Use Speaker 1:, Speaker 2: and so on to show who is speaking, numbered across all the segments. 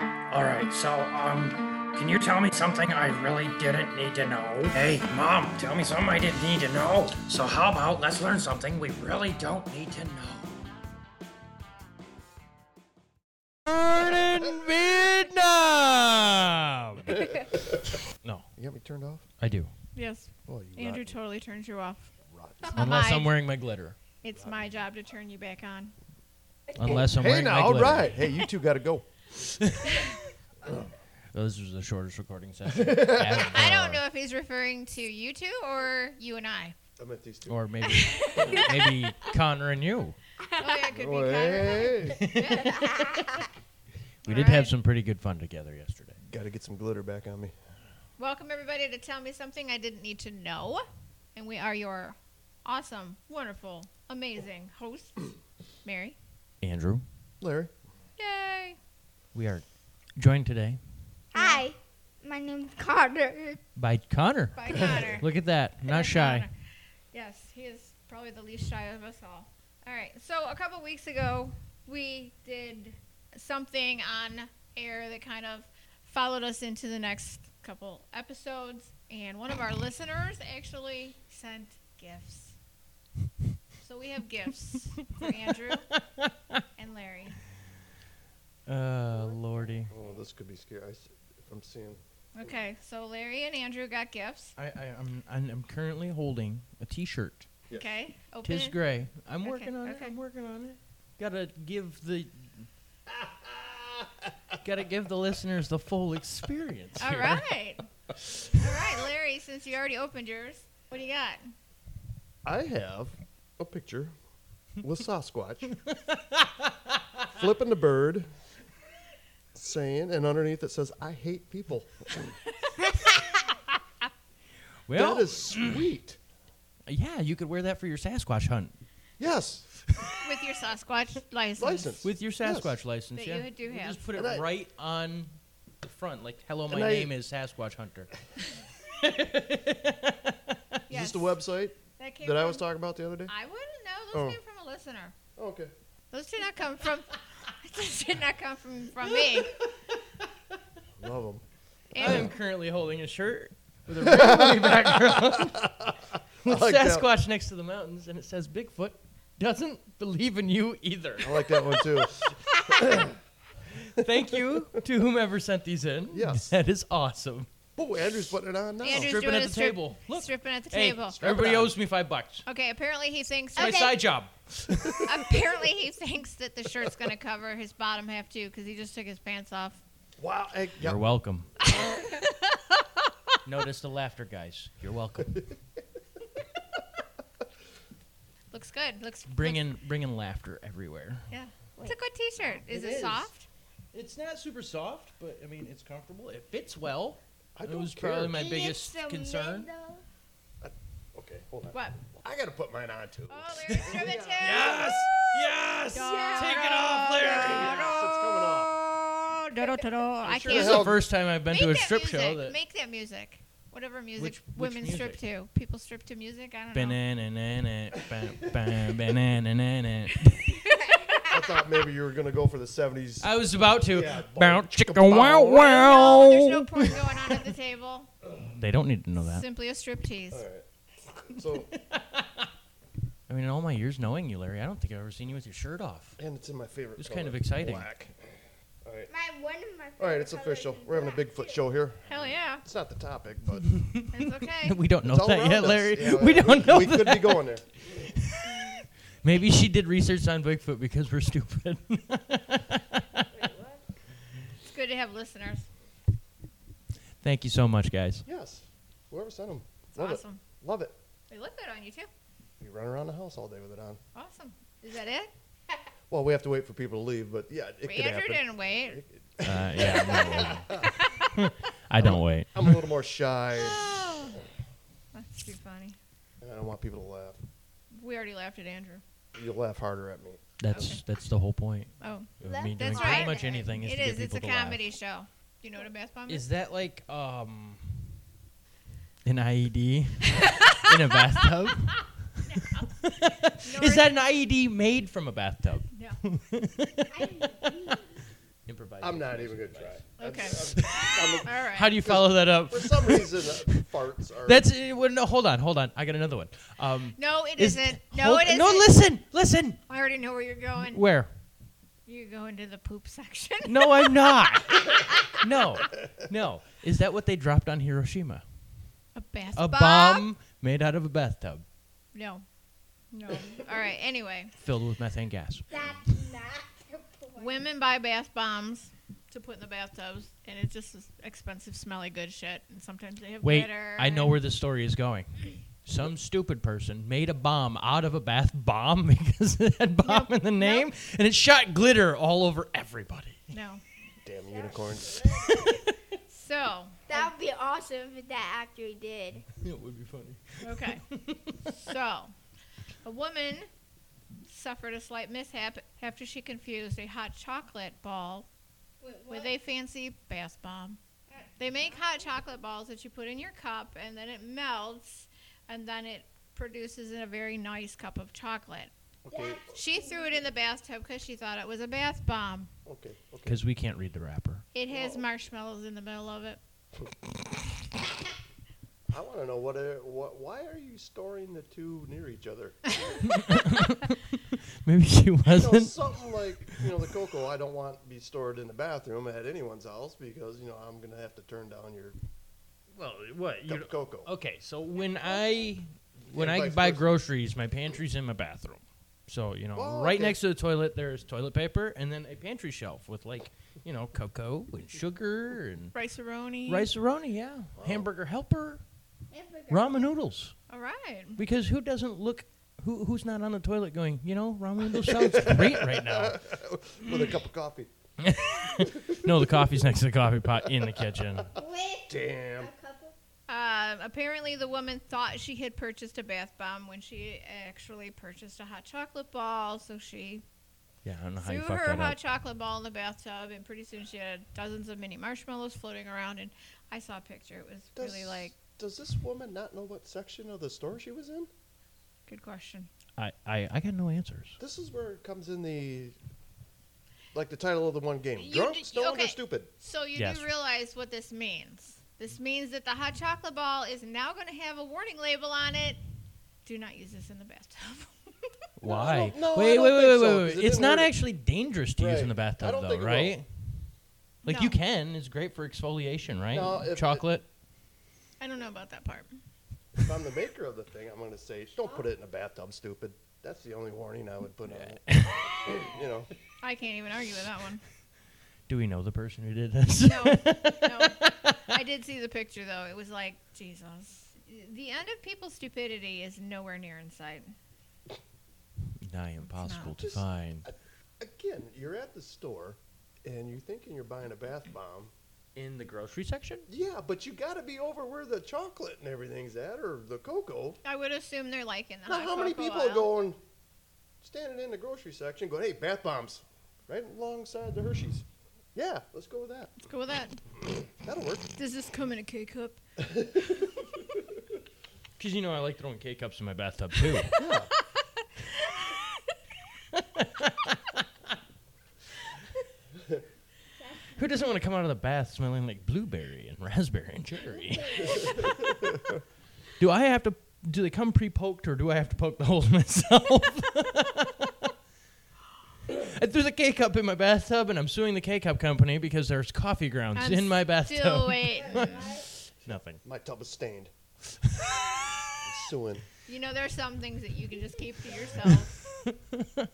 Speaker 1: All right, so, um, can you tell me something I really didn't need to know? Hey, Mom, tell me something I didn't need to know. So, how about let's learn something we really don't need to know?
Speaker 2: in Vietnam. no,
Speaker 3: You got me turned off?
Speaker 2: I do.
Speaker 4: Yes,
Speaker 3: Oh, you
Speaker 4: Andrew
Speaker 3: rotten-
Speaker 4: totally turns you off.
Speaker 3: rotten.
Speaker 2: Unless
Speaker 4: my,
Speaker 2: I'm wearing my glitter.
Speaker 4: It's my job to turn you back on.
Speaker 2: Unless I'm
Speaker 3: Hey,
Speaker 2: wearing
Speaker 3: now,
Speaker 2: my
Speaker 3: all
Speaker 2: glitter.
Speaker 3: right. Hey, you two got to go.
Speaker 2: This was the shortest recording session. ever.
Speaker 5: I don't know if he's referring to you two or you and I.
Speaker 3: I meant these two.
Speaker 2: Or maybe, maybe Connor and you.
Speaker 5: Oh, yeah, it could be
Speaker 3: Oh,
Speaker 5: Connor.
Speaker 3: hey.
Speaker 2: We
Speaker 5: All
Speaker 2: did have
Speaker 5: right.
Speaker 2: some pretty good fun together yesterday.
Speaker 3: got to get some glitter back on me.
Speaker 5: Welcome, everybody, to Tell Me Something I Didn't Need to Know. And we are your awesome, wonderful, amazing hosts, Mary.
Speaker 2: Andrew,
Speaker 3: Larry.
Speaker 5: Yay.
Speaker 2: we are joined today
Speaker 6: Hi, my name's Carter.
Speaker 2: by Connor.
Speaker 5: By Connor.
Speaker 2: Look at that. Not shy.
Speaker 5: uh, Yes, he is probably the least shy of us all. All right. So a couple weeks ago, we did something on air that kind of followed us into the next couple episodes, and one of our listeners actually sent gifts. So we have gifts for Andrew and Larry.
Speaker 2: Uh, Lordy.
Speaker 3: Oh, this could be scary. I s- if I'm seeing.
Speaker 5: Okay, so Larry and Andrew got gifts.
Speaker 2: I, I, I'm, I'm currently holding a T-shirt.
Speaker 3: Yes.
Speaker 5: Okay, open
Speaker 2: Tis
Speaker 5: it.
Speaker 2: gray. I'm
Speaker 5: Okay,
Speaker 2: working on it.
Speaker 5: okay.
Speaker 2: I'm working on it. Gotta give the. gotta give the listeners the full experience.
Speaker 5: All
Speaker 2: here.
Speaker 5: right, all right, Larry. Since you already opened yours, what do you got?
Speaker 3: I have a picture with Sasquatch flipping the bird, saying, and underneath it says, I hate people.
Speaker 2: Well,
Speaker 3: That is sweet.
Speaker 2: yeah, you could wear that for your Sasquatch hunt
Speaker 3: Yes.
Speaker 5: with your Sasquatch license.
Speaker 3: License.
Speaker 2: with your
Speaker 3: Yes.
Speaker 2: Squatch license.
Speaker 5: That
Speaker 2: yeah,
Speaker 5: you do
Speaker 2: We'll
Speaker 5: have.
Speaker 2: just put it
Speaker 3: And I-
Speaker 2: right on the front, like "Hello, my
Speaker 3: And I-
Speaker 2: name is Sasquatch Hunter."
Speaker 3: Is
Speaker 5: Yes.
Speaker 3: this the website
Speaker 5: that, came
Speaker 3: that I
Speaker 5: from-
Speaker 3: was talking about the other day?
Speaker 5: I wouldn't know. Those
Speaker 3: Oh.
Speaker 5: came from a listener.
Speaker 3: Okay.
Speaker 5: Those did not come from. those did not come from from me.
Speaker 3: Love them.
Speaker 2: I am
Speaker 5: And
Speaker 2: currently holding a shirt with a really funny background with
Speaker 3: like that.
Speaker 2: Sasquatch next to the mountains, and it says Bigfoot doesn't believe in you either.
Speaker 3: I like that one too.
Speaker 2: Thank you to whomever sent these in.
Speaker 3: Yes.
Speaker 2: that is awesome.
Speaker 3: Oh, Andrew's putting it on now.
Speaker 5: Andrew's
Speaker 2: Stripping
Speaker 5: doing
Speaker 2: at
Speaker 5: a
Speaker 2: the
Speaker 5: strip-
Speaker 2: table. Look,
Speaker 5: stripping at the
Speaker 2: hey,
Speaker 5: table.
Speaker 2: everybody
Speaker 3: it on.
Speaker 2: owes me five bucks.
Speaker 5: Okay, apparently he thinks.
Speaker 2: It's my
Speaker 6: Okay.
Speaker 2: side job.
Speaker 5: apparently he thinks that the shirt's gonna cover his bottom half too, because he just took his pants off.
Speaker 3: Wow. Hey, yeah.
Speaker 2: You're welcome. Notice the laughter, guys. You're welcome.
Speaker 5: Looks good. Looks
Speaker 2: Bringing bringing laughter everywhere.
Speaker 5: looks- yeah, it's a good T-shirt. Is
Speaker 2: It
Speaker 5: it,
Speaker 2: is.
Speaker 5: soft?
Speaker 2: It's not super soft, but I mean it's comfortable. It fits well.
Speaker 3: I
Speaker 2: That
Speaker 3: don't
Speaker 2: was
Speaker 3: care.
Speaker 2: probably my biggest concern.
Speaker 3: okay, hold on.
Speaker 5: What?
Speaker 3: I gotta put mine on too.
Speaker 5: Oh, Larry's stripping too.
Speaker 2: Yes! Yes! Take it off, Larry!
Speaker 3: it's coming off.
Speaker 5: Oh, da-da-da-da. I
Speaker 2: This is
Speaker 5: can't.
Speaker 2: the
Speaker 3: hell-
Speaker 2: first time I've been to a
Speaker 5: that
Speaker 2: strip
Speaker 5: music.
Speaker 2: show that
Speaker 5: Make that music. Whatever music
Speaker 2: Which- which
Speaker 5: women strip to. People strip to music. I don't know.
Speaker 2: banana banana ba- ba- banana banana.
Speaker 3: I thought maybe you were gonna go for the '70s.
Speaker 2: I was about to
Speaker 3: Yeah.
Speaker 2: bounce chicka wow
Speaker 5: No, Oh, there's no
Speaker 2: wow.
Speaker 5: porn going on at the table.
Speaker 2: They don't need to know that.
Speaker 5: Simply a striptease.
Speaker 3: All right. So,
Speaker 2: I mean, in all my years knowing you, Larry, I don't think I've ever seen you with your shirt off.
Speaker 3: and it's in my favorite.
Speaker 2: It's
Speaker 3: color,
Speaker 2: kind of exciting.
Speaker 3: Black. All right.
Speaker 6: My one of my.
Speaker 3: All right.
Speaker 6: favorite
Speaker 3: It's official.
Speaker 6: colors is
Speaker 3: We're having a
Speaker 6: black,
Speaker 3: Bigfoot
Speaker 6: too.
Speaker 3: show here.
Speaker 5: Hell yeah,
Speaker 3: It's not the topic, but
Speaker 5: it's okay.
Speaker 2: We don't know
Speaker 3: it's all
Speaker 2: that
Speaker 3: around
Speaker 2: yet,
Speaker 3: us.
Speaker 2: Larry.
Speaker 3: Yeah,
Speaker 2: we don't know
Speaker 3: We
Speaker 2: that.
Speaker 3: could be going there.
Speaker 2: Maybe she did research on Bigfoot because we're stupid.
Speaker 5: It's good to have listeners.
Speaker 2: Thank you so much, guys.
Speaker 3: Yes. Whoever sent them.
Speaker 5: It's
Speaker 3: Love
Speaker 5: awesome.
Speaker 3: it. Love it.
Speaker 5: They look good on you too.
Speaker 3: We run around the house all day with it on.
Speaker 5: Awesome. Is that it?
Speaker 3: Well, we have to wait for people to leave, but yeah, it could
Speaker 5: Andrew
Speaker 3: happen.
Speaker 5: didn't wait.
Speaker 2: Uh, yeah, I'm not waiting. I don't wait.
Speaker 3: I'm a little more shy,
Speaker 5: That's too funny.
Speaker 3: and I don't want people to laugh.
Speaker 5: We already laughed at Andrew.
Speaker 3: You'll laugh harder at me.
Speaker 2: That's that's the whole point
Speaker 5: Oh,
Speaker 2: of
Speaker 6: That-
Speaker 2: me doing
Speaker 5: that's
Speaker 2: pretty
Speaker 5: right.
Speaker 2: much anything is
Speaker 5: it
Speaker 2: to
Speaker 5: is.
Speaker 2: get
Speaker 5: It's
Speaker 2: people
Speaker 5: a
Speaker 2: to laugh.
Speaker 5: comedy show. Do you know what a bath bomb is?
Speaker 2: Is that like um an IED in a bathtub? E is that an IED made from a bathtub?
Speaker 5: No.
Speaker 2: Improvised
Speaker 5: Um,
Speaker 3: I'm not even gonna try. I'm-
Speaker 5: Okay.
Speaker 3: I'm- I'm a-
Speaker 5: All right.
Speaker 2: How do you follow that up?
Speaker 3: for some reason, uh, farts are.
Speaker 2: That's uh, well, no. Hold on, hold on. I got another one. Um,
Speaker 5: no, it
Speaker 2: is-
Speaker 5: not No,
Speaker 2: hold-
Speaker 5: it isn't.
Speaker 2: No, listen, listen.
Speaker 5: I already know where you're going.
Speaker 2: Where?
Speaker 5: You're going to the poop section.
Speaker 2: No, I'm not. no, no. Is that what they dropped on Hiroshima?
Speaker 5: A bath
Speaker 2: A
Speaker 5: bomb?
Speaker 2: bomb made out of a bathtub
Speaker 5: No. No. All right. Anyway,
Speaker 2: filled with methane gas.
Speaker 6: That's not the point.
Speaker 5: women buy bath bombs to put in the bathtubs, and it's just this expensive, smelly good shit. And sometimes they have
Speaker 2: Wait,
Speaker 5: glitter.
Speaker 2: I know where this story is going. Some stupid person made a bomb out of a bath bomb because it had bomb in the name, and it shot glitter all over everybody.
Speaker 5: No.
Speaker 3: Damn unicorns.
Speaker 5: So
Speaker 6: That would be awesome if that actually did.
Speaker 2: It would be funny.
Speaker 5: okay. so a woman suffered a slight mishap after she confused a hot chocolate ball with a fancy bath bomb. They make hot chocolate balls that you put in your cup and then it melts and then it produces a very nice cup of chocolate.
Speaker 3: Okay,
Speaker 5: She threw it in the bathtub because she thought it was a bath bomb.
Speaker 3: okay, okay.
Speaker 2: Because we can't read the wrapper.
Speaker 5: It has marshmallows in the middle of it.
Speaker 3: I want to know what, uh, what. Why are you storing the two near each other?
Speaker 2: Maybe she
Speaker 3: You know,
Speaker 2: wasn't.
Speaker 3: something like you know the cocoa. I don't want to be stored in the bathroom at anyone's house because you know I'm gonna have to turn down your
Speaker 2: Well, what?
Speaker 3: cup of cocoa.
Speaker 2: okay, so when I when
Speaker 3: Yeah,
Speaker 2: I
Speaker 3: vice
Speaker 2: buy
Speaker 3: versa.
Speaker 2: groceries, my pantry's in my bathroom. So you know,
Speaker 3: Oh,
Speaker 2: right
Speaker 3: okay.
Speaker 2: next to the toilet, there's toilet paper, and then a pantry shelf with like you know cocoa and sugar and
Speaker 5: Rice-a-roni.
Speaker 2: rice aroni, yeah, hamburger helper, ramen noodles.
Speaker 5: All right.
Speaker 2: Because who doesn't look? Who, who's not on the toilet going? You know, ramen noodles sounds great right now.
Speaker 3: With a cup of coffee.
Speaker 2: No, the coffee's next to the coffee pot in the kitchen.
Speaker 6: With
Speaker 3: Damn.
Speaker 6: a couple.
Speaker 5: Um, apparently, the woman thought she had purchased a bath bomb when she actually purchased a hot chocolate ball. So she
Speaker 2: Yeah, I don't know how
Speaker 5: threw
Speaker 2: you fuck
Speaker 5: her
Speaker 2: that
Speaker 5: hot
Speaker 2: up.
Speaker 5: chocolate ball in the bathtub, and pretty soon she had dozens of mini marshmallows floating around. And I saw a picture; it was
Speaker 3: Does,
Speaker 5: really like
Speaker 3: Does this woman not know what section of the store she was in?
Speaker 5: good question.
Speaker 2: I, I I got no answers.
Speaker 3: This is where it comes in the. Like the title of the one game.
Speaker 5: You
Speaker 3: Drunk,
Speaker 5: d-
Speaker 3: stoned,
Speaker 5: okay.
Speaker 3: or stupid.
Speaker 5: So you
Speaker 2: Yes.
Speaker 5: do realize what this means? This means that the hot chocolate ball is now going to have a warning label on it: "Do not use this in the bathtub."
Speaker 2: Why?
Speaker 3: don't- no, I
Speaker 2: wait,
Speaker 3: don't
Speaker 2: wait,
Speaker 3: think
Speaker 2: wait,
Speaker 3: so,
Speaker 2: wait,
Speaker 3: 'cause
Speaker 2: wait.
Speaker 3: it
Speaker 2: It's
Speaker 3: didn't
Speaker 2: not
Speaker 3: hurt.
Speaker 2: actually dangerous to use in the
Speaker 3: Right. I
Speaker 2: bathtub,
Speaker 3: don't
Speaker 2: though,
Speaker 3: think it will.
Speaker 2: right? Like you
Speaker 5: No.
Speaker 2: can. It's great for exfoliation, right?
Speaker 3: No, if it-
Speaker 2: Chocolate.
Speaker 5: I don't know about that part.
Speaker 3: If I'm the maker of the thing, I'm going to say, don't put it in a bathtub, stupid. That's the only warning I would put on it. you know,
Speaker 5: I can't even argue with that one.
Speaker 2: Do we know the person who did this?
Speaker 5: no, no. I did see the picture though. It was like Jesus. The end of people's stupidity is nowhere near in sight.
Speaker 2: Nigh impossible to
Speaker 3: Just-
Speaker 2: find.
Speaker 3: again, you're at the store and you're thinking you're buying a bath bomb.
Speaker 2: In the grocery section?
Speaker 3: Yeah, but you got to be over where the chocolate and everything's at or the cocoa.
Speaker 5: I would assume they're like in Oh, the
Speaker 3: Now,
Speaker 5: hot
Speaker 3: how many
Speaker 5: cocoa
Speaker 3: people are
Speaker 5: aisle.
Speaker 3: going, standing in the grocery section, going, hey, bath bombs, right alongside the Hershey's? Yeah, let's go with that.
Speaker 5: Let's go with that.
Speaker 3: That'll work.
Speaker 5: Does this come in a K cup?
Speaker 2: Because you know I like throwing K cups in my bathtub too. Who doesn't want to come out of the bath smelling like blueberry and raspberry and cherry? do I have to? Do they come pre-poked or do I have to poke the holes myself? I threw the K cup in my bathtub, and I'm suing the K cup company because there's coffee grounds
Speaker 5: I'm
Speaker 2: in my bathtub.
Speaker 5: Still wait.
Speaker 2: Nothing.
Speaker 3: My tub is stained. I'm suing.
Speaker 5: You know, there's some things that you can just keep to yourself.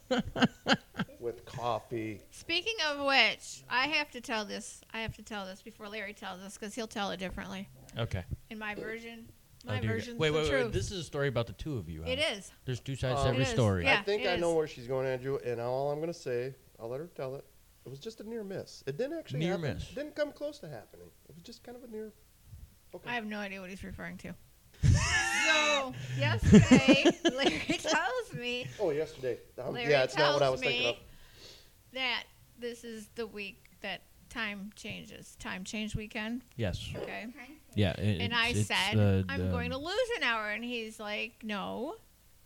Speaker 3: with coffee.
Speaker 5: Speaking of which, I have to tell this. I have to tell this before Larry tells us because he'll tell it differently.
Speaker 2: Okay.
Speaker 5: In my version,
Speaker 2: I
Speaker 5: my
Speaker 2: do get-
Speaker 5: version's
Speaker 2: Wait,
Speaker 5: the
Speaker 2: wait,
Speaker 5: truth.
Speaker 2: wait. This is a story about the two of you.
Speaker 5: it
Speaker 2: huh?
Speaker 5: is.
Speaker 2: There's two sides
Speaker 3: Um,
Speaker 2: to every
Speaker 5: Oh. It is,
Speaker 2: story.
Speaker 5: yeah.
Speaker 3: I think
Speaker 5: it
Speaker 3: I know
Speaker 5: is.
Speaker 3: where she's going, Andrew, and all I'm going to say, I'll let her tell it. It was just a near miss. It didn't actually
Speaker 2: Near
Speaker 3: happen.
Speaker 2: miss.
Speaker 3: Didn't come close to happening. It was just kind of a near. Okay.
Speaker 5: I have no idea what he's referring to. so yesterday, Larry tells me
Speaker 3: oh, yesterday. Um,
Speaker 5: Larry
Speaker 3: yeah, it's not what I
Speaker 5: tells
Speaker 3: was thinking of.
Speaker 5: me- that this is the week that time changes. Time change weekend.
Speaker 2: Yes.
Speaker 5: Okay.
Speaker 2: Yeah. it-
Speaker 5: and
Speaker 2: it's-
Speaker 5: I
Speaker 2: it's
Speaker 5: said,
Speaker 2: the-
Speaker 5: I'm
Speaker 2: the
Speaker 5: going to lose an hour. And he's like, no,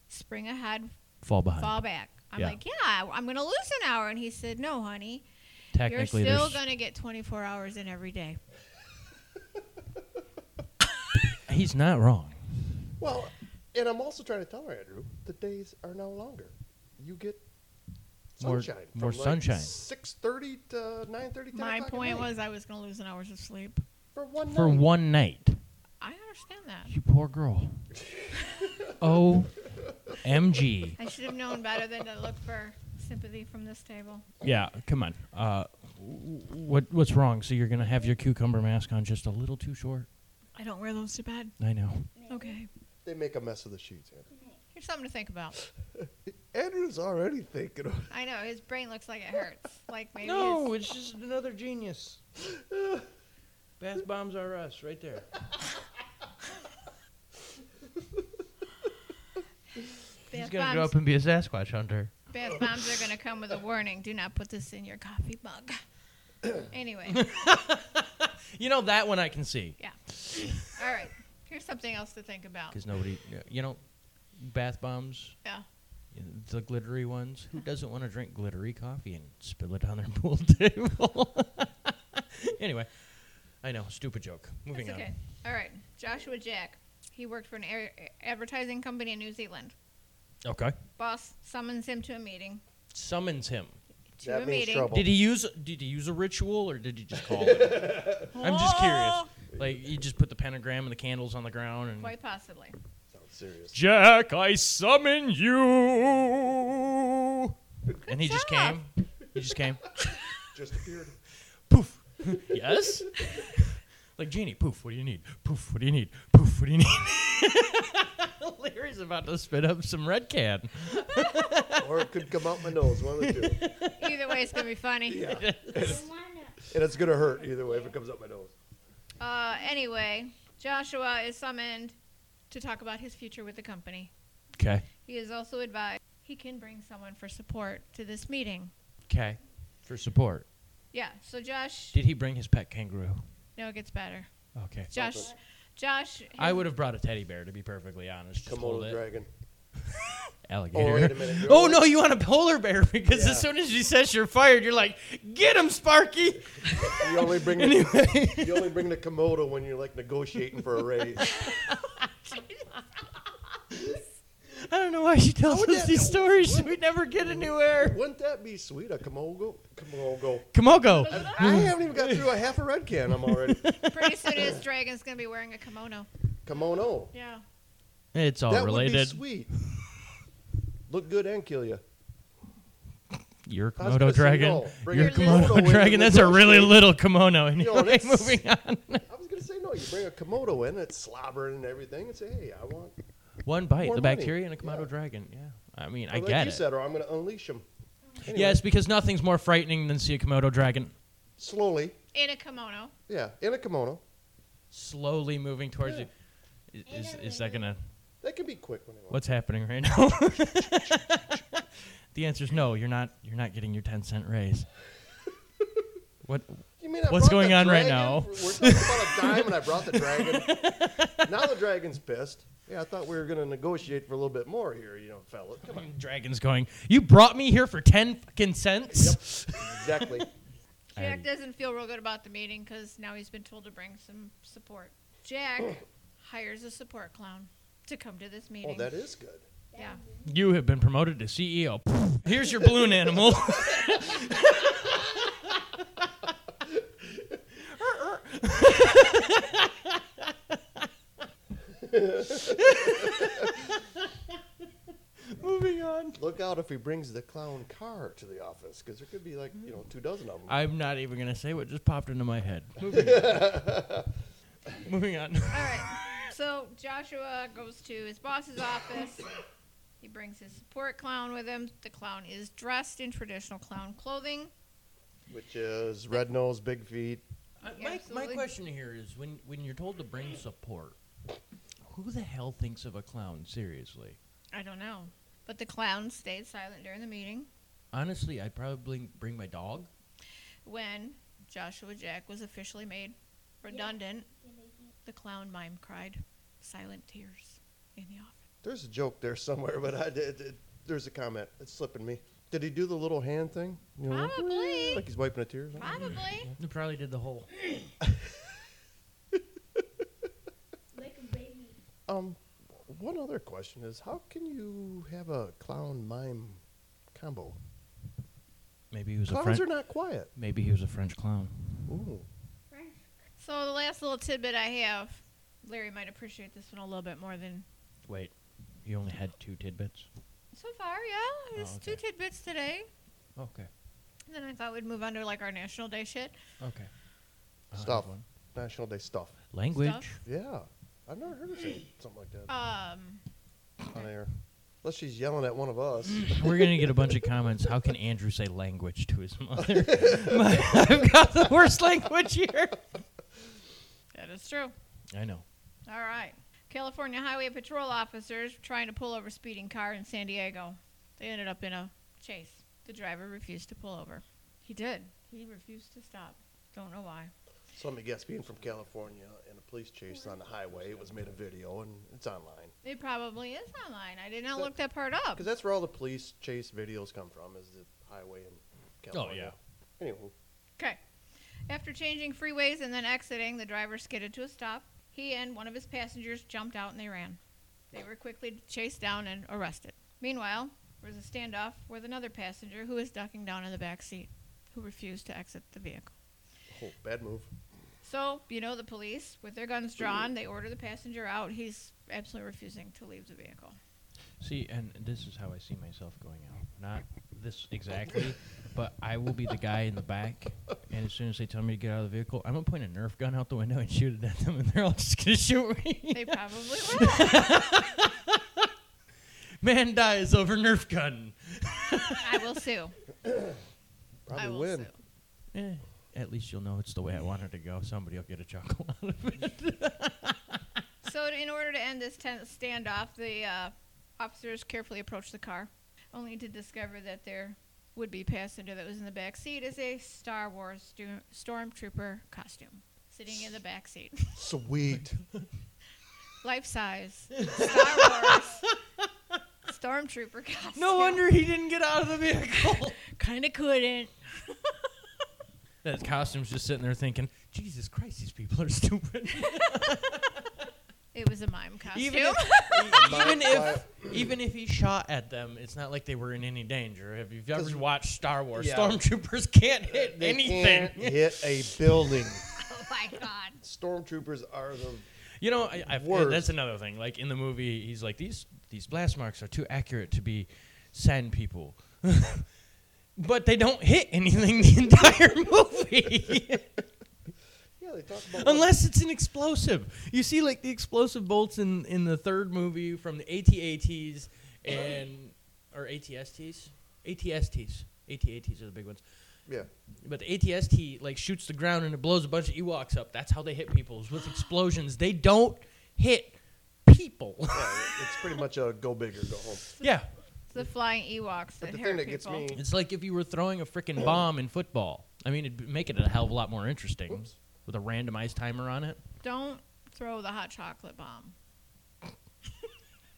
Speaker 5: spring ahead,
Speaker 2: fall behind.
Speaker 5: fall back. I'm
Speaker 2: Yeah.
Speaker 5: like, yeah, I'm going to lose an hour. And he said, no, honey. You're
Speaker 2: technically
Speaker 5: still
Speaker 2: there's
Speaker 5: gonna get 24 hours in every day.
Speaker 2: he's not wrong.
Speaker 3: Well, and I'm also trying to tell her, Andrew, the days are now longer. You get
Speaker 2: More-
Speaker 3: sunshine.
Speaker 2: more sunshine.
Speaker 3: Six thirty to nine thirty.
Speaker 5: My point was I was gonna lose an hour's of sleep.
Speaker 3: for one
Speaker 2: For
Speaker 3: night.
Speaker 2: one night.
Speaker 5: I understand that.
Speaker 2: You poor girl. O M G.
Speaker 5: I should have known better than to look for sympathy from this table.
Speaker 2: Yeah, come on. Uh, what what's wrong? So you're gonna have your cucumber mask on just a little too short?
Speaker 5: I don't wear those to bed.
Speaker 2: I know.
Speaker 5: Okay.
Speaker 3: They make a mess of the sheets. Andrew.
Speaker 5: Here's something to think about.
Speaker 3: Andrew's already thinking. Of,
Speaker 5: I know his brain looks like it hurts. Like maybe his-
Speaker 2: it's just another genius. Bath bombs are us, right there. He's
Speaker 5: bath
Speaker 2: gonna grow
Speaker 5: bombs,
Speaker 2: up and be a Sasquatch hunter.
Speaker 5: bath bombs are gonna come with a warning. Do not put this in your coffee mug. anyway,
Speaker 2: You know that one I can see
Speaker 5: all right. Here's something else to think about.
Speaker 2: because nobody, you know, bath bombs.
Speaker 5: Yeah.
Speaker 2: The glittery ones.
Speaker 5: Hmm.
Speaker 2: Who doesn't want to drink glittery coffee and spill it on their pool table? anyway, I know, stupid joke. Moving
Speaker 5: It's okay. All right. Joshua Jack. He worked for an air- advertising company in New Zealand.
Speaker 2: on. Okay.
Speaker 5: Boss summons him to a meeting.
Speaker 2: Summons him.
Speaker 5: To
Speaker 3: that
Speaker 5: a
Speaker 3: means
Speaker 5: meeting.
Speaker 3: trouble.
Speaker 2: Did he use did he use a ritual or did he just call it? I'm just curious. Like you just put the pentagram and the candles on the ground and
Speaker 5: Quite possibly.
Speaker 3: Sounds serious.
Speaker 2: Jack, I summon you. and he just
Speaker 5: job.
Speaker 2: came. He just came.
Speaker 3: Just appeared.
Speaker 2: poof. yes? like Genie, poof, what do you need? Poof, what do you need? Poof, what do you need? Larry's about to spit up some red can.
Speaker 3: or it could come out my nose. One of the two.
Speaker 5: Either way, it's gonna be funny.
Speaker 3: Yeah.
Speaker 6: I wanna.
Speaker 3: And it's gonna hurt either way if it comes out my nose.
Speaker 5: Uh, anyway, Joshua is summoned to talk about his future with the company.
Speaker 2: Okay.
Speaker 5: He is also advised he can bring someone for support to this meeting.
Speaker 2: Okay. For support.
Speaker 5: Yeah. So Josh.
Speaker 2: Did he bring his pet kangaroo?
Speaker 5: no, it gets better.
Speaker 2: Okay.
Speaker 5: Josh. Josh.
Speaker 2: I would have brought a teddy bear to be perfectly honest. Just hold
Speaker 3: Komodo
Speaker 2: it.
Speaker 3: dragon.
Speaker 2: Alligator.
Speaker 3: Oh, wait a minute. You're
Speaker 2: Oh
Speaker 3: right.
Speaker 2: no, you want a polar bear because
Speaker 3: Yeah.
Speaker 2: as soon as she says you're fired, you're like, "Get him, Sparky!"
Speaker 3: You only bring the, you only bring the Komodo when you're like negotiating for a raise.
Speaker 2: I don't know why she tells
Speaker 3: would
Speaker 2: us
Speaker 3: that-
Speaker 2: these stories. We never get a new air.
Speaker 3: Wouldn't that be sweet? A Komodo? Komodo.
Speaker 2: Komogo.
Speaker 3: I haven't even got through a half a red can. I'm already
Speaker 5: Pretty soon, his dragon's gonna be wearing a kimono.
Speaker 3: kimono.
Speaker 5: Yeah.
Speaker 2: It's all
Speaker 3: that
Speaker 2: related.
Speaker 3: would be sweet. Look good and kill you.
Speaker 2: Your
Speaker 3: I was gonna
Speaker 2: Komodo
Speaker 3: say
Speaker 2: dragon.
Speaker 3: no. Bring
Speaker 2: Your
Speaker 3: a Komodo in
Speaker 2: Komodo
Speaker 3: to
Speaker 2: dragon. That's a really
Speaker 3: negotiate.
Speaker 2: little kimono. Anyway,
Speaker 3: that's-
Speaker 2: moving on.
Speaker 3: I was gonna say no. You bring a Komodo in, it's slobbering and everything, and say, hey, I want.
Speaker 2: One bite,
Speaker 3: More
Speaker 2: the
Speaker 3: money.
Speaker 2: bacteria, and a Komodo
Speaker 3: Yeah.
Speaker 2: dragon. Yeah. I mean, I
Speaker 3: like
Speaker 2: get
Speaker 3: you
Speaker 2: it.
Speaker 3: said, or I'm gonna unleash him. Anyway,
Speaker 2: Yes, because nothing's more frightening than see a Komodo dragon
Speaker 3: Slowly.
Speaker 5: In a kimono.
Speaker 3: Yeah, in a kimono.
Speaker 2: slowly moving towards
Speaker 3: Yeah.
Speaker 2: you. I- Is, is that gonna?
Speaker 3: That can be quick when you want.
Speaker 2: What's happening right now? the answer is no. You're not. You're not getting your ten cent raise. What?
Speaker 3: You mean I
Speaker 2: What's
Speaker 3: brought the
Speaker 2: going on right
Speaker 3: dragon?
Speaker 2: now?
Speaker 3: We're talking about a dime, and I brought the dragon. now the dragon's pissed. Yeah, I thought we were gonna negotiate for a little bit more here, you know, fella. Come on,
Speaker 2: Dragon's going. You brought me here for ten fucking cents.
Speaker 3: exactly.
Speaker 2: I
Speaker 5: Jack
Speaker 2: already-
Speaker 5: doesn't feel real good about the meeting because now he's been told to bring some support. Jack hires a support clown to come to this meeting.
Speaker 3: Oh, that is good.
Speaker 5: yeah.
Speaker 2: You have been promoted to CEO. Here's your balloon animal. Moving on.
Speaker 3: Look out if he brings the clown car to the office, because there could be like you know two dozen of them.
Speaker 2: I'm not even gonna say what just popped into my head. Moving on. Moving on.
Speaker 5: All right. So Joshua goes to his boss's office. He brings his support clown with him. The clown is dressed in traditional clown clothing.
Speaker 3: which is red nose, big feet.
Speaker 2: my, my
Speaker 5: Absolutely.
Speaker 2: question here is when when you're told to bring support, who the hell thinks of a clown seriously?
Speaker 5: I don't know. But the clown stayed silent during the meeting
Speaker 2: Honestly, I'd probably bring my dog.
Speaker 5: when Joshua Jack was officially made redundant. The clown mime cried silent tears in the office.
Speaker 3: There's a joke there somewhere, but I did. it- there's a comment. It's slipping me. Did he do the little hand thing? You know, like,
Speaker 5: Probably.
Speaker 3: Like he's wiping the tears. off?
Speaker 5: Probably.
Speaker 2: They probably did the whole.
Speaker 6: Like a baby.
Speaker 3: Um, one other question is, how can you have a clown mime combo?
Speaker 2: Maybe he was a
Speaker 3: Clowns
Speaker 2: French.
Speaker 3: are not quiet.
Speaker 2: Maybe he was a French clown.
Speaker 3: Ooh.
Speaker 5: So the last little tidbit I have, Larry might appreciate this one a little bit more than
Speaker 2: Wait, you only had two tidbits.
Speaker 5: so far. Yeah, just two
Speaker 2: okay.
Speaker 5: tidbits today.
Speaker 2: Okay.
Speaker 5: And then I thought we'd move on to like our National Day shit.
Speaker 2: Okay. I have
Speaker 3: Stuff.
Speaker 2: one.
Speaker 3: National Day stuff.
Speaker 2: Language.
Speaker 3: Yeah. I've never heard of say something like that
Speaker 5: Um,
Speaker 3: on air. Unless she's yelling at one of us.
Speaker 2: We're gonna get a bunch of comments. How can Andrew say language to his mother? My- I've got the worst language here.
Speaker 5: that is true.
Speaker 2: I know.
Speaker 5: All right. California Highway Patrol officers trying to pull over speeding car in San Diego. They ended up in a chase. The driver refused to pull over. He did. He refused to stop. Don't know why.
Speaker 3: So let me guess, being from California and a police chase on the highway, it was made a video and it's online.
Speaker 5: It probably is online. I did not
Speaker 3: So-
Speaker 5: look that part up.
Speaker 3: Because that's where all the police chase videos come from, is the highway in California. Oh, yeah. Anywho,
Speaker 5: Okay. After changing freeways and then exiting, the driver skidded to a stop. He and one of his passengers jumped out and they ran. They were quickly chased down and arrested. Meanwhile, there was a standoff with another passenger who was ducking down in the back seat, who refused to exit the vehicle.
Speaker 3: oh, bad move.
Speaker 5: So, you know, the police, with their guns drawn, they order the passenger out. He's absolutely refusing to leave the vehicle.
Speaker 2: See, and this is how I see myself going out. Not this exactly, but I will be the guy in the back. And as soon as they tell me to get out of the vehicle, I'm gonna point a Nerf gun out the window and shoot it at them, and they're all just gonna shoot me.
Speaker 5: They probably will.
Speaker 2: Man dies over Nerf gun.
Speaker 5: I will sue.
Speaker 3: Probably
Speaker 5: I will
Speaker 3: win.
Speaker 5: sue.
Speaker 2: Eh, at least you'll know it's the way I wanted to go. Somebody will get a chuckle out of it.
Speaker 5: So, in order to end this tense standoff, the uh, officers carefully approached the car, only to discover that their would be passenger that was in the back seat is a Star Wars stu- stormtrooper costume sitting in the back seat.
Speaker 3: Sweet.
Speaker 5: Life size Star Wars stormtrooper costume.
Speaker 2: No wonder he didn't get out of the vehicle.
Speaker 5: Kind of couldn't.
Speaker 2: that costume's just sitting there thinking, Jesus Christ, these people are stupid.
Speaker 5: It was a mime costume.
Speaker 2: Even if, even
Speaker 3: my-
Speaker 2: if, even if he shot at them, it's not like they were in any danger. If you've ever watched Star Wars,
Speaker 3: Yeah.
Speaker 2: stormtroopers can't hit
Speaker 3: They
Speaker 2: anything.
Speaker 3: can't hit a building.
Speaker 5: oh my god.
Speaker 3: Stormtroopers are the.
Speaker 2: You know, I, I've,
Speaker 3: Worse.
Speaker 2: that's another thing. Like in the movie, he's like, these these blast marks are too accurate to be sand people, but they don't hit anything the entire movie.
Speaker 3: Yeah, they talk about.
Speaker 2: Unless it's an explosive. You see, like the explosive bolts in in the third movie from the ATATs and or ATSTs, ATSTs, ATATs are the big ones.
Speaker 3: yeah.
Speaker 2: But the ATST like shoots the ground and it blows a bunch of Ewoks up. That's how they hit people is with explosions. They don't hit people.
Speaker 3: yeah, it's pretty much a go big or go home.
Speaker 2: yeah,
Speaker 5: It's the flying Ewoks that
Speaker 3: But the
Speaker 5: hurt
Speaker 3: thing that gets
Speaker 5: people.
Speaker 3: me.
Speaker 2: it's like if you were throwing a freaking bomb in football. I mean, it'd make it a hell of a lot more interesting
Speaker 3: Whoops.
Speaker 2: with a randomized timer on it.
Speaker 5: Don't throw the hot chocolate bomb.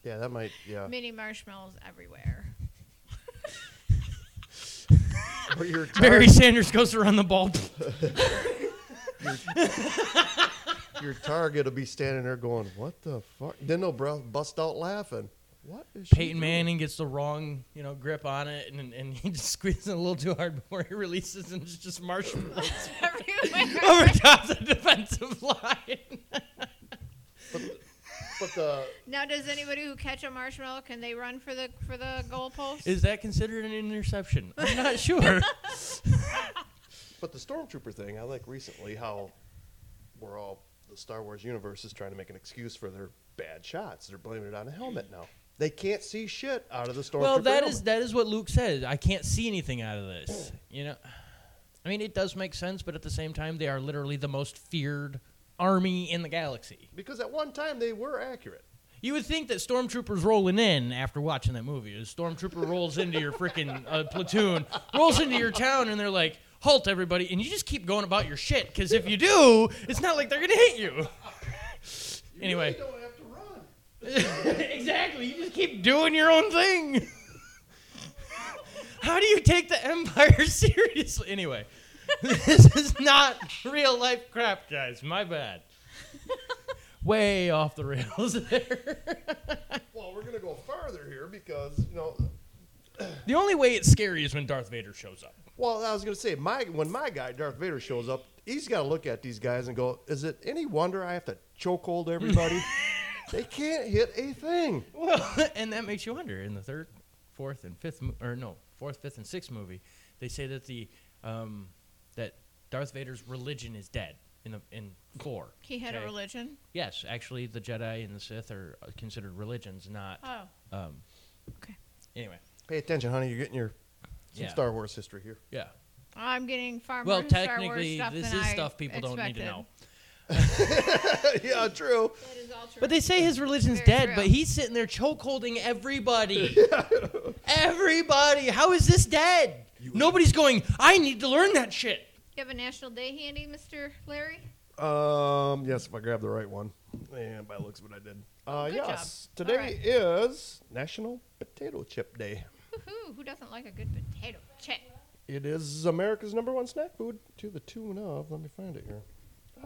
Speaker 3: Yeah, that might. Yeah.
Speaker 5: Mini marshmallows everywhere.
Speaker 3: Or your tar-
Speaker 2: Barry Sanders goes to run the ball.
Speaker 3: your target will be standing there going, "What the fuck?" Then they'll br- bust out laughing. What is she
Speaker 2: Peyton
Speaker 3: doing?
Speaker 2: Manning gets the wrong, you know, grip on it, and, and he just squeezes it a little too hard before he releases, and it's just marshmallows
Speaker 5: everywhere.
Speaker 2: over top the defensive line.
Speaker 3: But the
Speaker 5: Now, does anybody who catch a marshmallow can they run for the for the goalpost?
Speaker 2: Is that considered an interception? I'm not sure.
Speaker 3: but the stormtrooper thing, I like recently how we're all the Star Wars universe is trying to make an excuse for their bad shots. They're blaming it on a helmet now. They can't see shit out of the stormtrooper.
Speaker 2: well, that
Speaker 3: helmet.
Speaker 2: is that is what Luke says. I can't see anything out of this. You know, I mean, it does make sense, but at the same time, they are literally the most feared army in the galaxy.
Speaker 3: because at one time they were accurate.
Speaker 2: You would think that stormtroopers rolling in after watching that movie. A stormtrooper rolls into your freaking uh, platoon, rolls into your town, and they're like, "Halt, everybody!" And you just keep going about your shit because if you do, it's not like they're gonna hit you. Anyway,
Speaker 3: They don't have to run.
Speaker 2: exactly. You just keep doing your own thing. How do you take the Empire seriously? Anyway, this is not real life crap, guys. My bad. Way off the rails there.
Speaker 3: Well, we're gonna go farther here because you know.
Speaker 2: The only way it's scary is when Darth Vader shows up.
Speaker 3: Well, I was gonna say my when my guy Darth Vader shows up, he's got to look at these guys and go, "Is it any wonder I have to chokehold everybody? they can't hit a thing."
Speaker 2: Well, and that makes you wonder. In the third, fourth, and fifth, mo- or no, fourth, fifth, and sixth movie, they say that the um, that Darth Vader's religion is dead in the in four.
Speaker 5: He had a
Speaker 2: okay?
Speaker 5: religion.
Speaker 2: Yes, actually, the Jedi and the Sith are uh, considered religions, not.
Speaker 5: Oh.
Speaker 2: Um,
Speaker 5: Okay.
Speaker 2: Anyway,
Speaker 3: Pay attention, honey. You're getting your some
Speaker 2: Yeah.
Speaker 3: Star Wars history here.
Speaker 2: yeah.
Speaker 5: I'm getting far
Speaker 2: Well,
Speaker 5: more
Speaker 2: technically,
Speaker 5: Star Wars stuff
Speaker 2: this
Speaker 5: than
Speaker 2: is
Speaker 5: I
Speaker 2: stuff people don't need to
Speaker 5: expected.
Speaker 2: know.
Speaker 3: yeah, true.
Speaker 5: That is all true.
Speaker 2: But they say his religion's
Speaker 5: Very
Speaker 2: dead,
Speaker 5: true.
Speaker 2: but he's sitting there chokeholding everybody. everybody. How is this dead? Nobody's going, I need to learn that shit.
Speaker 5: you have a National Day handy, Mr. Larry?
Speaker 3: Um, yes, if I grab the right one. And by looks, what I did. Uh,
Speaker 5: good
Speaker 3: yes,
Speaker 5: job.
Speaker 3: today
Speaker 5: Alright.
Speaker 3: is National Potato Chip Day.
Speaker 5: Woohoo! Who doesn't like a good potato chip?
Speaker 3: It is America's number one snack food to the tune of. Let me find it here.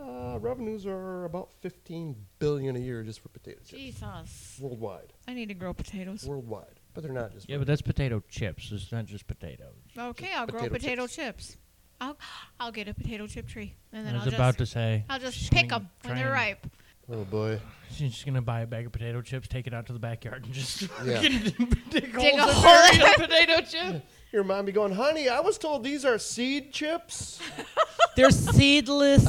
Speaker 3: Uh, revenues are about 15 billion a year just for potato chips
Speaker 5: Jesus.
Speaker 3: worldwide.
Speaker 5: I need to grow potatoes.
Speaker 3: Worldwide, but they're not just.
Speaker 2: Yeah, but that's potato chips. It's not just potatoes.
Speaker 5: Okay, I'll grow
Speaker 3: potato
Speaker 5: potato chips. I'll I'll get a potato chip tree, and then
Speaker 2: I
Speaker 5: I'll
Speaker 2: was
Speaker 5: just
Speaker 2: about to say,
Speaker 5: I'll just
Speaker 2: she's
Speaker 5: pick
Speaker 2: gonna
Speaker 5: them when they're
Speaker 2: try
Speaker 5: ripe.
Speaker 3: oh boy.
Speaker 2: she's just going to buy a bag of potato chips, take it out to the backyard, and just
Speaker 3: Yeah.
Speaker 2: dig
Speaker 5: Dig a
Speaker 2: holes in
Speaker 5: hole.
Speaker 2: bury a potato chip.
Speaker 3: Your mom be going, honey. I was told these are seed chips.
Speaker 2: They're seedless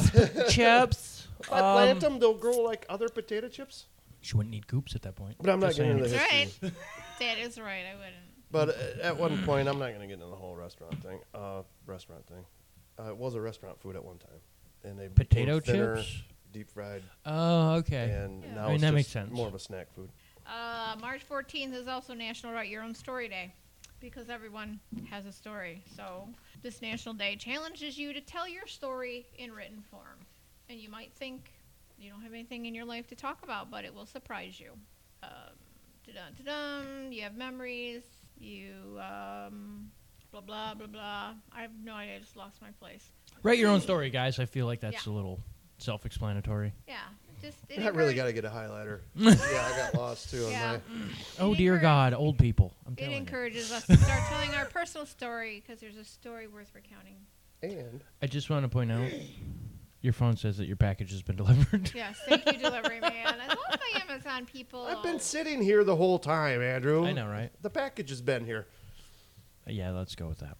Speaker 2: chips. Um,
Speaker 3: If I plant them, they'll grow like other potato chips.
Speaker 2: she wouldn't need goops at that point.
Speaker 3: But I'm not
Speaker 2: Just
Speaker 3: getting into the
Speaker 2: saying.
Speaker 5: That's
Speaker 3: history.
Speaker 5: right. that is right. I wouldn't.
Speaker 3: But a- at one point, I'm not going to get into the whole restaurant thing. Uh, restaurant thing. Uh, it was a restaurant food at one time, and they became
Speaker 2: Potato
Speaker 3: thinner,
Speaker 2: chips?
Speaker 3: deep fried,
Speaker 2: Oh, okay.
Speaker 3: and now
Speaker 2: I mean,
Speaker 3: it's
Speaker 2: that
Speaker 3: just
Speaker 2: makes sense.
Speaker 3: more of a snack food.
Speaker 5: Uh, March 14th is also National Write Your Own Story Day, because everyone has a story. So this National Day challenges you to tell your story in written form, and you might think you don't have anything in your life to talk about, but it will surprise you. Um, da-dum, da-dum, you have memories. You um, blah blah blah blah. I have no idea. I just lost my place.
Speaker 2: Write your own story, guys. I feel like that's
Speaker 5: Yeah.
Speaker 2: a little self-explanatory.
Speaker 5: Yeah, just it
Speaker 3: I really
Speaker 5: encourage-
Speaker 3: got to get a highlighter. yeah, I got lost too.
Speaker 5: Yeah.
Speaker 3: Yeah.
Speaker 2: Oh
Speaker 5: It
Speaker 2: dear
Speaker 5: encourage-
Speaker 2: God, old people. I'm
Speaker 5: It
Speaker 2: telling you.
Speaker 5: encourages us to start telling our personal story because there's a story worth recounting.
Speaker 3: And
Speaker 2: I just want to point out, your phone says that your package has been delivered.
Speaker 5: Yes, thank you, delivery man. I love my Amazon people.
Speaker 3: I've been sitting here the whole time, Andrew.
Speaker 2: I know, right?
Speaker 3: The package has been here.
Speaker 2: Yeah, let's go with that.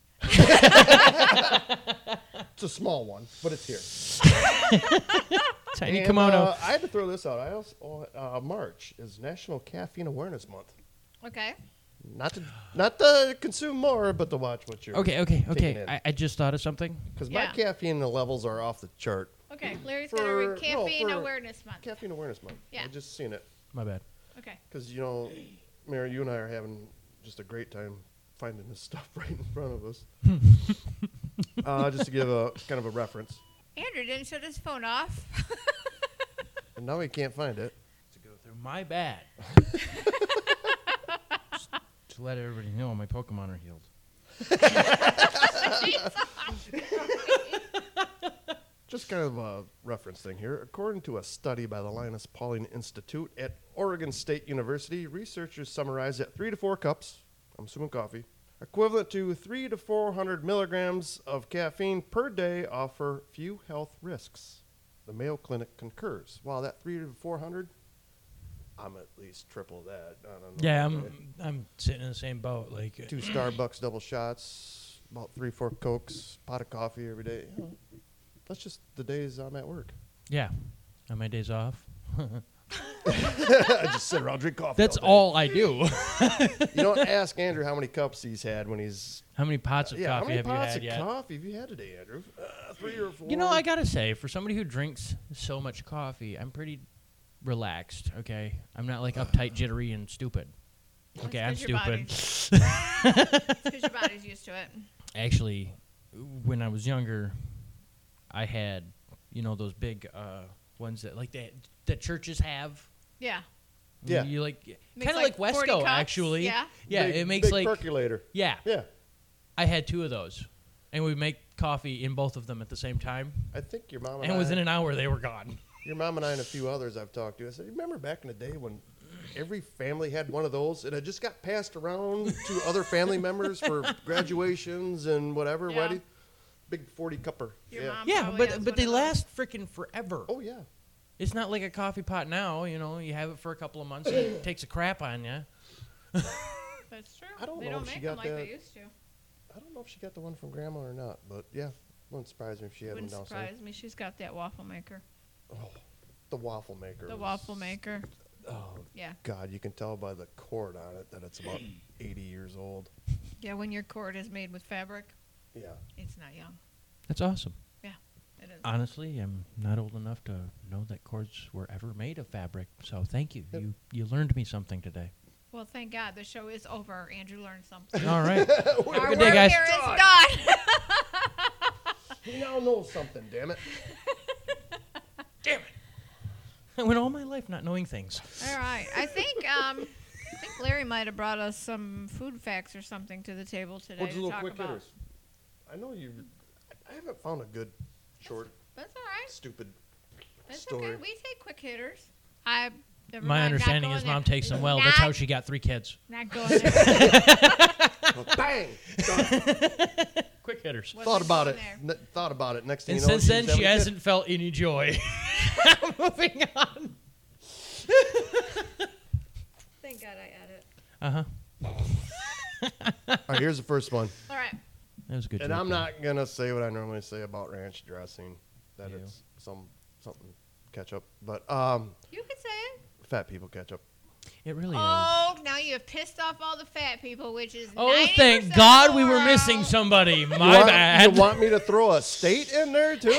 Speaker 3: It's a small one, but it's here.
Speaker 2: Tiny
Speaker 3: And,
Speaker 2: kimono.
Speaker 3: uh, I had to throw this out. I also uh, March is National Caffeine Awareness Month.
Speaker 5: Okay.
Speaker 3: Not to not to consume more, but to watch what you're.
Speaker 2: okay, okay,
Speaker 3: taking
Speaker 2: okay.
Speaker 3: it.
Speaker 2: I, I just thought of something.
Speaker 3: Because
Speaker 5: Yeah.
Speaker 3: my caffeine levels are off the chart.
Speaker 5: Okay. Larry's
Speaker 3: For-
Speaker 5: gonna
Speaker 3: no,
Speaker 5: read caffeine
Speaker 3: for-
Speaker 5: awareness month.
Speaker 3: Caffeine Awareness Month.
Speaker 5: Yeah.
Speaker 3: I just seen it.
Speaker 2: My bad.
Speaker 5: Okay.
Speaker 3: Because, you know, Mary, you and I are having just a great time finding this stuff right in front of us. uh, just to give a kind of a reference.
Speaker 5: Andrew didn't shut his phone off.
Speaker 3: And now we can't find it.
Speaker 2: To go through my bad. Just to let everybody know, my Pokemon are healed.
Speaker 3: Just kind of a reference thing here. According to a study by the Linus Pauling Institute at Oregon State University, researchers summarized that three to four cups, I'm assuming coffee, equivalent to three to 400 milligrams of caffeine per day offer few health risks. The Mayo Clinic concurs. While that three to 400, I'm at least triple that. I don't know.
Speaker 2: Yeah, I'm I'm sitting in the same boat. Like,
Speaker 3: Two Starbucks double shots, about three, four Cokes, pot of coffee every day. You know, that's just the days I'm at work.
Speaker 2: yeah, on my days off.
Speaker 3: I just sit around drink coffee.
Speaker 2: That's
Speaker 3: day.
Speaker 2: all I do.
Speaker 3: You don't ask Andrew how many cups he's had when he's.
Speaker 2: How many pots of
Speaker 3: yeah, how
Speaker 2: coffee
Speaker 3: many
Speaker 2: have you
Speaker 3: pots
Speaker 2: had
Speaker 3: of
Speaker 2: yet?
Speaker 3: coffee have you had today, Andrew? Uh, three or four.
Speaker 2: You know, I gotta say, for somebody who drinks so much coffee, I'm pretty relaxed. Okay, I'm not like uptight, jittery, and stupid. Okay, I'm
Speaker 5: That's 'cause your
Speaker 2: stupid.
Speaker 5: Because your body's used to it.
Speaker 2: Actually, when I was younger, I had you know those big uh, ones that like that that churches have.
Speaker 5: Yeah.
Speaker 2: You-
Speaker 3: Yeah.
Speaker 2: you like kind
Speaker 5: Makes
Speaker 2: of like,
Speaker 5: like 40
Speaker 2: Wesco
Speaker 5: cups,
Speaker 2: actually.
Speaker 5: yeah.
Speaker 2: yeah.
Speaker 3: Big-
Speaker 2: it makes
Speaker 3: big
Speaker 2: like
Speaker 3: percolator.
Speaker 2: yeah,
Speaker 3: Yeah.
Speaker 2: I had two of those, and we make coffee in both of them at the same time.
Speaker 3: I think your mom and,
Speaker 2: And
Speaker 3: I,
Speaker 2: within an hour, they were gone.
Speaker 3: your mom and I and a few others I've talked to. I said, remember back in the day when every family had one of those, and it just got passed around to other family members for graduations and whatever,
Speaker 5: Yeah.
Speaker 3: wedding. Big forty cupper.
Speaker 5: Your
Speaker 3: yeah.
Speaker 5: mom
Speaker 2: Yeah,
Speaker 5: probably has
Speaker 2: but
Speaker 5: one
Speaker 2: but they
Speaker 5: of those.
Speaker 2: last freaking forever.
Speaker 3: Oh yeah.
Speaker 2: It's not like a coffee pot now. You know, you have it for a couple of months, and it takes a crap on you.
Speaker 5: That's true.
Speaker 3: I don't
Speaker 5: they
Speaker 3: know
Speaker 5: don't
Speaker 3: if she
Speaker 5: make
Speaker 3: got
Speaker 5: them like
Speaker 3: that.
Speaker 5: they used to.
Speaker 3: I don't know if she got the one from grandma or not, but yeah, wouldn't surprise me if she had
Speaker 5: Wouldn't
Speaker 3: one downstairs.
Speaker 5: surprise me. She's got that waffle maker.
Speaker 3: The waffle maker.
Speaker 5: The
Speaker 3: was-
Speaker 5: waffle maker.
Speaker 3: Oh
Speaker 5: Yeah.
Speaker 3: God, you can tell by the cord on it that it's about eighty years old.
Speaker 5: Yeah, when your cord is made with fabric,
Speaker 3: Yeah.
Speaker 5: it's not young.
Speaker 2: That's awesome.
Speaker 5: It is.
Speaker 2: Honestly, I'm not old enough to know that cords were ever made of fabric. So thank you.
Speaker 3: Yep.
Speaker 2: You you learned me something today.
Speaker 5: well, thank God the show is over. Andrew learned something.
Speaker 2: All right.
Speaker 5: Our
Speaker 2: Good
Speaker 5: work
Speaker 2: day, guys.
Speaker 5: here is done.
Speaker 3: He now knows something, damn it.
Speaker 2: I went all my life not knowing things.
Speaker 5: All right. I think um, I think Larry might have brought us some food facts or something to the table today
Speaker 3: What's a
Speaker 5: to
Speaker 3: little
Speaker 5: talk
Speaker 3: quick
Speaker 5: about.
Speaker 3: hitters? I know you. I haven't found a good, short,
Speaker 5: That's all right.
Speaker 3: stupid.
Speaker 5: That's
Speaker 3: Story.
Speaker 5: okay. We take quick hitters. I. Never
Speaker 2: My
Speaker 5: mind, not
Speaker 2: understanding
Speaker 5: going
Speaker 2: is
Speaker 5: there.
Speaker 2: mom takes them well. That's
Speaker 5: Not-
Speaker 2: how she got three kids.
Speaker 5: Not going there.
Speaker 3: Bang!
Speaker 2: Quick hitters.
Speaker 5: Wasn't
Speaker 3: thought about
Speaker 5: going
Speaker 3: it.
Speaker 5: there.
Speaker 3: N- thought about it. Next thing
Speaker 2: And
Speaker 3: you know,
Speaker 2: since then,
Speaker 3: she's
Speaker 2: she
Speaker 3: having a
Speaker 2: hasn't felt any joy. Moving on.
Speaker 5: Thank God I edit.
Speaker 2: Uh huh.
Speaker 3: kid. All right, here's the first one,
Speaker 5: All right.
Speaker 2: That was a good.
Speaker 3: and
Speaker 2: joke,
Speaker 3: I'm
Speaker 2: though.
Speaker 3: not gonna say what I normally say about ranch dressing, that
Speaker 2: Ew.
Speaker 3: it's some something ketchup, but um,
Speaker 5: You can say it.
Speaker 3: fat people ketchup.
Speaker 2: It really is.
Speaker 5: Oh, now you have pissed off all the fat people, which is
Speaker 2: Oh,
Speaker 5: 90%
Speaker 2: thank God we were
Speaker 5: wrong.
Speaker 2: missing somebody. My
Speaker 3: you want,
Speaker 2: bad.
Speaker 3: You want me to throw a state in there too?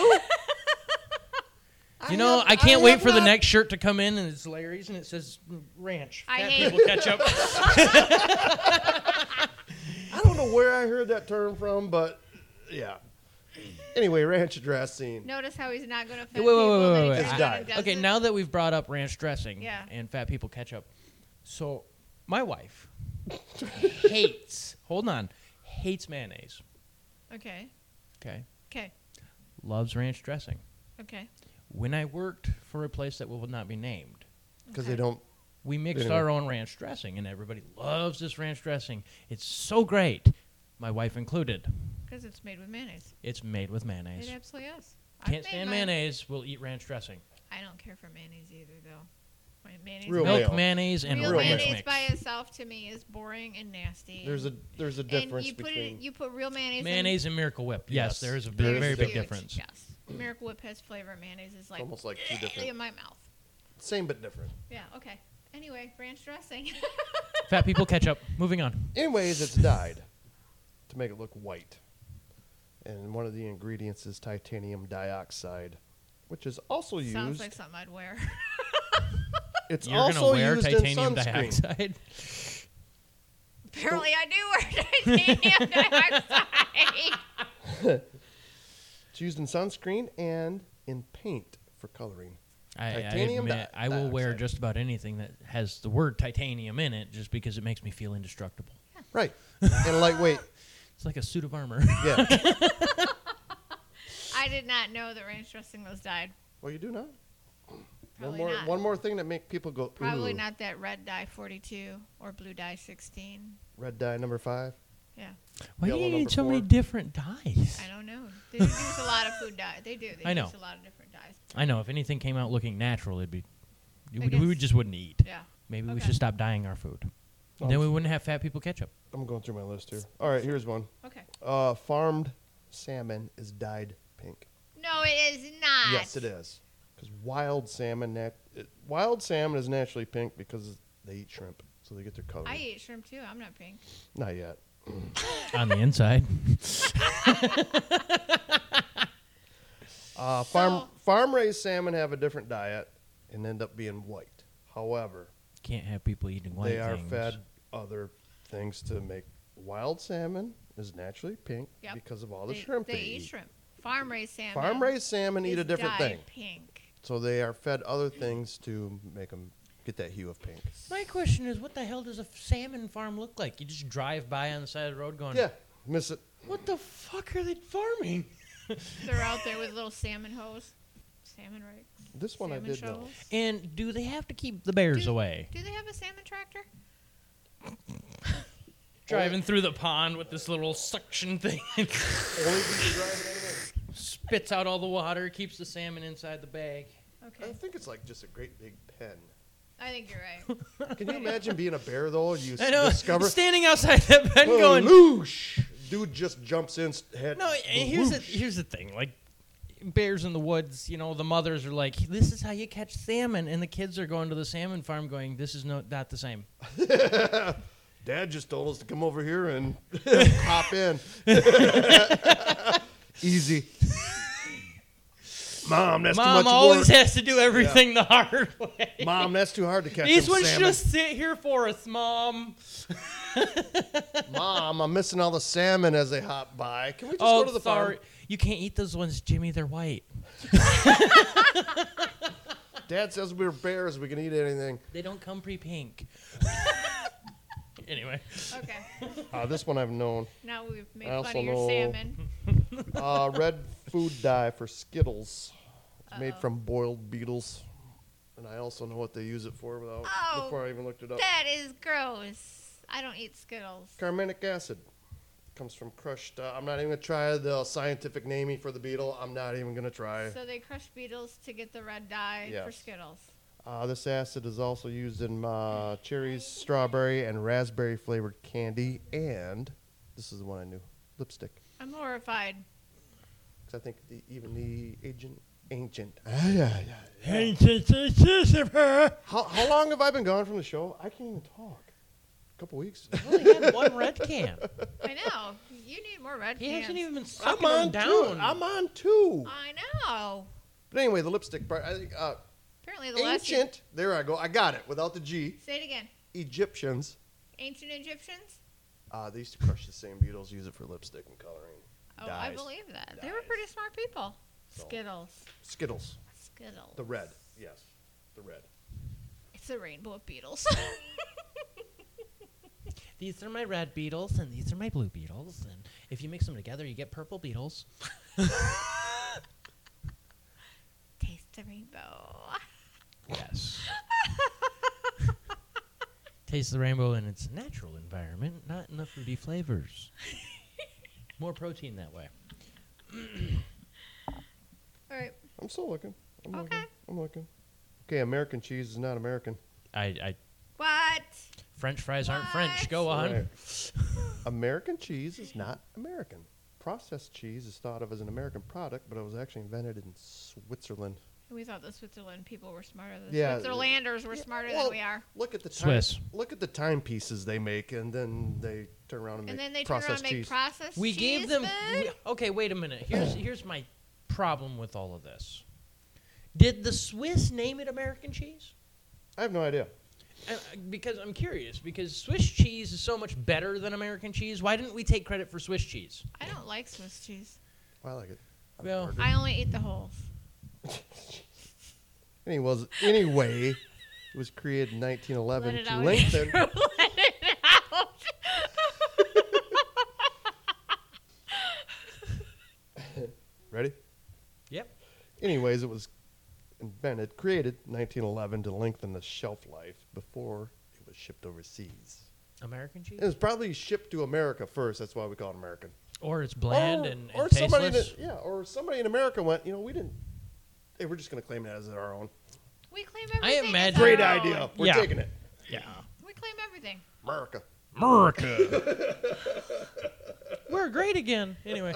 Speaker 2: You know, I can't wait for the next shirt to come in and it's Larry's and it says ranch.
Speaker 5: I
Speaker 2: Fat
Speaker 5: hate-
Speaker 2: people catch up.
Speaker 3: I don't know where I heard that term from, but yeah. Anyway, ranch dressing.
Speaker 5: Notice how he's not going to offend
Speaker 2: wait, wait,
Speaker 5: people.
Speaker 2: wait,
Speaker 5: that
Speaker 2: wait,
Speaker 5: he
Speaker 2: wait.
Speaker 5: turns
Speaker 3: It's
Speaker 5: around
Speaker 3: died.
Speaker 5: and does
Speaker 2: okay,
Speaker 5: it.
Speaker 2: now that we've brought up ranch dressing
Speaker 5: Yeah.
Speaker 2: and fat people ketchup, so my wife hates. Hold on, hates mayonnaise.
Speaker 5: Okay.
Speaker 2: Okay,
Speaker 5: Okay.
Speaker 2: loves ranch dressing.
Speaker 5: Okay.
Speaker 2: When I worked for a place that will not be named,
Speaker 3: Because they don't.
Speaker 2: we mixed
Speaker 3: Anyway.
Speaker 2: our own ranch dressing, and everybody loves this ranch dressing. It's so great, my wife included.
Speaker 5: Because it's made with mayonnaise.
Speaker 2: It's made with mayonnaise.
Speaker 5: It absolutely is. I've
Speaker 2: Can't
Speaker 5: made
Speaker 2: stand
Speaker 5: mine.
Speaker 2: mayonnaise. We'll eat ranch dressing.
Speaker 5: I don't care for mayonnaise either, though. My mayonnaise
Speaker 3: Real
Speaker 2: Milk
Speaker 3: mayo.
Speaker 2: mayonnaise and
Speaker 5: real
Speaker 2: ranch
Speaker 5: mayonnaise
Speaker 2: mix.
Speaker 5: by itself to me is boring and nasty.
Speaker 3: There's a there's a
Speaker 5: and
Speaker 3: difference
Speaker 5: you put
Speaker 3: between.
Speaker 5: it. You put real mayonnaise. in-
Speaker 2: mayonnaise and Miracle Whip. Yes,
Speaker 3: Yes.
Speaker 2: there is a
Speaker 3: There
Speaker 2: very,
Speaker 3: is a
Speaker 2: very big
Speaker 5: huge,
Speaker 2: difference.
Speaker 5: Yes. Miracle Whip has flavor. Mayonnaise is like
Speaker 3: almost like two different.
Speaker 5: in my mouth.
Speaker 3: Same but different.
Speaker 5: Yeah. Okay. Anyway, ranch dressing.
Speaker 2: Fat people ketchup. Moving on.
Speaker 3: Anyways, it's dyed to make it look white. And one of the ingredients is titanium dioxide, which is also used.
Speaker 5: Sounds like something I'd wear.
Speaker 3: it's
Speaker 2: You're
Speaker 3: also
Speaker 2: gonna wear
Speaker 3: used
Speaker 2: titanium
Speaker 3: in sunscreen.
Speaker 2: dioxide.
Speaker 5: Apparently, I do wear titanium dioxide.
Speaker 3: It's used in sunscreen and in paint for coloring.
Speaker 2: I, I
Speaker 3: Titanium
Speaker 2: admit,
Speaker 3: di-
Speaker 2: I will wear
Speaker 3: dioxide.
Speaker 2: just about anything that has the word titanium in it, just because it makes me feel indestructible.
Speaker 3: Right. and lightweight.
Speaker 2: It's like a suit of armor.
Speaker 3: Yeah.
Speaker 5: I did not know that ranch dressing was dyed.
Speaker 3: well, you do not.
Speaker 5: Probably
Speaker 3: one more
Speaker 5: not.
Speaker 3: one more thing that make people go.
Speaker 5: Probably
Speaker 3: "Ooh."
Speaker 5: not that red dye 42 or blue dye 16.
Speaker 3: Red dye number five.
Speaker 5: Yeah,
Speaker 2: Why do
Speaker 3: Yellow
Speaker 2: you need
Speaker 3: number
Speaker 2: so many
Speaker 3: four.
Speaker 2: different dyes?
Speaker 5: I don't know. They do use a lot of food dye. They do. They
Speaker 2: I know.
Speaker 5: use a lot of different dyes.
Speaker 2: I know if anything came out looking natural, it'd be we
Speaker 5: I
Speaker 2: would- we
Speaker 5: guess.
Speaker 2: would just wouldn't eat.
Speaker 5: Yeah.
Speaker 2: Maybe we
Speaker 5: Okay.
Speaker 2: should stop dyeing our food. then we wouldn't have fat people ketchup.
Speaker 3: I'm going through my list here. All right, here's one.
Speaker 5: Okay.
Speaker 3: Uh, farmed salmon is dyed pink.
Speaker 5: No, it is not.
Speaker 3: Yes, it is. Because wild salmon, nat- it, wild salmon is naturally pink because they eat shrimp, so they get their color.
Speaker 5: I eat shrimp too. I'm not pink.
Speaker 3: Not yet.
Speaker 2: on the inside.
Speaker 3: Uh, farm
Speaker 5: So-
Speaker 3: farm raised salmon have a different diet and end up being white. However,
Speaker 2: Can't have people eating white
Speaker 3: they are
Speaker 2: things.
Speaker 3: fed other things to make wild salmon is naturally pink
Speaker 5: Yep.
Speaker 3: because of all Oh, the shrimp they,
Speaker 5: eat shrimp. Farm raised salmon.
Speaker 3: Farm raised salmon eat
Speaker 5: is
Speaker 3: a different
Speaker 5: dyed
Speaker 3: thing.
Speaker 5: Pink.
Speaker 3: So they are fed other things to make them get that hue of pink.
Speaker 2: My question is, what the hell does a f- salmon farm look like? You just drive by on the side of the road going,
Speaker 3: Yeah. Miss it.
Speaker 2: What the fuck are they farming?
Speaker 5: They're out there with little salmon hose, salmon rigs,
Speaker 3: This one
Speaker 5: salmon
Speaker 3: I did know.
Speaker 5: shovels.
Speaker 2: And do they have to keep the bears
Speaker 5: Do-
Speaker 2: away?
Speaker 5: Do they have a salmon tractor?
Speaker 2: Driving through the pond with this little suction thing.
Speaker 3: Only if you drive it anyway.
Speaker 2: Spits out all the water, keeps the salmon inside the bag.
Speaker 3: I
Speaker 5: Okay,
Speaker 3: think it's like just a great big pen.
Speaker 5: I think you're right.
Speaker 3: Can you imagine being a bear though? You
Speaker 2: I know.
Speaker 3: discover
Speaker 2: Standing outside that pen
Speaker 3: Whoa,
Speaker 2: going,
Speaker 3: loosh. Dude just jumps in. s- Head,
Speaker 2: No, and here's the, here's the thing. Like bears in the woods, you know, the mothers are like, "This is how you catch salmon," and the kids are going to the salmon farm, going, "This is no, not the same."
Speaker 3: Dad just told us to come over here and hop in. Easy. Mom, that's too
Speaker 2: Mom
Speaker 3: much
Speaker 2: always
Speaker 3: work.
Speaker 2: has to do everything the hard way.
Speaker 3: Mom, that's too hard to catch.
Speaker 2: These
Speaker 3: them
Speaker 2: ones
Speaker 3: salmon.
Speaker 2: just sit here for us, Mom.
Speaker 3: Mom, I'm missing all the salmon as they hop by. Can we just
Speaker 2: oh,
Speaker 3: go to the
Speaker 2: sorry,
Speaker 3: farm?
Speaker 2: you can't eat those ones, Jimmy. They're white.
Speaker 3: Dad says we're bears. We can eat anything.
Speaker 2: They don't come pre-pink. anyway,
Speaker 5: Okay,
Speaker 3: Uh, this one I've known.
Speaker 5: now we've made
Speaker 3: I
Speaker 5: fun
Speaker 3: also
Speaker 5: of your
Speaker 3: know-
Speaker 5: salmon.
Speaker 3: Uh, red food dye for Skittles. It's made from boiled beetles. And I also know what they use it for without
Speaker 5: Oh,
Speaker 3: before I even looked it up.
Speaker 5: That is gross. I don't eat Skittles.
Speaker 3: Carminic acid comes from crushed. Uh, I'm not even gonna try the scientific naming for the beetle. I'm not even gonna try.
Speaker 5: So they crush beetles to get the red dye for
Speaker 3: Yes.
Speaker 5: Skittles.
Speaker 3: Uh, this acid is also used in uh, cherries, strawberry, and raspberry flavored candy, and this is the one I knew, lipstick.
Speaker 5: I'm horrified.
Speaker 3: 'Cause I think the, even the agent, ancient. How, how long have I been gone from the show? I can't even talk. A couple weeks.
Speaker 2: I only had one red can.
Speaker 5: I know. You need more red
Speaker 2: He
Speaker 5: cans.
Speaker 2: hasn't even been
Speaker 3: I'm
Speaker 2: sucking them
Speaker 3: on two.
Speaker 2: down.
Speaker 3: I'm on two.
Speaker 5: I know.
Speaker 3: But anyway, the lipstick part. I think uh,
Speaker 5: Apparently the last you-
Speaker 3: ancient. There I go. I got it without the G.
Speaker 5: Say it again.
Speaker 3: Egyptians.
Speaker 5: Ancient Egyptians?
Speaker 3: Uh, they used to crush the same beetles, use it for lipstick and coloring.
Speaker 5: Oh, I
Speaker 3: Dyes.
Speaker 5: believe that. They were pretty smart people.
Speaker 3: So-
Speaker 5: Skittles.
Speaker 3: Skittles.
Speaker 5: Skittles.
Speaker 3: The red. Yes. The red.
Speaker 5: It's a rainbow of beetles.
Speaker 2: these are my red beetles and these are my blue beetles and if you mix them together you get purple beetles
Speaker 5: Taste the rainbow.
Speaker 2: yes taste the rainbow in its natural environment not in the fruity flavors more protein that way
Speaker 5: All right.
Speaker 3: I'm still looking. I'm
Speaker 5: Okay.
Speaker 3: looking. I'm looking. Okay, American cheese is not American.
Speaker 2: i, I
Speaker 5: What?
Speaker 2: french fries aren't
Speaker 5: What?
Speaker 2: french go on
Speaker 3: Right. American cheese is not American. Processed cheese is thought of as an American product, but it was actually invented in Switzerland.
Speaker 5: We thought the Switzerland people were smarter than
Speaker 3: Yeah.
Speaker 5: Switzerlanders were smarter
Speaker 3: Well,
Speaker 5: than we are.
Speaker 3: Look at the time,
Speaker 2: Swiss.
Speaker 3: Look at the timepieces they make, and then they turn around and,
Speaker 5: And
Speaker 3: make
Speaker 5: then they turn around
Speaker 3: processed
Speaker 5: and make
Speaker 3: cheese.
Speaker 5: processed
Speaker 2: we
Speaker 5: cheese.
Speaker 2: gave them
Speaker 5: then?
Speaker 2: we- okay wait a minute here's here's my problem with all of this did the swiss name it american cheese
Speaker 3: I have no idea.
Speaker 2: And, uh, because I'm curious, because Swiss cheese is so much better than American cheese. Why didn't we take credit for Swiss cheese?
Speaker 5: I don't like Swiss cheese.
Speaker 3: I like it. I've
Speaker 2: Well,
Speaker 3: ordered-
Speaker 5: I only eat the holes.
Speaker 3: Anyways, anyway, it was created in 1911
Speaker 5: Let it
Speaker 3: to
Speaker 5: out,
Speaker 3: lengthen.
Speaker 5: Let it out.
Speaker 3: Ready?
Speaker 2: Yep.
Speaker 3: Anyways, it was invented, created 1911 to lengthen the shelf life before it was shipped overseas.
Speaker 2: American cheese,
Speaker 3: It was probably shipped to America first. That's why we call it American.
Speaker 2: or it's bland
Speaker 3: or,
Speaker 2: and, and
Speaker 3: or somebody, in,
Speaker 2: tasteless.
Speaker 3: yeah, or somebody in America went, you know, we didn't. Hey, we're just going to claim that as our own.
Speaker 5: We claim
Speaker 2: I
Speaker 5: everything. as
Speaker 2: imagine-
Speaker 5: our
Speaker 3: Great
Speaker 5: own.
Speaker 3: idea. We're
Speaker 2: Yeah.
Speaker 3: taking it,
Speaker 2: yeah,
Speaker 5: We claim everything.
Speaker 3: America.
Speaker 2: America. We're great again. Anyway,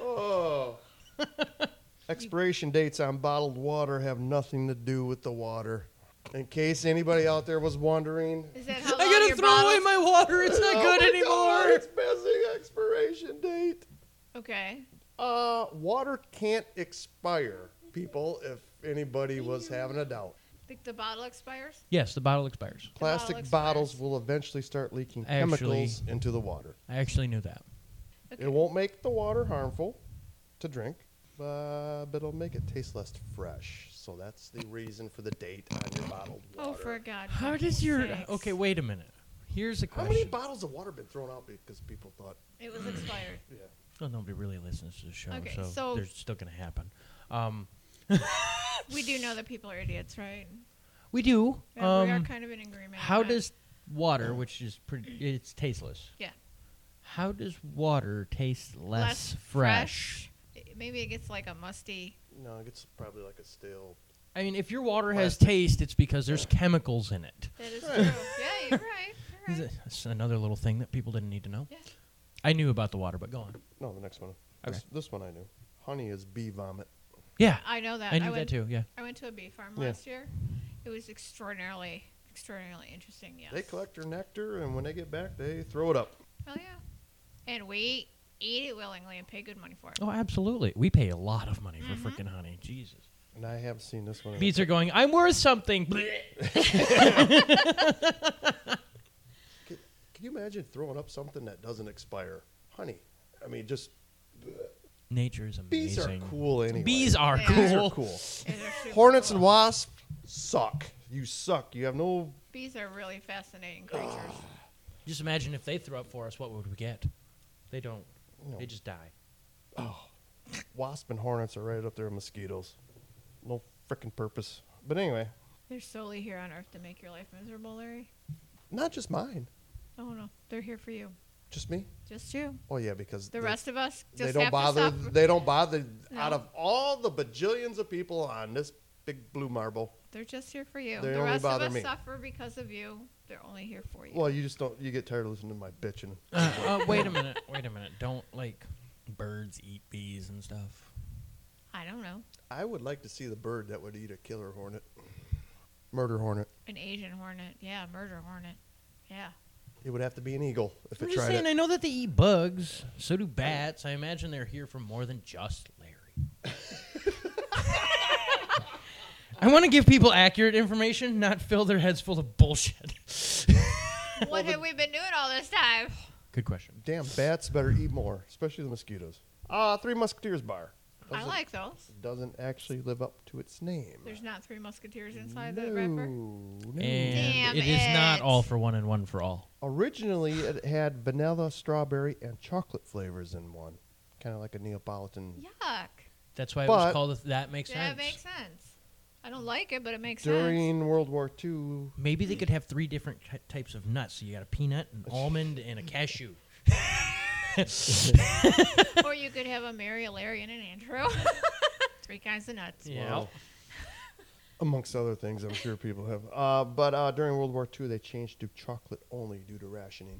Speaker 3: Oh. Expiration dates on bottled water have nothing to do with the water. In case anybody out there was wondering,
Speaker 5: Is that how
Speaker 2: I
Speaker 5: long
Speaker 2: gotta
Speaker 5: your
Speaker 2: throw away
Speaker 5: bottles-
Speaker 2: my water. It's not
Speaker 3: Oh
Speaker 2: good
Speaker 3: my God,
Speaker 2: anymore.
Speaker 3: it's missing expiration date.
Speaker 5: Okay.
Speaker 3: Uh, water can't expire, people. If anybody was having a doubt,
Speaker 5: Think the bottle expires?
Speaker 2: Yes, the bottle expires.
Speaker 3: plastic
Speaker 5: expires.
Speaker 3: bottles will eventually start leaking
Speaker 2: Actually-
Speaker 3: chemicals into the water.
Speaker 2: I actually knew that.
Speaker 5: Okay.
Speaker 3: It won't make the water harmful to drink, uh, but it'll make it taste less fresh. So that's the reason for the date on your bottled water.
Speaker 5: Oh, for God.
Speaker 2: How does your
Speaker 5: sakes.
Speaker 2: okay? Wait a minute. Here's a
Speaker 3: How
Speaker 2: question.
Speaker 3: many bottles of water been thrown out because people thought,
Speaker 5: It was expired.
Speaker 3: yeah,
Speaker 2: well, nobody really listens to the show,
Speaker 5: Okay,
Speaker 2: so,
Speaker 5: so-
Speaker 2: they're still going to happen. Um,
Speaker 5: We do know that people are idiots, right?
Speaker 2: we do.
Speaker 5: And we are
Speaker 2: Um,
Speaker 5: kind of in agreement. on
Speaker 2: how
Speaker 5: that.
Speaker 2: does water, which is pretty, it's tasteless.
Speaker 5: Yeah.
Speaker 2: How does water taste
Speaker 5: Less
Speaker 2: less, fresh?
Speaker 5: fresh? Maybe it gets like a musty.
Speaker 3: no, it gets probably like a stale.
Speaker 2: I mean, if your water has taste, it's because there's chemicals in it.
Speaker 5: That is
Speaker 3: Right.
Speaker 5: true. yeah, you're right. You're right.
Speaker 2: That's another little thing that people didn't need to know.
Speaker 5: Yeah.
Speaker 2: I knew about the water, but go on.
Speaker 3: No, the next one.
Speaker 2: Okay.
Speaker 3: This, this one I knew. Honey is bee vomit.
Speaker 2: Yeah,
Speaker 5: I know that.
Speaker 2: I knew
Speaker 5: went,
Speaker 2: that too. Yeah.
Speaker 5: I went to a bee farm
Speaker 3: Yeah.
Speaker 5: last year. It was extraordinarily, extraordinarily interesting. Yes.
Speaker 3: They collect her nectar, and when they get back, they throw it up.
Speaker 5: Oh yeah. And we eat it willingly and pay good money for it.
Speaker 2: Oh, absolutely. We pay a lot of money
Speaker 5: Mm-hmm.
Speaker 2: for frickin' honey. Jesus.
Speaker 3: And I have seen this one. in-
Speaker 2: Bees are going. I'm worth something.
Speaker 3: Can you imagine throwing up something that doesn't expire? Honey. I mean, just
Speaker 2: Nature is amazing.
Speaker 3: bees are cool anyway.
Speaker 2: Bees are
Speaker 5: They are.
Speaker 2: cool.
Speaker 5: Bees
Speaker 3: They're cool.
Speaker 5: These are super
Speaker 3: Hornets
Speaker 5: cool.
Speaker 3: and wasps suck. You suck. You have no.
Speaker 5: Bees are really fascinating creatures.
Speaker 3: Ah.
Speaker 2: Just imagine if they threw up for us, what would we get? They don't.
Speaker 3: No.
Speaker 2: They just die.
Speaker 3: Wasp and hornets are right up there with mosquitoes. No freaking purpose. But anyway,
Speaker 5: They're solely here on Earth to make your life miserable, Larry.
Speaker 3: not just mine.
Speaker 5: Oh no, they're here for you.
Speaker 3: Just me.
Speaker 5: Just you.
Speaker 3: Oh yeah, because
Speaker 5: The
Speaker 3: they-
Speaker 5: rest of us just
Speaker 3: They don't
Speaker 5: have
Speaker 3: bother.
Speaker 5: to suffer.
Speaker 3: They don't bother.
Speaker 5: No.
Speaker 3: Out of all the bajillions of people on this big blue marble,
Speaker 5: They're just here for you.
Speaker 3: They
Speaker 5: the
Speaker 3: only
Speaker 5: rest of
Speaker 3: bother
Speaker 5: us
Speaker 3: me.
Speaker 5: suffer because of you. They're only here for you.
Speaker 3: well, you just don't. You get tired of listening to my bitching.
Speaker 2: Uh, uh, wait a minute. Wait a minute. Don't like birds eat bees and stuff.
Speaker 5: I don't know.
Speaker 3: I would like to see the bird that would eat a killer hornet, murder hornet.
Speaker 5: An Asian hornet. Yeah, a murder hornet. Yeah.
Speaker 3: It would have to be an eagle if
Speaker 2: I'm
Speaker 3: it
Speaker 2: just
Speaker 3: tried
Speaker 2: saying.
Speaker 3: it.
Speaker 2: I know that they eat bugs. So do bats. I imagine they're here for more than just Larry. I want to give people accurate information, not fill their heads full of bullshit.
Speaker 5: What have we been doing all this time?
Speaker 2: Good question.
Speaker 3: Damn bats better eat more, especially the mosquitoes. Ah, Three Musketeers bar
Speaker 5: I
Speaker 3: Doesn't-
Speaker 5: like those.
Speaker 3: doesn't actually live up to its name.
Speaker 5: There's not three musketeers inside that wrapper.
Speaker 3: no, no.
Speaker 2: And
Speaker 5: Damn
Speaker 2: it is not
Speaker 5: it.
Speaker 2: all for one and one for all.
Speaker 3: Originally, it had vanilla, strawberry, and chocolate flavors in one, kind of like a Neapolitan
Speaker 5: Yuck.
Speaker 2: That's why it
Speaker 3: But-
Speaker 2: was called. a- that makes
Speaker 5: That
Speaker 2: sense.
Speaker 5: makes sense. I don't like it, but it makes sense.
Speaker 3: During World War II,
Speaker 2: Maybe they could have three different ty- types of nuts. So you got a peanut, an almond, and a cashew.
Speaker 5: or you could have a Mary, a Larry, and an Andrew. three kinds of nuts.
Speaker 2: Yeah.
Speaker 3: Wow. amongst other things, I'm sure people have. Uh, but uh, during World War II, they changed to chocolate only due to rationing. Mm.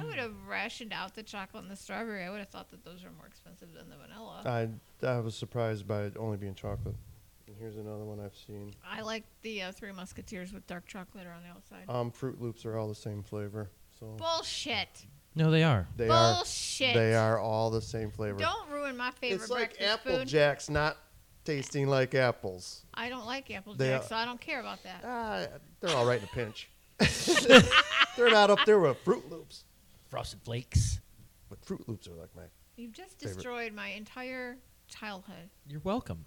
Speaker 5: I would have rationed out the chocolate and the strawberry. I would have thought that those were more expensive than the vanilla.
Speaker 3: I, I was surprised by it only being chocolate. And here's another one I've seen.
Speaker 5: I like the uh, Three Musketeers with dark chocolate on the outside.
Speaker 3: Um, Fruit Loops are all the same flavor, so
Speaker 5: Bullshit.
Speaker 2: No, they are.
Speaker 3: they are
Speaker 5: Bullshit.
Speaker 3: they are all the same flavor.
Speaker 5: Don't ruin my favorite
Speaker 3: it's like
Speaker 5: breakfast
Speaker 3: Apple
Speaker 5: food.
Speaker 3: Jacks not tasting like apples.
Speaker 5: I don't like Apple
Speaker 3: They
Speaker 5: Jack,
Speaker 3: are-
Speaker 5: so I don't care about that.
Speaker 3: Ah, they're all right in a pinch. they're not up there with Fruit Loops,
Speaker 2: Frosted Flakes.
Speaker 3: but Fruit Loops are like my
Speaker 5: You've just
Speaker 3: Favorite.
Speaker 5: destroyed my entire childhood.
Speaker 2: You're welcome.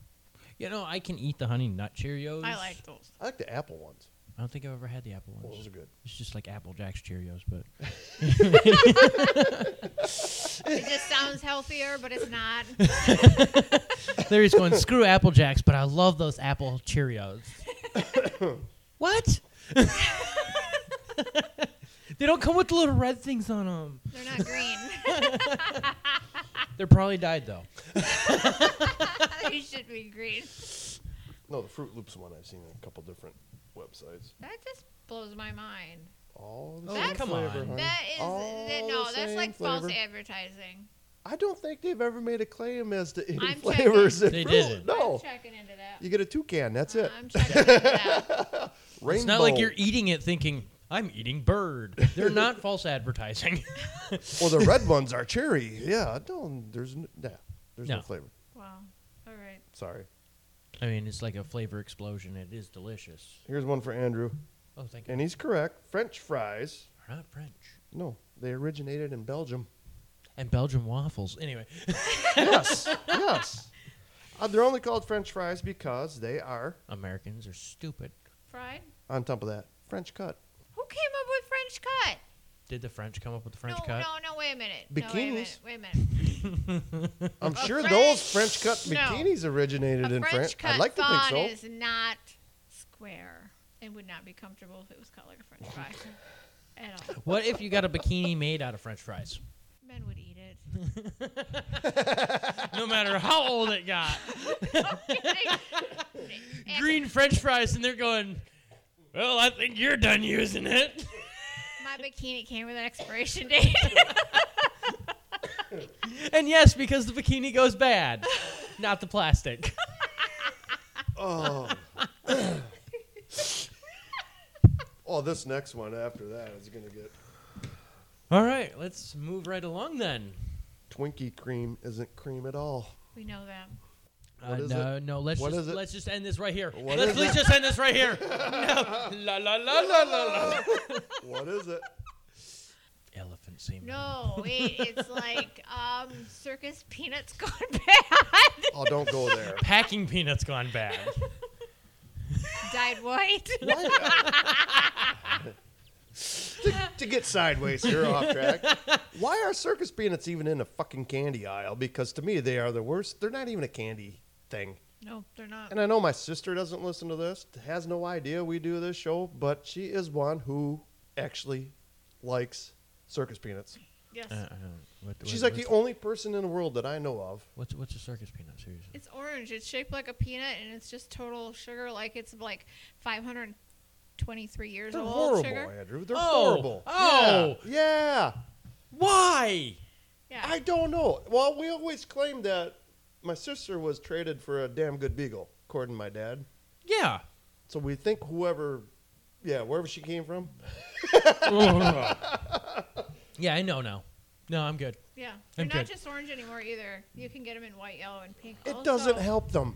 Speaker 2: You know, I can eat the honey nut Cheerios.
Speaker 5: I like those.
Speaker 3: I like the apple ones.
Speaker 2: I don't think I've ever had the apple ones.
Speaker 3: Those are good.
Speaker 2: It's just like Apple Jacks Cheerios, but
Speaker 5: It just sounds healthier, but it's not.
Speaker 2: there he's going. Screw Apple Jacks, but I love those Apple Cheerios. what? they don't come with the little red things on them.
Speaker 5: They're not green.
Speaker 2: They're probably died though.
Speaker 5: they should be green.
Speaker 3: No, the Fruit Loops one I've seen on a couple different websites.
Speaker 5: That just blows my mind.
Speaker 3: All the
Speaker 2: Oh,
Speaker 3: same
Speaker 2: come
Speaker 3: flavor,
Speaker 2: on.
Speaker 3: honey.
Speaker 5: That is
Speaker 3: All
Speaker 5: that,
Speaker 3: the
Speaker 5: no, that's
Speaker 3: same
Speaker 5: like false
Speaker 3: flavor.
Speaker 5: advertising.
Speaker 3: I don't think they've ever made a claim as to any
Speaker 5: I'm
Speaker 3: flavors. in
Speaker 2: They
Speaker 3: Fruit-
Speaker 2: didn't.
Speaker 5: I'm
Speaker 3: No,
Speaker 5: checking into that.
Speaker 3: you get a toucan. That's it.
Speaker 5: I'm checking into that.
Speaker 3: Rainbow.
Speaker 2: It's not like you're eating it thinking I'm eating bird. They're not false advertising.
Speaker 3: Well, the red ones are cherry. Yeah, I don't. There's no, nah, there's no.
Speaker 2: No.
Speaker 3: flavor.
Speaker 5: Wow. All right.
Speaker 3: Sorry.
Speaker 2: I mean, it's like a flavor explosion. It is delicious.
Speaker 3: Here's one for Andrew,
Speaker 2: Oh, thank you.
Speaker 3: and he's correct. French fries.
Speaker 2: We're not French.
Speaker 3: No, they originated in Belgium.
Speaker 2: And Belgian waffles. Anyway,
Speaker 3: yes, yes. Uh, they're only called French fries because they are
Speaker 2: Americans are stupid.
Speaker 5: Fried?
Speaker 3: on top of that French cut.
Speaker 5: Who came up with French cut?
Speaker 2: Did the French come up with the
Speaker 5: No,
Speaker 2: French
Speaker 5: no,
Speaker 2: cut?
Speaker 5: no, wait a minute. No, wait a minute.
Speaker 3: Bikinis?
Speaker 5: Wait a minute.
Speaker 3: I'm sure
Speaker 5: French-
Speaker 3: those French cut
Speaker 5: no.
Speaker 3: bikinis originated
Speaker 5: A
Speaker 3: in France.
Speaker 5: French cut
Speaker 3: I'd like to think
Speaker 5: thong
Speaker 3: so.
Speaker 5: is not square and would not be comfortable if it was colored French fry at all.
Speaker 2: What if you got a bikini made out of French fries?
Speaker 5: Men would eat it.
Speaker 2: No matter how old it got,
Speaker 5: And-
Speaker 2: green French fries, and they're going. Well, I think you're done using it.
Speaker 5: My bikini came with an expiration date.
Speaker 2: And yes, because the bikini goes bad, not the plastic.
Speaker 3: Oh. oh, this next one after that is going to get
Speaker 2: All right, let's move right along then.
Speaker 3: Twinkie cream isn't cream at all.
Speaker 5: we know that.
Speaker 2: Uh,
Speaker 3: What is
Speaker 2: no, no. Let's
Speaker 3: What
Speaker 2: just
Speaker 3: is it?
Speaker 2: let's just end this right here.
Speaker 3: What
Speaker 2: let's
Speaker 3: is
Speaker 2: let's
Speaker 3: it?
Speaker 2: just end this right here. No, la la la la la la.
Speaker 3: What is it?
Speaker 2: Elephant semen.
Speaker 5: No, wait, it's like um, circus peanuts gone bad.
Speaker 3: Oh, don't go there.
Speaker 2: Packing peanuts gone bad.
Speaker 5: Dyed white.
Speaker 3: to, to get sideways, you're off track. Why are circus peanuts even in the fucking candy aisle? Because to me, they are the worst. They're not even a candy thing.
Speaker 5: No, they're not.
Speaker 3: And I know my sister doesn't listen to this, has no idea we do this show, but she is one who actually likes circus peanuts.
Speaker 2: Uh,
Speaker 5: Yes.
Speaker 3: She's like the only person in the world that I know of.
Speaker 2: What's what's a circus peanut? Seriously.
Speaker 5: It's orange. It's shaped like a peanut, and it's just total sugar. Like it's like 523 years
Speaker 3: They're
Speaker 5: old
Speaker 3: horrible,
Speaker 5: sugar.
Speaker 3: Andrew. They're
Speaker 2: Oh,
Speaker 3: horrible.
Speaker 2: oh.
Speaker 3: Yeah. yeah.
Speaker 2: Why?
Speaker 5: Yeah.
Speaker 3: I don't know. Well, we always claimed that my sister was traded for a damn good beagle, according to my dad.
Speaker 2: Yeah.
Speaker 3: So we think whoever, yeah, wherever she came from.
Speaker 2: yeah, I know now. No, I'm good.
Speaker 5: Yeah, they're
Speaker 2: I'm
Speaker 5: not
Speaker 2: good.
Speaker 5: just orange anymore either. You can get them in white, yellow, and pink.
Speaker 3: It
Speaker 5: also.
Speaker 3: doesn't help them.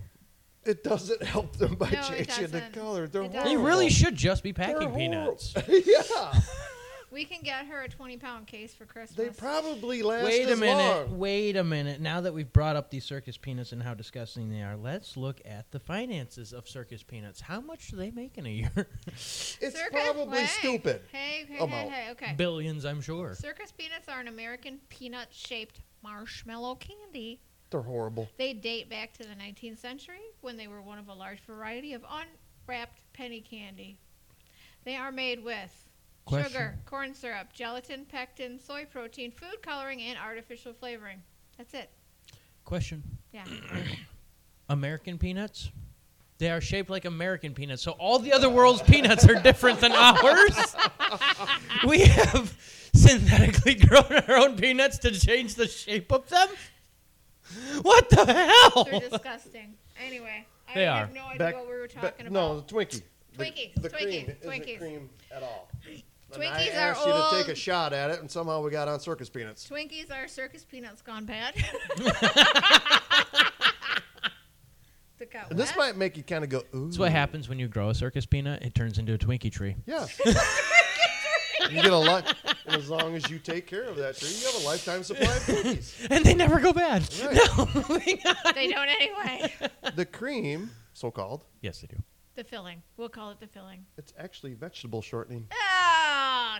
Speaker 3: It doesn't help them by
Speaker 5: No, it
Speaker 3: changing the
Speaker 5: doesn't.
Speaker 3: color. They're
Speaker 5: It doesn't.
Speaker 3: horrible.
Speaker 2: They really should just be
Speaker 3: They're
Speaker 2: packing
Speaker 3: horrible.
Speaker 2: peanuts.
Speaker 3: yeah,
Speaker 5: We can get her a twenty-pound case for Christmas.
Speaker 3: they probably last
Speaker 2: Wait a
Speaker 3: as
Speaker 2: minute.
Speaker 3: long.
Speaker 2: Wait a minute. Now that we've brought up these circus peanuts and how disgusting they are, let's look at the finances of circus peanuts. How much do they make in a year?
Speaker 3: It's
Speaker 5: Circus
Speaker 3: probably
Speaker 5: leg.
Speaker 3: stupid.
Speaker 5: Hey, hey, hey,
Speaker 3: Amount.
Speaker 5: hey, okay.
Speaker 2: Billions, I'm sure.
Speaker 5: Circus peanuts are an American peanut-shaped marshmallow candy.
Speaker 3: They're horrible.
Speaker 5: They date back to the 19th century when they were one of a large variety of unwrapped penny candy. They are made with
Speaker 2: Question.
Speaker 5: sugar, corn syrup, gelatin, pectin, soy protein, food coloring, and artificial flavoring. That's it.
Speaker 2: Question
Speaker 5: Yeah.
Speaker 2: American peanuts? They are shaped like American peanuts. So all the other world's peanuts are different than ours. we have synthetically grown our own peanuts to change the shape of them? What the
Speaker 5: They're
Speaker 2: hell?
Speaker 5: disgusting. Anyway, I
Speaker 2: They
Speaker 5: have
Speaker 2: are.
Speaker 5: no idea
Speaker 3: Back-
Speaker 5: what we were talking
Speaker 3: But
Speaker 5: about.
Speaker 3: no, the Twinkie. The-
Speaker 5: Twinkies,
Speaker 3: The, cream
Speaker 5: Twinkies,
Speaker 3: isn't
Speaker 5: Twinkies.
Speaker 3: cream at all. And I
Speaker 5: Twinkies are
Speaker 3: asked you to take a
Speaker 5: old.
Speaker 3: shot at it, and somehow we got on circus peanuts.
Speaker 5: Twinkies are circus peanuts gone bad. They got
Speaker 3: And this
Speaker 5: wet.
Speaker 3: might make you kind of go, ooh.
Speaker 2: That's what happens when you grow a circus peanut. It turns into a Twinkie tree.
Speaker 3: Yeah. you get a lot. And as long as you take care of that tree, you have a lifetime supply of Twinkies.
Speaker 2: And they never go bad.
Speaker 3: Right.
Speaker 5: They don't anyway.
Speaker 3: The cream, so called,
Speaker 2: Yes, they do.
Speaker 5: the filling. We'll call it the filling.
Speaker 3: it's actually vegetable shortening.
Speaker 5: Yuck.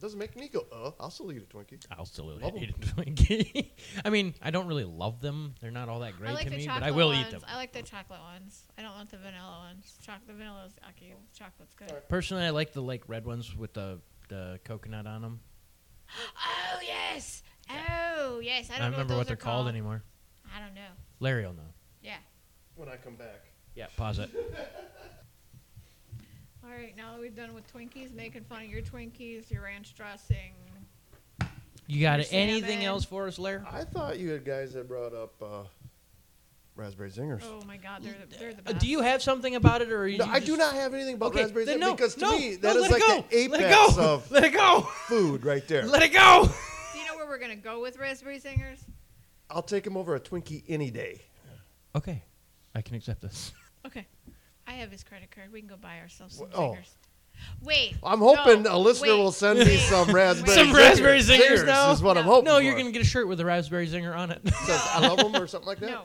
Speaker 3: Doesn't make me go, uh, I'll still eat a Twinkie.
Speaker 2: I'll still
Speaker 3: Love
Speaker 2: eat a Twinkie. I mean, I don't really love them. They're not all that great
Speaker 5: I like
Speaker 2: to
Speaker 5: the
Speaker 2: me,
Speaker 5: chocolate
Speaker 2: but I will
Speaker 5: ones.
Speaker 2: eat them.
Speaker 5: I like the chocolate ones. I don't want the vanilla ones. Choc- the vanilla's yucky. The chocolate's good.
Speaker 2: Personally, I like the like red ones with the the coconut on them.
Speaker 5: Oh yes. Oh yes. I
Speaker 2: I
Speaker 5: don't
Speaker 2: don't,
Speaker 5: know
Speaker 2: remember
Speaker 5: what, those
Speaker 2: what they're
Speaker 5: are called.
Speaker 2: called anymore.
Speaker 5: I don't know.
Speaker 2: Larry will know.
Speaker 5: Yeah.
Speaker 3: When I come back.
Speaker 2: Yeah, pause it.
Speaker 5: All right. Now that we've done with Twinkies, making fun of your Twinkies, your ranch dressing.
Speaker 2: You got
Speaker 5: Your
Speaker 2: anything
Speaker 5: salmon.
Speaker 2: else for us,
Speaker 5: Uh,
Speaker 2: Larry?
Speaker 3: I thought you had guys that brought up uh, raspberry zingers.
Speaker 5: Oh my God, they're the, they're the
Speaker 2: Uh,
Speaker 5: best.
Speaker 2: do you have something about it, or are you
Speaker 3: No, I do
Speaker 2: just-
Speaker 3: not have anything about
Speaker 2: Okay,
Speaker 3: raspberry
Speaker 2: then
Speaker 3: zingers
Speaker 2: no,
Speaker 3: because to
Speaker 2: no,
Speaker 3: me
Speaker 2: no,
Speaker 3: that is
Speaker 2: let it
Speaker 3: like
Speaker 2: go.
Speaker 3: the
Speaker 2: Let it
Speaker 3: apex
Speaker 2: go.
Speaker 3: of
Speaker 2: Let it go.
Speaker 3: food right there.
Speaker 2: Let it go.
Speaker 5: Do you know where we're gonna go with raspberry zingers?
Speaker 3: I'll take him over a Twinkie any day.
Speaker 2: Okay, I can accept this.
Speaker 5: Okay. I have his credit card. We can go buy ourselves some
Speaker 3: Wh- oh.
Speaker 5: zingers. Wait.
Speaker 3: I'm hoping
Speaker 5: no,
Speaker 3: a listener
Speaker 5: wait,
Speaker 3: will send me
Speaker 5: wait,
Speaker 3: some raspberry
Speaker 2: Some
Speaker 3: zingers.
Speaker 2: raspberry zingers, though?
Speaker 3: is what I'm
Speaker 5: No.
Speaker 3: hoping
Speaker 2: No, you're
Speaker 3: for.
Speaker 2: gonna get a shirt with a raspberry zinger on it.
Speaker 3: Says, I love them or something like that.
Speaker 5: No.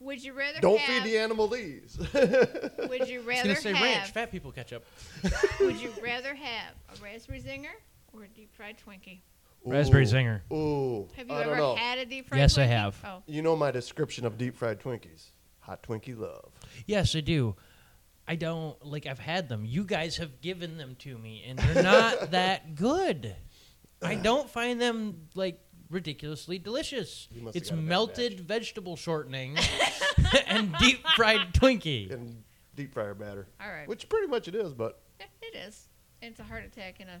Speaker 5: Would you rather
Speaker 3: Don't
Speaker 5: have,
Speaker 3: feed the animal these.
Speaker 5: Would you
Speaker 2: I was
Speaker 5: rather
Speaker 2: gonna say
Speaker 5: have
Speaker 2: ranch. Fat people ketchup.
Speaker 5: Would you rather have a raspberry zinger or a deep fried Twinkie.
Speaker 2: Raspberry
Speaker 3: Ooh,
Speaker 2: zinger.
Speaker 3: Ooh,
Speaker 5: Have you
Speaker 3: I
Speaker 5: ever
Speaker 3: don't know.
Speaker 5: had a deep fried
Speaker 2: Yes, I
Speaker 5: Twinkie?
Speaker 2: have.
Speaker 5: Oh,
Speaker 3: You know my description of deep fried Twinkies. Hot Twinkie love.
Speaker 2: Yes, I do. I don't like. I've had them. You guys have given them to me, and they're not that good. I don't find them like ridiculously delicious.
Speaker 3: You must have
Speaker 2: It's
Speaker 3: got a bad
Speaker 2: melted vegetable shortening and deep fried Twinkie.
Speaker 3: And deep fryer batter.
Speaker 5: all right.
Speaker 3: Which pretty much it is, but
Speaker 5: Yeah, it is. It's a heart attack in a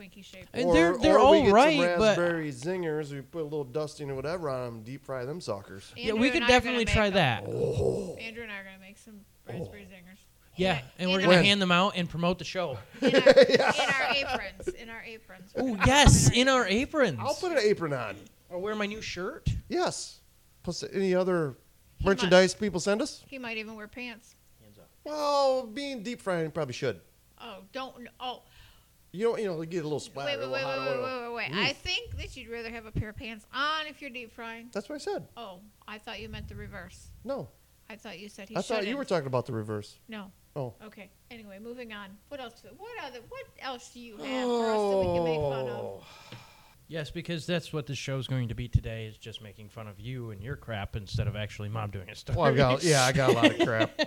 Speaker 5: Twinkie shape.
Speaker 2: And they're
Speaker 3: or-
Speaker 2: they're
Speaker 3: or we
Speaker 2: all
Speaker 3: get
Speaker 2: right,
Speaker 3: some
Speaker 2: but
Speaker 3: raspberry zingers. We put a little dusting or whatever on them. Deep fry them suckers.
Speaker 2: yeah,
Speaker 5: Andrew
Speaker 2: we
Speaker 5: and
Speaker 2: could
Speaker 5: I are gonna
Speaker 2: definitely
Speaker 5: make
Speaker 2: try
Speaker 5: them.
Speaker 2: that.
Speaker 3: Oh.
Speaker 5: Andrew and I are gonna make some raspberry zingers.
Speaker 2: Yeah, and we're
Speaker 5: and
Speaker 2: gonna
Speaker 5: I-
Speaker 2: hand them out and promote the show.
Speaker 5: In our, in our aprons. In our aprons.
Speaker 2: Oh yes, in our aprons.
Speaker 3: I'll put an apron on.
Speaker 2: or wear my new shirt.
Speaker 3: Yes. Plus any other
Speaker 5: He
Speaker 3: merchandise people send us.
Speaker 5: He might even wear pants.
Speaker 3: Well, being deep frying probably should.
Speaker 5: Oh, don't. Oh,
Speaker 3: You know, you know, get a little splatter,
Speaker 5: wait,
Speaker 3: a little
Speaker 5: wait, wait,
Speaker 3: hot
Speaker 5: wait, wait,
Speaker 3: oil.
Speaker 5: wait, wait, wait. I think that you'd rather have a pair of pants on if you're deep frying.
Speaker 3: That's what I said.
Speaker 5: Oh, I thought you meant the reverse.
Speaker 3: No,
Speaker 5: I thought you said he
Speaker 3: I
Speaker 5: shouldn't.
Speaker 3: thought you were talking about the reverse.
Speaker 5: No.
Speaker 3: Oh.
Speaker 5: Okay. Anyway, moving on. What else? Do, what other? What else do you have for us that we can make fun
Speaker 3: Oh.
Speaker 5: of?
Speaker 2: Yes, because that's what this show's going to be today is just making fun of you and your crap instead of actually mom doing a story.
Speaker 3: Well, I've got yeah, I got a lot of crap,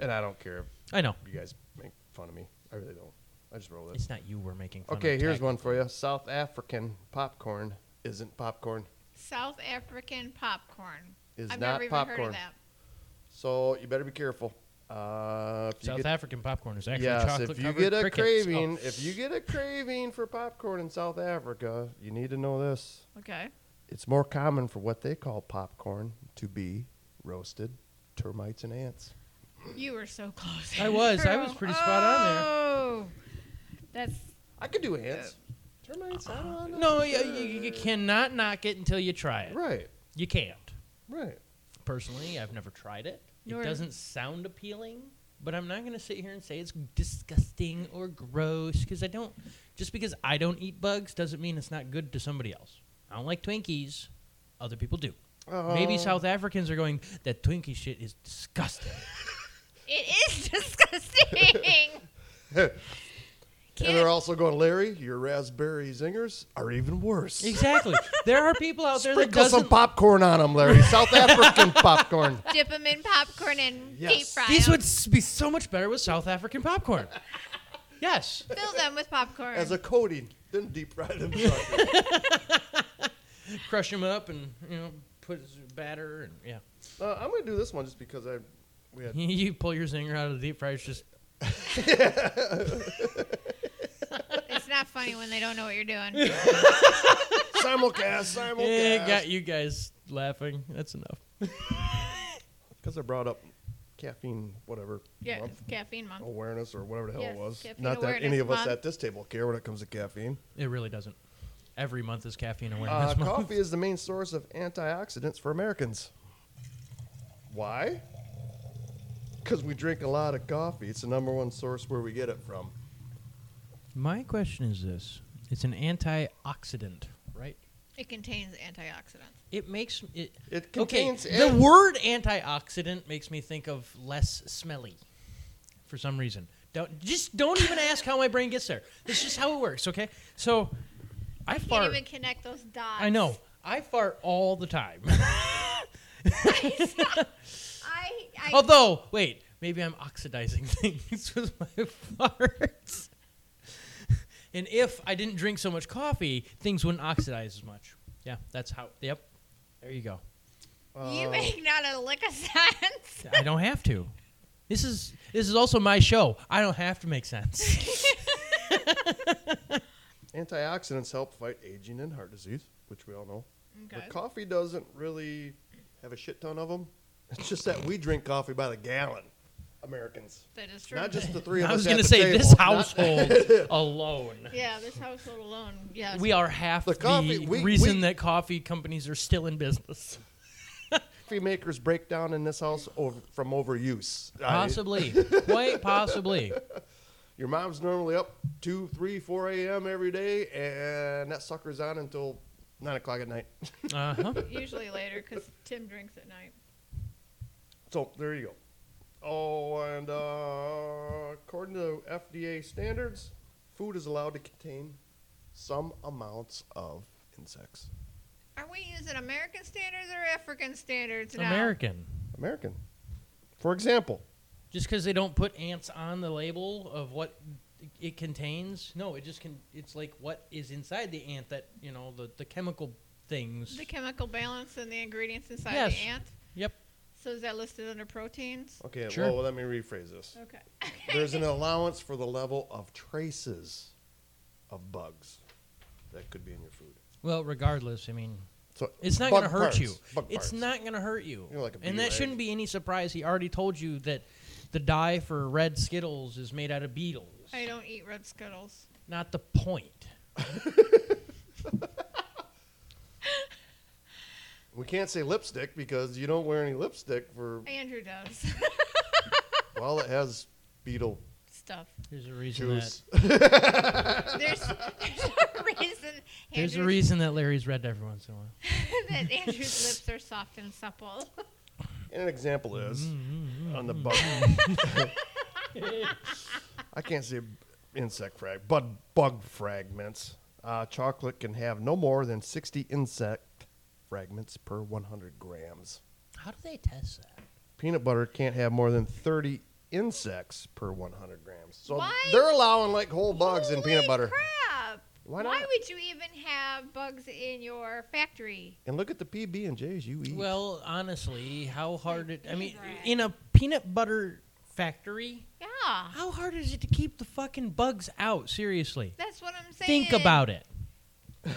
Speaker 3: and I don't care
Speaker 2: I know.
Speaker 3: if you guys make fun of me. I really don't. I just roll it.
Speaker 2: It's not you we're making fun of.
Speaker 3: Okay, here's
Speaker 2: Tech.
Speaker 3: one for you. South African popcorn isn't popcorn.
Speaker 5: South African popcorn.
Speaker 3: Is
Speaker 5: I've
Speaker 3: not
Speaker 5: never even heard
Speaker 3: popcorn.
Speaker 5: of that.
Speaker 3: So you better be careful. Uh, if you
Speaker 2: South
Speaker 3: get,
Speaker 2: African popcorn is actually
Speaker 3: yes,
Speaker 2: chocolate
Speaker 3: if you
Speaker 2: covered
Speaker 3: get a
Speaker 2: crickets.
Speaker 3: craving,
Speaker 2: Oh.
Speaker 3: if you get a craving for popcorn in South Africa, you need to know this.
Speaker 5: Okay.
Speaker 3: It's more common for what they call popcorn to be roasted termites and ants.
Speaker 5: You were so close.
Speaker 2: I was. I was pretty spot on there.
Speaker 5: Oh. That's
Speaker 3: I could do ants. Termites, I don't know.
Speaker 2: No, you, you, you cannot knock it until you try it.
Speaker 3: Right,
Speaker 2: You can't.
Speaker 3: right.
Speaker 2: Personally, I've never tried it.
Speaker 5: Nor-
Speaker 2: It doesn't sound appealing, but I'm not going to sit here and say it's disgusting or gross because I don't. Just because I don't eat bugs doesn't mean it's not good to somebody else. I don't like Twinkies. Other people do. Maybe
Speaker 3: Uh,
Speaker 2: South Africans are going, that Twinkie shit is disgusting.
Speaker 5: It is disgusting.
Speaker 3: And they're also going, Larry, your raspberry zingers are even worse.
Speaker 2: exactly. There are people
Speaker 3: oh,
Speaker 2: out there that
Speaker 3: Sprinkle some
Speaker 2: doesn't.
Speaker 3: popcorn on them, Larry. South African popcorn.
Speaker 5: Dip them in popcorn and
Speaker 3: Yes.
Speaker 5: deep fry
Speaker 2: These
Speaker 5: 'em.
Speaker 2: would s- be so much better with South African popcorn. yes.
Speaker 5: Fill them with popcorn.
Speaker 3: As a coating, then deep fry them. suckers.
Speaker 2: Crush them up and, you know, put s- batter and, yeah.
Speaker 3: uh, I'm going to do this one just because I we had
Speaker 2: you pull your zinger out of the deep fryer, it's just
Speaker 5: it's not funny when they don't know what you're doing.
Speaker 3: simulcast,
Speaker 2: eh, got
Speaker 3: simulcast.
Speaker 2: you guys laughing. That's enough.
Speaker 3: Because I brought up caffeine, whatever.
Speaker 5: Yeah,
Speaker 3: month
Speaker 5: it's caffeine month.
Speaker 3: Awareness or whatever the hell
Speaker 5: Yes,
Speaker 3: it was.
Speaker 5: caffeine
Speaker 3: Not that any
Speaker 5: awareness
Speaker 3: of us
Speaker 5: month.
Speaker 3: at this table care when it comes to caffeine.
Speaker 2: It really doesn't. Every month is caffeine
Speaker 3: Uh,
Speaker 2: awareness month.
Speaker 3: coffee is the main source of antioxidants for Americans. Why? Because we drink a lot of coffee. It's the number one source where we get it from.
Speaker 2: My question is this: It's an antioxidant, right?
Speaker 5: It contains antioxidants.
Speaker 2: It makes it.
Speaker 3: It contains
Speaker 2: okay,
Speaker 3: an-
Speaker 2: the word antioxidant makes me think of less smelly, for some reason. Don't just don't even ask how my brain gets there. That's just how it works. Okay, so I
Speaker 5: Can't
Speaker 2: fart.
Speaker 5: even connect those dots.
Speaker 2: I know I fart all the time.
Speaker 5: I, I
Speaker 2: Although, wait, maybe I'm oxidizing things with my farts. And if I didn't drink so much coffee, things wouldn't oxidize as much. Yeah, that's how. Yep. There you go.
Speaker 5: you
Speaker 2: Oh.
Speaker 5: make not a lick of sense.
Speaker 2: I don't have to. This is this is also my show. I don't have to make sense.
Speaker 3: Antioxidants help fight aging and heart disease, which we all know.
Speaker 5: Okay.
Speaker 3: But coffee doesn't really have a shit ton of them. It's just that we drink coffee by the gallon, Americans.
Speaker 5: That is true.
Speaker 3: Not just the three of
Speaker 2: I
Speaker 3: us.
Speaker 2: was
Speaker 3: going
Speaker 2: gonna
Speaker 3: to
Speaker 2: say
Speaker 3: table.
Speaker 2: this
Speaker 3: Not-
Speaker 2: household alone.
Speaker 5: yeah, this household alone. Yes.
Speaker 2: We are half the,
Speaker 3: The coffee- we-
Speaker 2: reason
Speaker 3: we-
Speaker 2: that coffee companies are still in business.
Speaker 3: coffee makers break down in this house over, from overuse. I-
Speaker 2: Possibly, quite possibly.
Speaker 3: your mom's normally up 2, 3, 4 a.m. every day, and that sucker's on until 9 o'clock at night.
Speaker 2: Uh huh.
Speaker 5: usually later because Tim drinks at night.
Speaker 3: So there you go. Oh, and uh, according to FDA standards, Food is allowed to contain some amounts of insects.
Speaker 5: Are we using American standards or African standards now?
Speaker 2: American.
Speaker 3: American. For example,
Speaker 2: Just because they don't put ants on the label of what it contains, no, it just can. It's like what is inside the ant that you know the the chemical things.
Speaker 5: The chemical balance and the ingredients inside
Speaker 2: Yes.
Speaker 5: the ant.
Speaker 2: Yep.
Speaker 5: So is that listed under proteins?
Speaker 3: okay,
Speaker 2: Sure.
Speaker 3: well, let me rephrase this.
Speaker 5: Okay.
Speaker 3: There's an allowance for the level of traces of bugs that could be in your food.
Speaker 2: Well, regardless, I mean,
Speaker 3: So
Speaker 2: it's not
Speaker 3: bug
Speaker 2: going to hurt
Speaker 3: parts,
Speaker 2: you.
Speaker 3: Bug
Speaker 2: It's
Speaker 3: parts.
Speaker 2: not going to hurt you.
Speaker 3: You're like a
Speaker 2: and
Speaker 3: bee
Speaker 2: that
Speaker 3: leg.
Speaker 2: shouldn't be any surprise. He already told you that the dye for red Skittles is made out of beetles.
Speaker 5: I don't eat red skittles.
Speaker 2: Not the point.
Speaker 3: We can't say lipstick because you don't wear any lipstick for
Speaker 5: Andrew does
Speaker 3: well, it has beetle
Speaker 5: stuff.
Speaker 2: There's a reason
Speaker 3: juice.
Speaker 5: There's, there's a reason.
Speaker 2: that there's a
Speaker 5: Andrew's-
Speaker 2: reason that Larry's red every once in a while.
Speaker 5: that Andrew's lips are soft and supple.
Speaker 3: And an example is on the bug. I can't say insect frag, but bug fragments. Uh, chocolate can have no more than 60 insect fragments per 100 grams.
Speaker 2: How do they test that?
Speaker 3: Peanut butter can't have more than 30 insects per 100 grams. So
Speaker 5: Why?
Speaker 3: they're allowing like whole bugs in
Speaker 5: Holy
Speaker 3: peanut butter.
Speaker 5: Crap!
Speaker 3: Why
Speaker 5: Why
Speaker 3: not?
Speaker 5: would you even have bugs in your factory?
Speaker 3: And look at the PB and J's you eat.
Speaker 2: Well, honestly, how hard it? I mean,
Speaker 7: Favorite.
Speaker 2: in a peanut butter factory,
Speaker 5: Yeah,
Speaker 2: how hard is it to keep the fucking bugs out? Seriously,
Speaker 5: that's what I'm saying.
Speaker 2: think about it.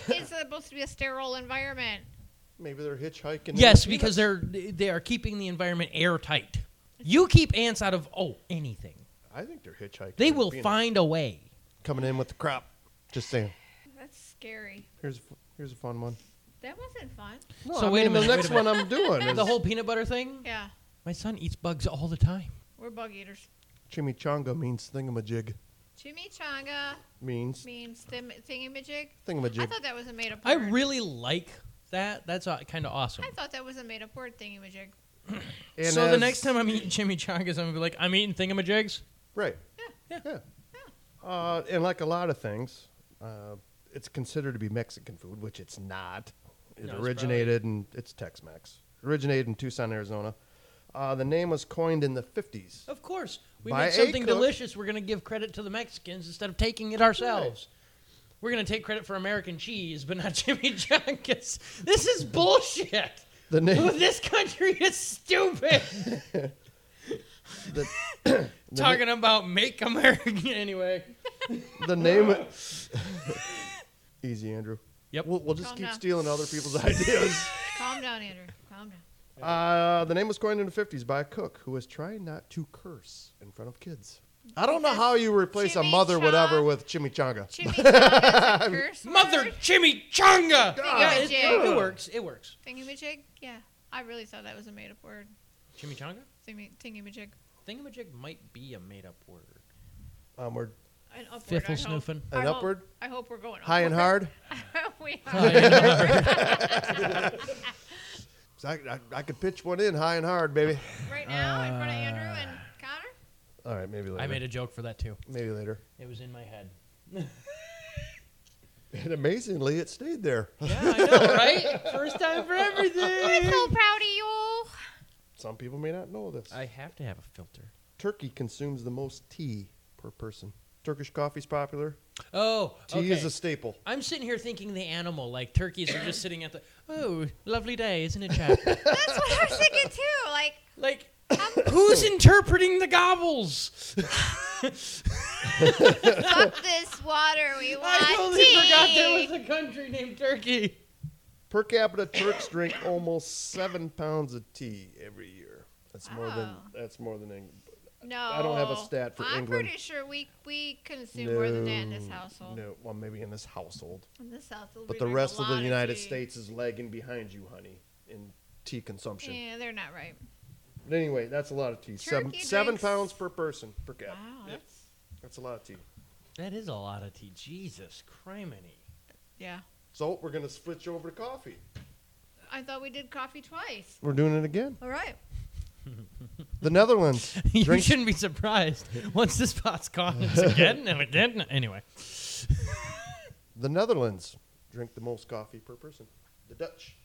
Speaker 5: It's supposed to be a sterile environment.
Speaker 3: Maybe they're hitchhiking. in
Speaker 2: Yes,
Speaker 3: the
Speaker 2: because
Speaker 3: peanuts.
Speaker 2: they're they are keeping the environment airtight. You keep ants out of oh anything.
Speaker 3: I think they're hitchhiking.
Speaker 2: They
Speaker 3: in the
Speaker 2: will
Speaker 3: peanuts.
Speaker 2: find a way.
Speaker 3: coming in with the crop. Just saying.
Speaker 5: That's scary.
Speaker 3: Here's a fu- here's a fun one.
Speaker 5: That wasn't fun.
Speaker 3: No,
Speaker 2: So
Speaker 3: I
Speaker 2: wait a
Speaker 3: mean,
Speaker 2: minute,
Speaker 3: The
Speaker 2: wait
Speaker 3: next
Speaker 2: a minute.
Speaker 3: one I'm doing is
Speaker 2: The whole peanut butter thing.
Speaker 5: Yeah,
Speaker 2: My son eats bugs all the time.
Speaker 5: we're bug eaters.
Speaker 3: chimichanga means thingamajig
Speaker 5: Chimichanga
Speaker 3: means
Speaker 5: means thim- thingamajig. I
Speaker 3: thingamajig.
Speaker 5: thought that was a made up
Speaker 2: I
Speaker 5: word.
Speaker 2: really like that. That's kind of awesome.
Speaker 5: I thought that was a made up word, thingamajig.
Speaker 3: And
Speaker 2: so the
Speaker 3: as-
Speaker 2: next time I'm eating chimichangas, I'm gonna be like, I'm eating thingamajigs.
Speaker 3: right?
Speaker 2: Yeah.
Speaker 3: Yeah. Uh, and like a lot of things, uh, it's considered to be Mexican food, which it's not. It
Speaker 2: No, it's
Speaker 3: originated in it's Tex-Mex. Originated in Tucson, Arizona. Uh, the name was coined in the 50s.
Speaker 2: Of course, we
Speaker 3: By
Speaker 2: make
Speaker 3: a
Speaker 2: something
Speaker 3: cook.
Speaker 2: delicious. We're gonna give credit to the Mexicans instead of taking it ourselves. We're gonna take credit for American cheese, but not chimichangas. This is bullshit.
Speaker 3: The name.
Speaker 2: this country is stupid.
Speaker 3: the, the na-
Speaker 2: Talking about make America anyway.
Speaker 3: the name. Easy, Andrew.
Speaker 2: Yep.
Speaker 3: We'll, we'll just
Speaker 5: Calm
Speaker 3: keep
Speaker 5: down.
Speaker 3: stealing other people's ideas.
Speaker 5: Calm down, Andrew. Calm down.
Speaker 3: Uh, the name was coined in the 50s by a cook who was trying not to curse in front of kids. I don't know how you replace a mother whatever
Speaker 5: Chimichang-
Speaker 3: with chimichanga.
Speaker 5: Chimichanga is a curse
Speaker 2: Mother
Speaker 5: word?
Speaker 2: chimichanga. Yeah, it,
Speaker 5: Thingamajig.
Speaker 2: it works. It works.
Speaker 5: Thingamajig? Yeah. I really thought that was a made up word.
Speaker 2: Chimichanga?
Speaker 5: Thingy- Thingamajig.
Speaker 2: Thingamajig might be a made up word.
Speaker 3: Onward
Speaker 5: An upward. I
Speaker 2: Fiffle
Speaker 5: hope.
Speaker 2: snoofing.
Speaker 5: I
Speaker 3: and
Speaker 5: hope-
Speaker 3: upward,
Speaker 5: I hope we're going
Speaker 3: high and
Speaker 5: upward.
Speaker 3: hard.
Speaker 5: we
Speaker 2: High
Speaker 5: are.
Speaker 2: and hard.
Speaker 3: So I, I, I could pitch one in high and hard, baby.
Speaker 5: Right now, in front of Andrew and
Speaker 3: Uh,
Speaker 5: Connor?
Speaker 3: All right, maybe later.
Speaker 2: I made a joke for that too.
Speaker 3: Maybe later.
Speaker 2: It was in my head.
Speaker 3: And amazingly, it stayed there.
Speaker 2: Yeah, I know, right? First time for everything.
Speaker 5: So proud of you.
Speaker 3: Some people may not know this.
Speaker 2: I have to have a filter.
Speaker 3: Turkey consumes the most tea per person. Turkish coffee's popular.
Speaker 2: Oh,
Speaker 3: Tea
Speaker 2: okay.
Speaker 3: is a staple.
Speaker 2: I'm sitting here thinking the animal, like turkeys are just sitting at the. Oh, lovely day, isn't it, Chad?
Speaker 5: That's what I was thinking too. Like,
Speaker 2: Like, who's interpreting the gobbles?
Speaker 5: fuck this water. We want
Speaker 2: I totally
Speaker 5: tea.
Speaker 2: forgot there was a country named Turkey.
Speaker 3: Per capita, Turks drink almost seven pounds of tea every year. That's more than
Speaker 5: Oh.
Speaker 3: that's more than England.
Speaker 5: no.
Speaker 3: I don't have a stat for
Speaker 5: I'm
Speaker 3: England.
Speaker 5: pretty sure we we consume more than that in this
Speaker 3: No,
Speaker 5: household.
Speaker 3: No, well, maybe in this household,
Speaker 5: In this household, we
Speaker 3: but the
Speaker 5: drink a
Speaker 3: rest of
Speaker 5: lot
Speaker 3: the United
Speaker 5: tea.
Speaker 3: States is lagging behind you, honey, in tea consumption.
Speaker 5: Yeah, they're not right.
Speaker 3: But anyway, that's a lot of tea. Seven,
Speaker 5: Turkey
Speaker 3: seven
Speaker 5: drinks-
Speaker 3: pounds per person per capita.
Speaker 5: Wow,
Speaker 3: Yep,
Speaker 5: that's
Speaker 3: that's a lot of tea.
Speaker 2: That is a lot of tea. Jesus criminy.
Speaker 5: yeah.
Speaker 3: So we're gonna switch over to coffee.
Speaker 5: I thought we did coffee twice.
Speaker 3: We're doing it again.
Speaker 5: All right.
Speaker 3: The Netherlands.
Speaker 2: you
Speaker 3: Drink-
Speaker 2: shouldn't be surprised once this pot's gone. It's again and again. and- Anyway,
Speaker 3: the Netherlands drink the most coffee per person. The Dutch.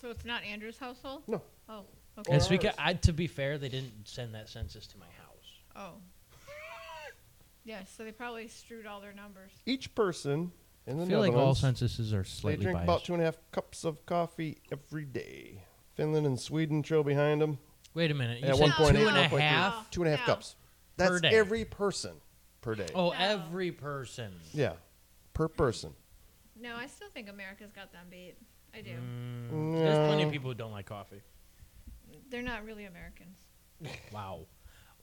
Speaker 5: So it's not Andrew's household?
Speaker 3: No.
Speaker 5: Oh, okay.
Speaker 2: and
Speaker 3: Yes, we
Speaker 2: speak.
Speaker 3: ca-
Speaker 2: I, to be fair, they didn't send that census to my house.
Speaker 5: Oh. Yeah, so they probably strewed all their numbers.
Speaker 3: Each person in the
Speaker 2: I feel like
Speaker 3: Netherlands.
Speaker 2: all censuses are
Speaker 3: they
Speaker 2: slightly
Speaker 3: drink
Speaker 2: biased.
Speaker 3: about two and a half cups of coffee every day. Finland and Sweden trail behind them.
Speaker 2: Wait a minute. You
Speaker 3: at
Speaker 2: said
Speaker 3: one point
Speaker 2: two
Speaker 3: eight,
Speaker 2: and a
Speaker 3: 1.3.
Speaker 2: half?
Speaker 3: Two and a half
Speaker 5: No.
Speaker 3: cups. That's
Speaker 2: day.
Speaker 3: every person per day.
Speaker 2: Oh, every person.
Speaker 3: Yeah, per person.
Speaker 5: No, I still think America's got them beat. I do.
Speaker 2: Mm. There's plenty
Speaker 3: No.
Speaker 2: of people who don't like coffee.
Speaker 5: They're not really Americans.
Speaker 2: Wow,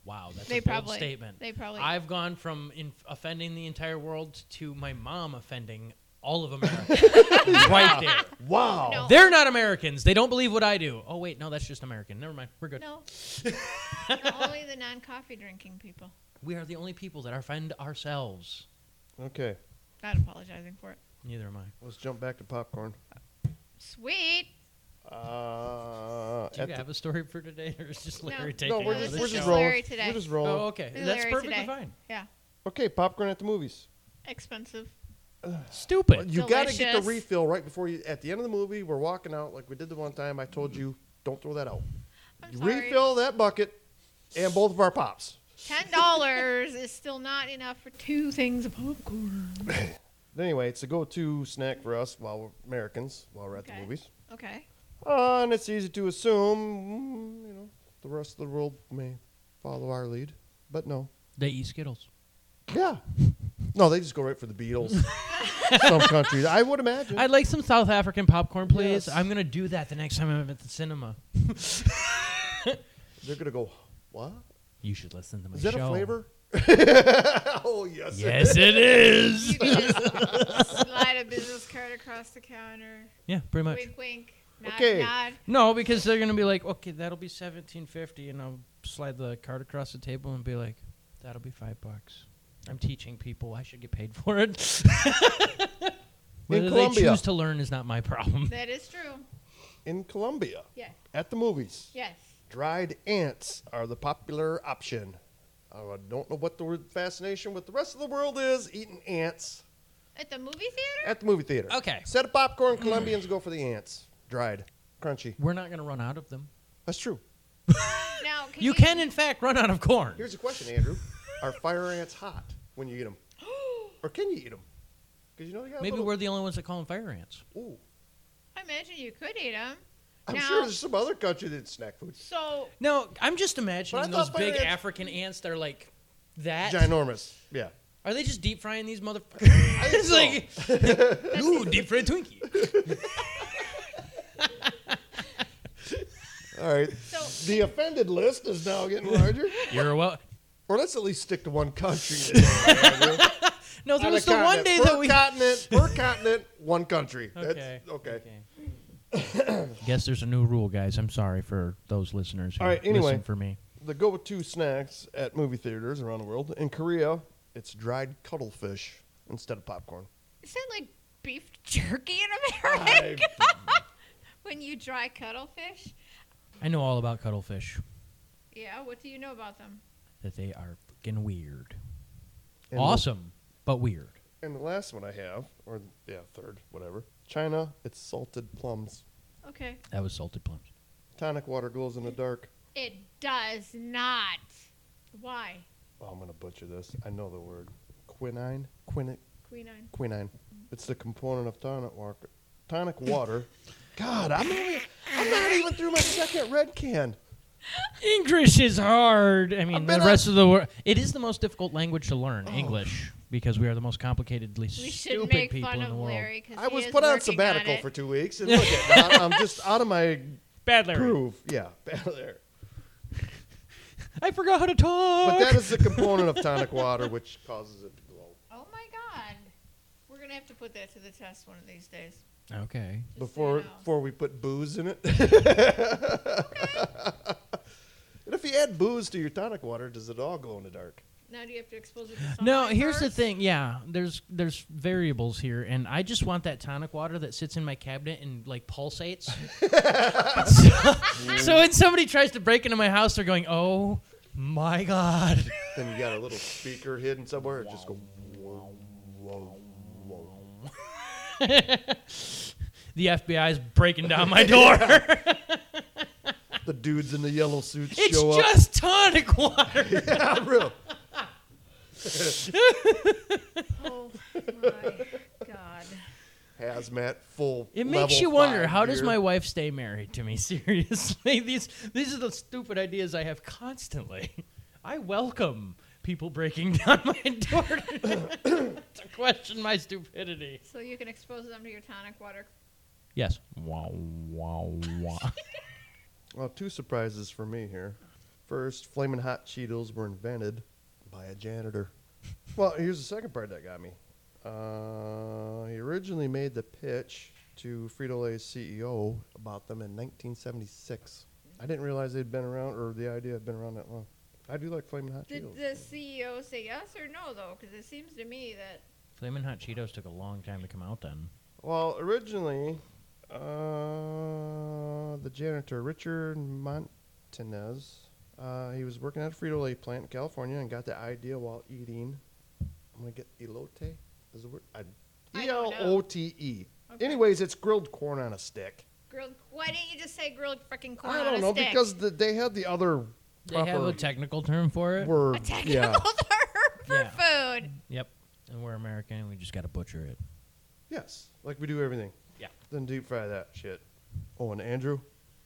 Speaker 2: wow, that's
Speaker 5: They
Speaker 2: a bold
Speaker 5: probably-
Speaker 2: statement.
Speaker 5: they probably-
Speaker 2: I've gone from in- offending the entire world to my mom offending all of America. right there.
Speaker 3: Wow.
Speaker 5: No.
Speaker 2: They're not Americans. They don't believe what I do. Oh wait, no, that's just American. Never mind. We're good.
Speaker 5: No. Only the non coffee drinking people.
Speaker 2: We are the only people that offend ourselves.
Speaker 3: Okay,
Speaker 5: Not apologizing for it.
Speaker 2: Neither am I.
Speaker 3: let's jump back to popcorn.
Speaker 5: Sweet.
Speaker 3: Uh,
Speaker 2: Do you
Speaker 3: at
Speaker 2: have a story for today, or is just Larry
Speaker 3: the,
Speaker 2: taking
Speaker 3: no,
Speaker 2: over
Speaker 3: we're
Speaker 5: No,
Speaker 3: just,
Speaker 5: this
Speaker 2: the
Speaker 3: we're
Speaker 5: is
Speaker 3: just
Speaker 2: show?
Speaker 5: just
Speaker 3: rolling.
Speaker 5: Larry today.
Speaker 3: We're just rolling.
Speaker 2: Oh, okay.
Speaker 5: This is
Speaker 2: That's
Speaker 5: Larry
Speaker 2: perfectly
Speaker 5: today.
Speaker 2: fine.
Speaker 5: Yeah.
Speaker 3: Okay, popcorn at the movies.
Speaker 5: Expensive.
Speaker 2: Stupid.
Speaker 3: You got to get the
Speaker 5: Delicious.
Speaker 3: refill right before you. At the end of the movie, we're walking out like we did the one time. I told you, don't throw that out.
Speaker 5: I'm
Speaker 3: You
Speaker 5: sorry.
Speaker 3: Refill that bucket, and both of our pops.
Speaker 5: Ten dollars is still not enough for two things of popcorn.
Speaker 3: Anyway, it's a go-to snack for us while we're Americans while we're at the
Speaker 5: Okay.
Speaker 3: movies.
Speaker 5: Okay.
Speaker 3: Uh, and it's easy to assume, mm, you know, the rest of the world may follow our lead, but no.
Speaker 2: They eat Skittles.
Speaker 3: Yeah. No, they just go right for the Beatles. Some countries, I would imagine.
Speaker 2: I'd like some South African popcorn, please.
Speaker 3: Yes.
Speaker 2: I'm gonna do that the next time I'm at the cinema.
Speaker 3: They're gonna go. What
Speaker 2: You should listen to my
Speaker 3: is that
Speaker 2: show.
Speaker 3: a flavor? oh yes. it
Speaker 2: Yes, it is.
Speaker 5: You can just slide a business card across the counter.
Speaker 2: Yeah, pretty much.
Speaker 5: Wink, wink. Nod,
Speaker 3: Okay.
Speaker 5: nod.
Speaker 2: No, because they're gonna be like, okay, that'll be seventeen fifty, and I'll slide the card across the table and be like, that'll be five bucks. I'm teaching people; I should get paid for it. Whether they
Speaker 3: Colombia.
Speaker 2: choose to learn is not my problem.
Speaker 5: That is true.
Speaker 3: In Colombia,
Speaker 5: Yeah.
Speaker 3: at the movies,
Speaker 5: Yes.
Speaker 3: dried ants are the popular option. Oh, I don't know what the word fascination with the rest of the world is eating ants
Speaker 5: At the movie theater?
Speaker 3: at the movie theater.
Speaker 2: Okay,
Speaker 3: Set of popcorn, Colombians go for the ants. Dried, crunchy.
Speaker 2: we're not gonna run out of them.
Speaker 3: That's true.
Speaker 5: Now, can
Speaker 2: Uh, You can, in fact, run out of corn.
Speaker 3: Here's a question, Andrew: Are fire ants hot when you eat them, or can you eat them? Because you know they got a
Speaker 2: Maybe
Speaker 3: little-
Speaker 2: we're the only ones that call them fire ants.
Speaker 3: Ooh,
Speaker 5: I imagine you could eat them.
Speaker 3: I'm
Speaker 5: Now-
Speaker 3: sure there's some other country that's snack food.
Speaker 5: So,
Speaker 2: No, I'm just
Speaker 3: But I
Speaker 2: imagining
Speaker 3: thought
Speaker 2: those
Speaker 3: fire
Speaker 2: big
Speaker 3: ants-
Speaker 2: African ants that are like that.
Speaker 3: Ginormous. Yeah.
Speaker 2: Are they just deep frying these motherfuckers?
Speaker 3: I
Speaker 2: it's
Speaker 3: so.
Speaker 2: like, ooh, deep fried Twinkie.
Speaker 3: All right.
Speaker 5: So-
Speaker 3: the offended list is now getting larger.
Speaker 2: You're well.
Speaker 3: or let's at least stick to one country. today, Andrew.
Speaker 2: No, there
Speaker 3: On a
Speaker 2: was the one
Speaker 3: continent.
Speaker 2: day
Speaker 3: per
Speaker 2: that we.
Speaker 3: continent, per continent, one country.
Speaker 2: Okay.
Speaker 3: That's, okay.
Speaker 2: Guess there's a new rule, guys. I'm sorry for those listeners who
Speaker 3: All right, anyway.
Speaker 2: listen for me.
Speaker 3: The go-to snacks at movie theaters around the world. In Korea, it's dried cuttlefish instead of popcorn.
Speaker 5: is that like beef jerky in America?
Speaker 3: I-
Speaker 5: when you dry cuttlefish?
Speaker 2: I know all about cuttlefish.
Speaker 5: Yeah, what do you know about them?
Speaker 2: That they are fucking weird.
Speaker 3: and
Speaker 2: awesome, but weird.
Speaker 3: The, and the last one I have, or yeah, third, whatever. China, it's salted plums.
Speaker 5: Okay.
Speaker 2: That was salted plums.
Speaker 3: Tonic water glows in the dark.
Speaker 5: It does not. Why?
Speaker 3: Oh, I'm gonna butcher this. I know the word. Quinine. Quin.
Speaker 5: Quinine.
Speaker 3: Quinine. It's the component of tonic water. Tonic water. God, I'm not, even, I'm not even through my second red can.
Speaker 2: English is hard. I mean, the
Speaker 3: been Oh.
Speaker 2: rest of the world. It is the most difficult language to learn, English, because we are the most complicatedly
Speaker 5: We should
Speaker 2: stupid
Speaker 5: make
Speaker 2: people
Speaker 5: fun
Speaker 2: in the
Speaker 5: of
Speaker 2: world.
Speaker 5: Larry because
Speaker 3: I was put on sabbatical
Speaker 5: it.
Speaker 3: for two weeks, and look at I'm just out of my
Speaker 2: Bad Larry.
Speaker 3: groove. Yeah, out of there.
Speaker 2: I forgot how to talk.
Speaker 3: But that is the component of tonic water which causes it to glow.
Speaker 5: Oh my god. We're gonna have to put that to the test one of these days.
Speaker 2: okay.
Speaker 5: Just so you
Speaker 3: Before
Speaker 5: know.
Speaker 3: before we put booze in it. and if you add booze to your tonic water, does it all glow in the dark?
Speaker 5: Now do you have to expose it to sunlight
Speaker 2: No, here's the
Speaker 5: first?
Speaker 2: thing. Yeah, there's there's variables here, and I just want that tonic water that sits in my cabinet and like pulsates. so, so when somebody tries to break into my house, they're going, "Oh my god!"
Speaker 3: Then you got a little speaker hidden somewhere. It just go. Whoa, whoa, whoa.
Speaker 2: The FBI's breaking down my door.
Speaker 3: The dudes in the yellow suits
Speaker 2: it's
Speaker 3: show up.
Speaker 2: just tonic water.
Speaker 3: yeah, real.
Speaker 5: Oh my god.
Speaker 3: Hazmat full.
Speaker 2: It makes
Speaker 3: level
Speaker 2: you wonder.
Speaker 3: five
Speaker 2: How does
Speaker 3: gear.
Speaker 2: my wife stay married to me? Seriously, these these are the stupid ideas I have constantly. I welcome people breaking down my door to question my stupidity.
Speaker 5: So you can expose them to your tonic water.
Speaker 2: Yes. Wow, wow, wow.
Speaker 3: Well, two surprises for me here. First, flaming hot Cheetos were invented by a janitor. well, here's the second part that got me. Uh, he originally made the pitch to Frito Lay's CEO about them in 1976. I didn't realize they'd been around, or the idea had been around that long. I do like flaming hot
Speaker 5: Did
Speaker 3: Cheetos.
Speaker 5: the CEO say yes or no though? Because it seems to me that
Speaker 2: Flamin' Hot Cheetos took a long time to come out then.
Speaker 3: Well, originally, uh, the janitor, Richard Montanez, uh, he was working at a Frito Lay plant in California and got the idea while eating. I'm going to get elote. Is the word? I,
Speaker 5: I
Speaker 3: E
Speaker 5: don't
Speaker 3: L
Speaker 5: know.
Speaker 3: O T E.
Speaker 5: Okay.
Speaker 3: Anyways, it's grilled corn on a stick.
Speaker 5: grilled. Why didn't you just say grilled freaking corn
Speaker 3: I
Speaker 5: on
Speaker 3: don't
Speaker 5: a
Speaker 3: know
Speaker 5: stick?
Speaker 3: because the, they had the other
Speaker 2: They have
Speaker 3: Proper-
Speaker 2: a technical term for it.
Speaker 3: word.
Speaker 5: a technical
Speaker 3: Yeah.
Speaker 5: term for
Speaker 2: Yeah.
Speaker 5: food.
Speaker 2: Yep. And we're American and we just gotta butcher it.
Speaker 3: Yes, like we do everything.
Speaker 2: Yeah.
Speaker 3: Then deep fry that shit. Oh, and Andrew,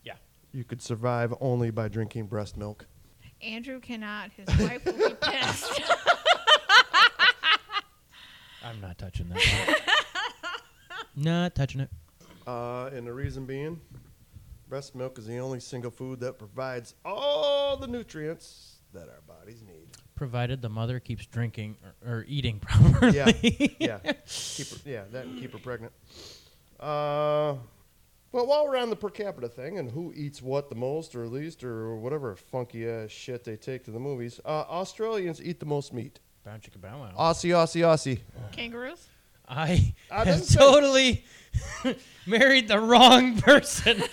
Speaker 2: Yeah.
Speaker 3: you could survive only by drinking breast milk.
Speaker 5: Andrew cannot. His wife will be pissed.
Speaker 2: I'm not touching that. one. not touching it.
Speaker 3: Uh, and the reason being, breast milk is the only single food that provides all the nutrients that our bodies need.
Speaker 2: Provided the mother keeps drinking or, or eating properly.
Speaker 3: Yeah, yeah, keep her, yeah, that and keep her pregnant. Uh, well, while we're on the per capita thing and who eats what the most or least or whatever funky ass shit they take to the movies, uh, Australians eat the most meat.
Speaker 2: Brown chicken brown wow.
Speaker 3: Aussie, Aussie, Aussie.
Speaker 5: Kangaroos.
Speaker 2: I
Speaker 3: I
Speaker 2: have
Speaker 3: didn't say-
Speaker 2: totally married the wrong person.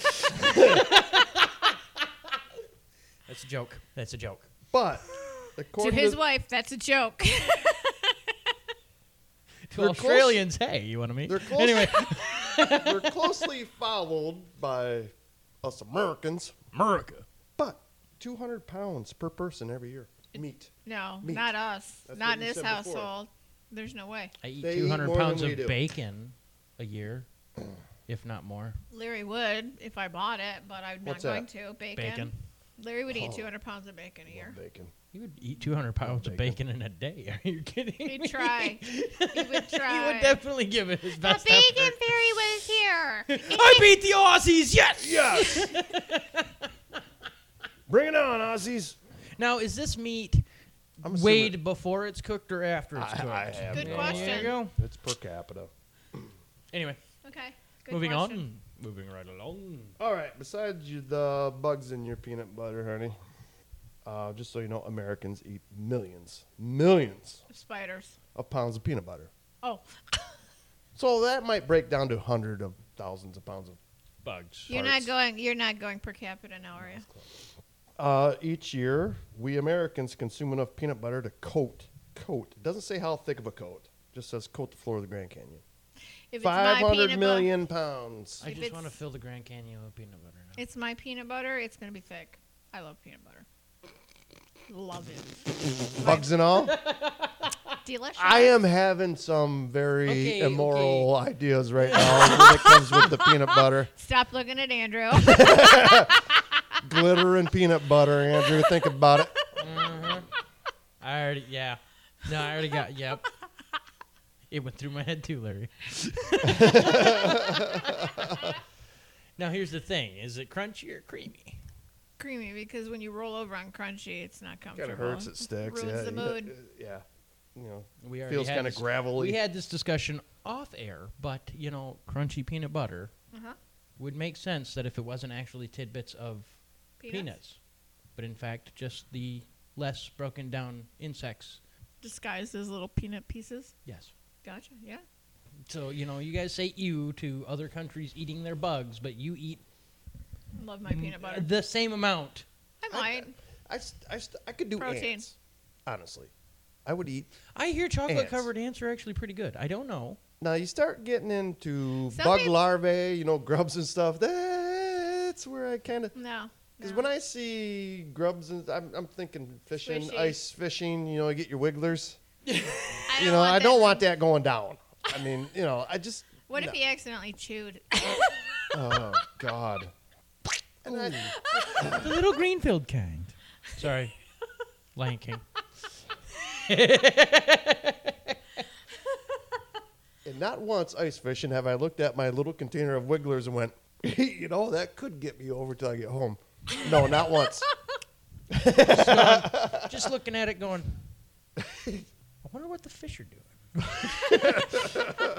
Speaker 2: That's a joke. That's a joke.
Speaker 3: But
Speaker 5: To
Speaker 3: according
Speaker 5: his wife, that's a joke.
Speaker 2: To
Speaker 3: They're close-
Speaker 2: Australians, hey, you want to meet?
Speaker 3: They're close-
Speaker 2: Anyway,
Speaker 3: They're closely followed by us Americans.
Speaker 2: America.
Speaker 3: But 200 pounds per person every year. Meat.
Speaker 5: no,
Speaker 3: Meat.
Speaker 5: not us.
Speaker 3: That's what
Speaker 5: not in
Speaker 3: you
Speaker 5: this
Speaker 3: said before.
Speaker 5: household. There's no way.
Speaker 2: I eat
Speaker 3: They eat
Speaker 2: 200
Speaker 3: more than
Speaker 2: pounds
Speaker 3: we
Speaker 2: of
Speaker 3: do.
Speaker 2: bacon a year, if not more.
Speaker 5: Larry would if I bought it, but I'm not
Speaker 3: What's
Speaker 5: going
Speaker 3: that?
Speaker 5: to. Bacon.
Speaker 2: Bacon.
Speaker 5: Larry would eat
Speaker 3: Oh.
Speaker 5: 200 pounds of bacon a year.
Speaker 3: Bacon.
Speaker 2: You would eat 200 pounds of
Speaker 3: bacon.
Speaker 2: bacon in a day. Are you kidding?
Speaker 5: He'd
Speaker 2: me?
Speaker 5: try. he would
Speaker 2: He
Speaker 5: try.
Speaker 2: would definitely give it his
Speaker 5: the
Speaker 2: best
Speaker 5: bacon
Speaker 2: effort.
Speaker 5: fairy was here.
Speaker 2: I beat the Aussies. Yes.
Speaker 3: Yes! Bring it on, Aussies.
Speaker 2: Now, is this meat
Speaker 3: I'm assuming-
Speaker 2: weighed before it's cooked or after it's cooked?
Speaker 3: I, I have
Speaker 5: Good
Speaker 3: no
Speaker 5: question.
Speaker 2: There
Speaker 3: idea.
Speaker 2: you go.
Speaker 3: It's per capita.
Speaker 2: Anyway,
Speaker 5: Okay. Good
Speaker 2: moving
Speaker 5: question.
Speaker 2: on. Moving right along.
Speaker 3: All right, besides you, the bugs in your peanut butter, honey, uh, just so you know, Americans eat millions, millions
Speaker 5: Spiders.
Speaker 3: of pounds of peanut butter.
Speaker 5: Oh,
Speaker 3: So that might break down to hundreds of thousands of pounds of
Speaker 2: Bugs.
Speaker 5: you're not
Speaker 3: Farts.
Speaker 5: going. You're not going per capita now, are you?
Speaker 3: Uh, each year, we Americans consume enough peanut butter to coat. Coat. It doesn't say how thick of a coat. It just says coat the floor of the Grand Canyon.
Speaker 5: If
Speaker 3: Five
Speaker 5: it's my
Speaker 3: hundred
Speaker 5: peanut
Speaker 3: million pounds.
Speaker 2: I
Speaker 5: If
Speaker 2: just
Speaker 5: it's-
Speaker 2: want to fill the Grand Canyon with peanut butter now.
Speaker 5: butter, it's my peanut butter. It's gonna be thick. I love peanut butter. Love it.
Speaker 3: Bugs and all.
Speaker 5: Delicious.
Speaker 3: I am having some very
Speaker 2: Okay,
Speaker 3: immoral ideas right now when it comes with the peanut butter.
Speaker 5: Stop looking at Andrew.
Speaker 3: Glitter and peanut butter, Andrew. Think about it.
Speaker 2: I already, yeah. No, I already got, yep. It went through my head too, Larry. now, here's the thing is it crunchy or creamy?
Speaker 5: Creamy because when you roll over on crunchy, it's not
Speaker 3: Kind
Speaker 5: comfortable.
Speaker 3: of hurts. It sticks.
Speaker 5: Ruins
Speaker 3: yeah,
Speaker 5: the
Speaker 3: you- uh,
Speaker 5: mood.
Speaker 3: yeah. You know,
Speaker 2: We already
Speaker 3: feels
Speaker 2: had
Speaker 3: kind of
Speaker 2: this- We
Speaker 3: gravelly.
Speaker 2: had this discussion off air, but, you know, crunchy peanut butter
Speaker 5: Uh-huh.
Speaker 2: would make sense that if it wasn't actually tidbits of peanuts. But in fact, just the less broken down insects.
Speaker 5: Disguised as little peanut pieces.
Speaker 2: Yes.
Speaker 5: Gotcha. Yeah.
Speaker 2: So you know, you guys say "you" to other countries eating their bugs, but you eat
Speaker 5: I Love
Speaker 2: Mm,
Speaker 5: my peanut butter.
Speaker 2: the same amount.
Speaker 5: I might.
Speaker 3: I, st- I, st- I could do
Speaker 5: Protein.
Speaker 3: ants. Honestly, I would eat.
Speaker 2: I hear chocolate
Speaker 3: Ants.
Speaker 2: covered ants are actually pretty good. I don't know.
Speaker 3: Now you start getting into
Speaker 5: Some
Speaker 3: bug
Speaker 5: people-
Speaker 3: larvae, you know, grubs and stuff. That's where I kind of
Speaker 5: No.
Speaker 3: because
Speaker 5: no.
Speaker 3: when I see grubs and I'm, I'm thinking fishing,
Speaker 5: Swishy.
Speaker 3: ice fishing. You know, you get your wigglers.
Speaker 5: I
Speaker 3: you know, I don't
Speaker 5: that.
Speaker 3: want that going down. I mean, you know, I just.
Speaker 5: What if
Speaker 3: no.
Speaker 5: he accidentally chewed?
Speaker 3: Oh God. And I,
Speaker 2: The little Greenfield kind. Sorry. Lion King.
Speaker 3: and not once ice fishing have I looked at my little container of wigglers and went, you know, that could get me over till I get home. No, not once.
Speaker 2: Just looking at it going, I wonder what the fish are doing.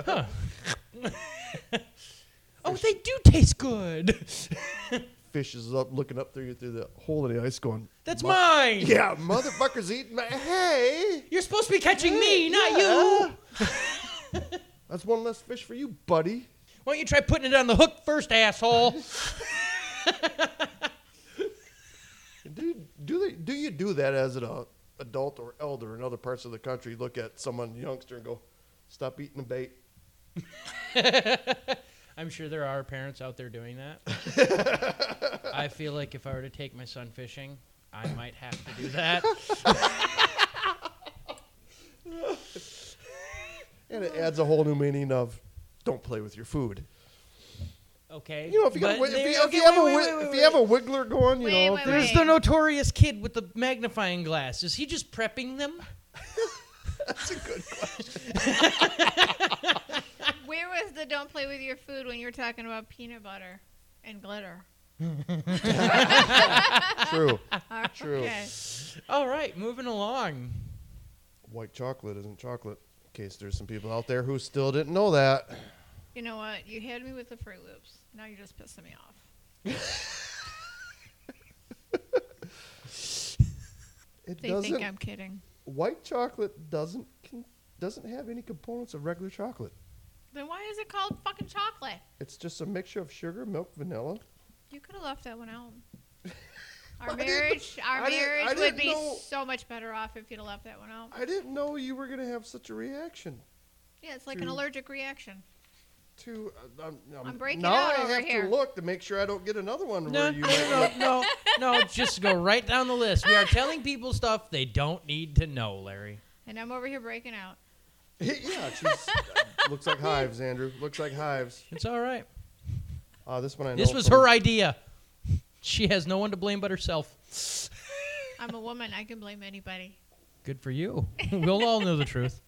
Speaker 2: Huh. oh, they do taste good.
Speaker 3: Fish is up looking up through through the hole in the ice, going,
Speaker 2: That's
Speaker 3: "Mo-
Speaker 2: mine.
Speaker 3: Yeah, motherfuckers eating my hey.
Speaker 2: You're supposed to be catching me, not you.
Speaker 3: That's one less fish for you, buddy.
Speaker 2: Why don't you try putting it on the hook first, asshole?
Speaker 3: Do do they, do you do that as an uh, adult or elder in other parts of the country? Look at someone youngster and go, "Stop eating the bait."
Speaker 2: I'm sure there are parents out there doing that. I feel like if I were to take my son fishing, I might have to do that.
Speaker 3: And it adds a whole new meaning of, "Don't play with your food."
Speaker 2: Okay.
Speaker 3: You know, if you, got, a
Speaker 2: but
Speaker 3: wi- if
Speaker 2: there-
Speaker 3: you, if
Speaker 2: okay,
Speaker 3: you have
Speaker 2: wait,
Speaker 3: a
Speaker 2: wait,
Speaker 3: wi-
Speaker 2: wait,
Speaker 3: if
Speaker 2: wait,
Speaker 3: you have a wiggler going, you
Speaker 5: Wait,
Speaker 3: know,
Speaker 5: wait,
Speaker 3: if
Speaker 5: wait.
Speaker 3: there's
Speaker 2: There's the notorious kid with the magnifying glass. Is he just prepping them?
Speaker 3: that's a good question.
Speaker 5: Where was the don't play with your food when you were talking about peanut butter and glitter?
Speaker 3: True.
Speaker 5: All right,
Speaker 3: True.
Speaker 5: okay.
Speaker 2: All right, moving along.
Speaker 3: White chocolate isn't chocolate. In case there's some people out there who still didn't know that.
Speaker 5: You know what? You had me with the Fruit Loops. Now you're just pissing me off.
Speaker 3: It
Speaker 5: They
Speaker 3: doesn't
Speaker 5: think I'm kidding.
Speaker 3: white chocolate doesn't con- doesn't have any components of regular chocolate.
Speaker 5: Then why is it called fucking chocolate?
Speaker 3: It's just a mixture of sugar, milk, vanilla.
Speaker 5: You could have left that one out.
Speaker 3: I
Speaker 5: Our
Speaker 3: didn't-
Speaker 5: marriage, our
Speaker 3: I didn't- I
Speaker 5: marriage would
Speaker 3: didn't
Speaker 5: be
Speaker 3: know-
Speaker 5: so much better off if you'd have left that one out.
Speaker 3: I didn't know you were gonna have such a reaction
Speaker 5: Yeah, it's like an
Speaker 3: Dude.
Speaker 5: allergic reaction.
Speaker 3: to. Uh, um, um,
Speaker 5: I'm breaking
Speaker 3: now
Speaker 5: out
Speaker 3: I
Speaker 5: over
Speaker 3: have
Speaker 5: here.
Speaker 3: to look to make sure I don't get another one
Speaker 2: No,
Speaker 3: where
Speaker 2: no,
Speaker 3: you.
Speaker 2: no, no, no, Just go right down the list. We are telling people stuff they don't need to know, Larry.
Speaker 5: And I'm over here breaking out.
Speaker 3: yeah, she's, uh, looks like hives, Andrew. Looks like hives.
Speaker 2: It's all right.
Speaker 3: Uh, this one I know.
Speaker 2: This was
Speaker 3: from-
Speaker 2: her idea. She has no one to blame but herself.
Speaker 5: I'm a woman. I can blame anybody.
Speaker 2: Good for you. We'll all know the truth.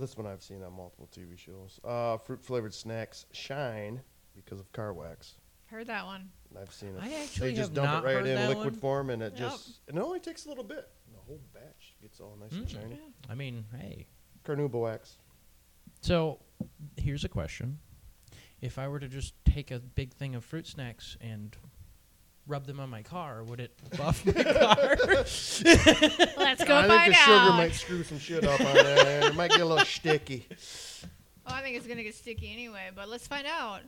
Speaker 3: This one I've seen on multiple TV shows. Uh, fruit flavored snacks shine because of car wax.
Speaker 5: Heard that one.
Speaker 3: I've seen it.
Speaker 2: I actually
Speaker 3: they just
Speaker 2: have
Speaker 3: dump
Speaker 2: not
Speaker 3: it right
Speaker 2: heard
Speaker 3: in
Speaker 2: that
Speaker 3: liquid
Speaker 2: one.
Speaker 3: form, and it
Speaker 5: Yep.
Speaker 3: just it only takes a little bit. The whole batch gets all
Speaker 2: Hmm.
Speaker 3: nice and shiny.
Speaker 2: I mean, hey.
Speaker 3: Carnauba wax.
Speaker 2: So, here's a question: If I were to just take a big thing of fruit snacks and rub them on my car, would it buff my car?
Speaker 5: Let's go
Speaker 3: I
Speaker 5: find
Speaker 3: think the
Speaker 5: out.
Speaker 3: sugar might screw some shit up on that. It might get a little sticky.
Speaker 5: Well, I think it's gonna get sticky anyway, but let's find out.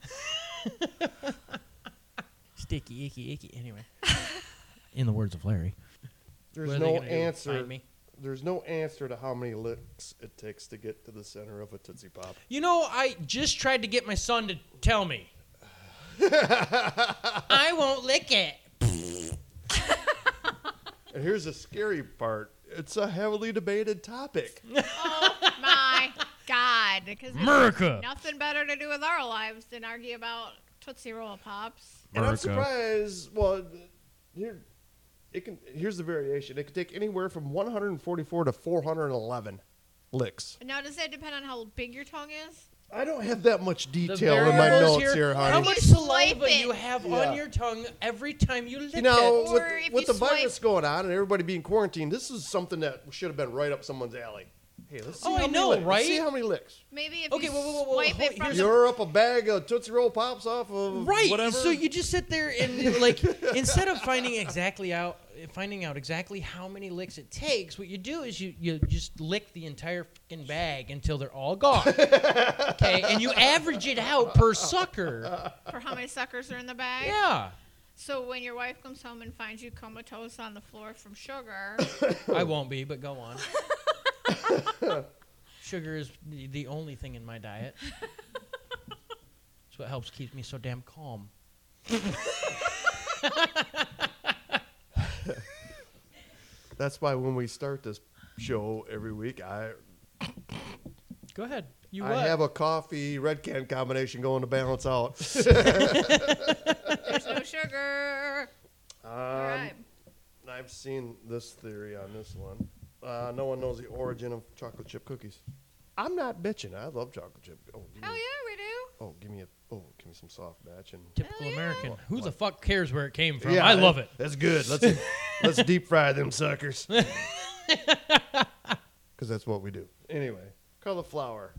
Speaker 2: Sticky, icky, icky. Anyway, in the words of Larry,
Speaker 3: There's
Speaker 2: what are they
Speaker 3: no
Speaker 2: gonna do,
Speaker 3: answer.
Speaker 2: find me?
Speaker 3: There's no answer to how many licks it takes to get to the center of a tootsie pop.
Speaker 2: You know, I just tried to get my son to tell me. I won't lick it.
Speaker 3: And here's the scary part: it's a heavily debated topic.
Speaker 5: Oh My God, because there's
Speaker 2: America.
Speaker 5: nothing better to do with our lives than argue about Tootsie Roll Pops.
Speaker 3: And I'm
Speaker 2: Marco.
Speaker 3: surprised. Well, here, it can. Here's the variation. It can take anywhere from 144 to 411 licks.
Speaker 5: Now, does that depend on how big your tongue is?
Speaker 3: I don't have that much
Speaker 2: The
Speaker 3: detail in my
Speaker 2: variables
Speaker 3: notes here, honey.
Speaker 2: How much
Speaker 5: You swipe
Speaker 2: saliva
Speaker 5: it.
Speaker 2: you have
Speaker 3: Yeah.
Speaker 2: on your tongue every time you lick
Speaker 3: you know,
Speaker 2: it?
Speaker 5: Or
Speaker 3: with,
Speaker 5: if
Speaker 3: with
Speaker 5: you
Speaker 3: the virus going on and everybody being quarantined, this is something that should have been right up someone's alley. Okay, let's see.
Speaker 2: Oh,
Speaker 3: how
Speaker 2: I
Speaker 3: many
Speaker 2: know,
Speaker 3: licks. Let's
Speaker 2: right?
Speaker 3: See how many licks.
Speaker 5: Maybe if
Speaker 2: Okay,
Speaker 5: you
Speaker 2: whoa, whoa, whoa, whoa,
Speaker 5: swipe
Speaker 2: hold-
Speaker 5: it from
Speaker 2: here's
Speaker 5: the
Speaker 3: You're up a bag of Tootsie Roll Pops off of
Speaker 2: Right.
Speaker 3: whatever.
Speaker 2: So you just sit there and like instead of finding exactly out finding out exactly how many licks it takes, what you do is you you just lick the entire fucking bag until they're all gone. okay, and you average it out per sucker.
Speaker 5: for how many suckers are in the bag.
Speaker 2: Yeah.
Speaker 5: So when your wife comes home and finds you comatose on the floor from sugar,
Speaker 2: I won't be, but go on. Sugar is the the only thing in my diet. It's what helps keep me so damn calm.
Speaker 3: That's why when we start this show every week, I
Speaker 2: Go ahead. You
Speaker 3: I
Speaker 2: what?
Speaker 3: have a coffee red can combination going to balance out.
Speaker 5: there's no sugar.
Speaker 3: Um,
Speaker 5: All right.
Speaker 3: I've seen this theory on this one. Uh, no one knows the origin of chocolate chip cookies. I'm not bitching. I love chocolate chip. Oh, give me,
Speaker 5: Hell yeah, we do.
Speaker 3: oh, give me a oh, give me some soft batch and
Speaker 2: Typical
Speaker 5: Hell yeah.
Speaker 2: American. Who the fuck cares where it came from?
Speaker 3: Yeah,
Speaker 2: I love it.
Speaker 3: That's good. Let's let's deep fry them suckers. Because that's what we do. Anyway, color flour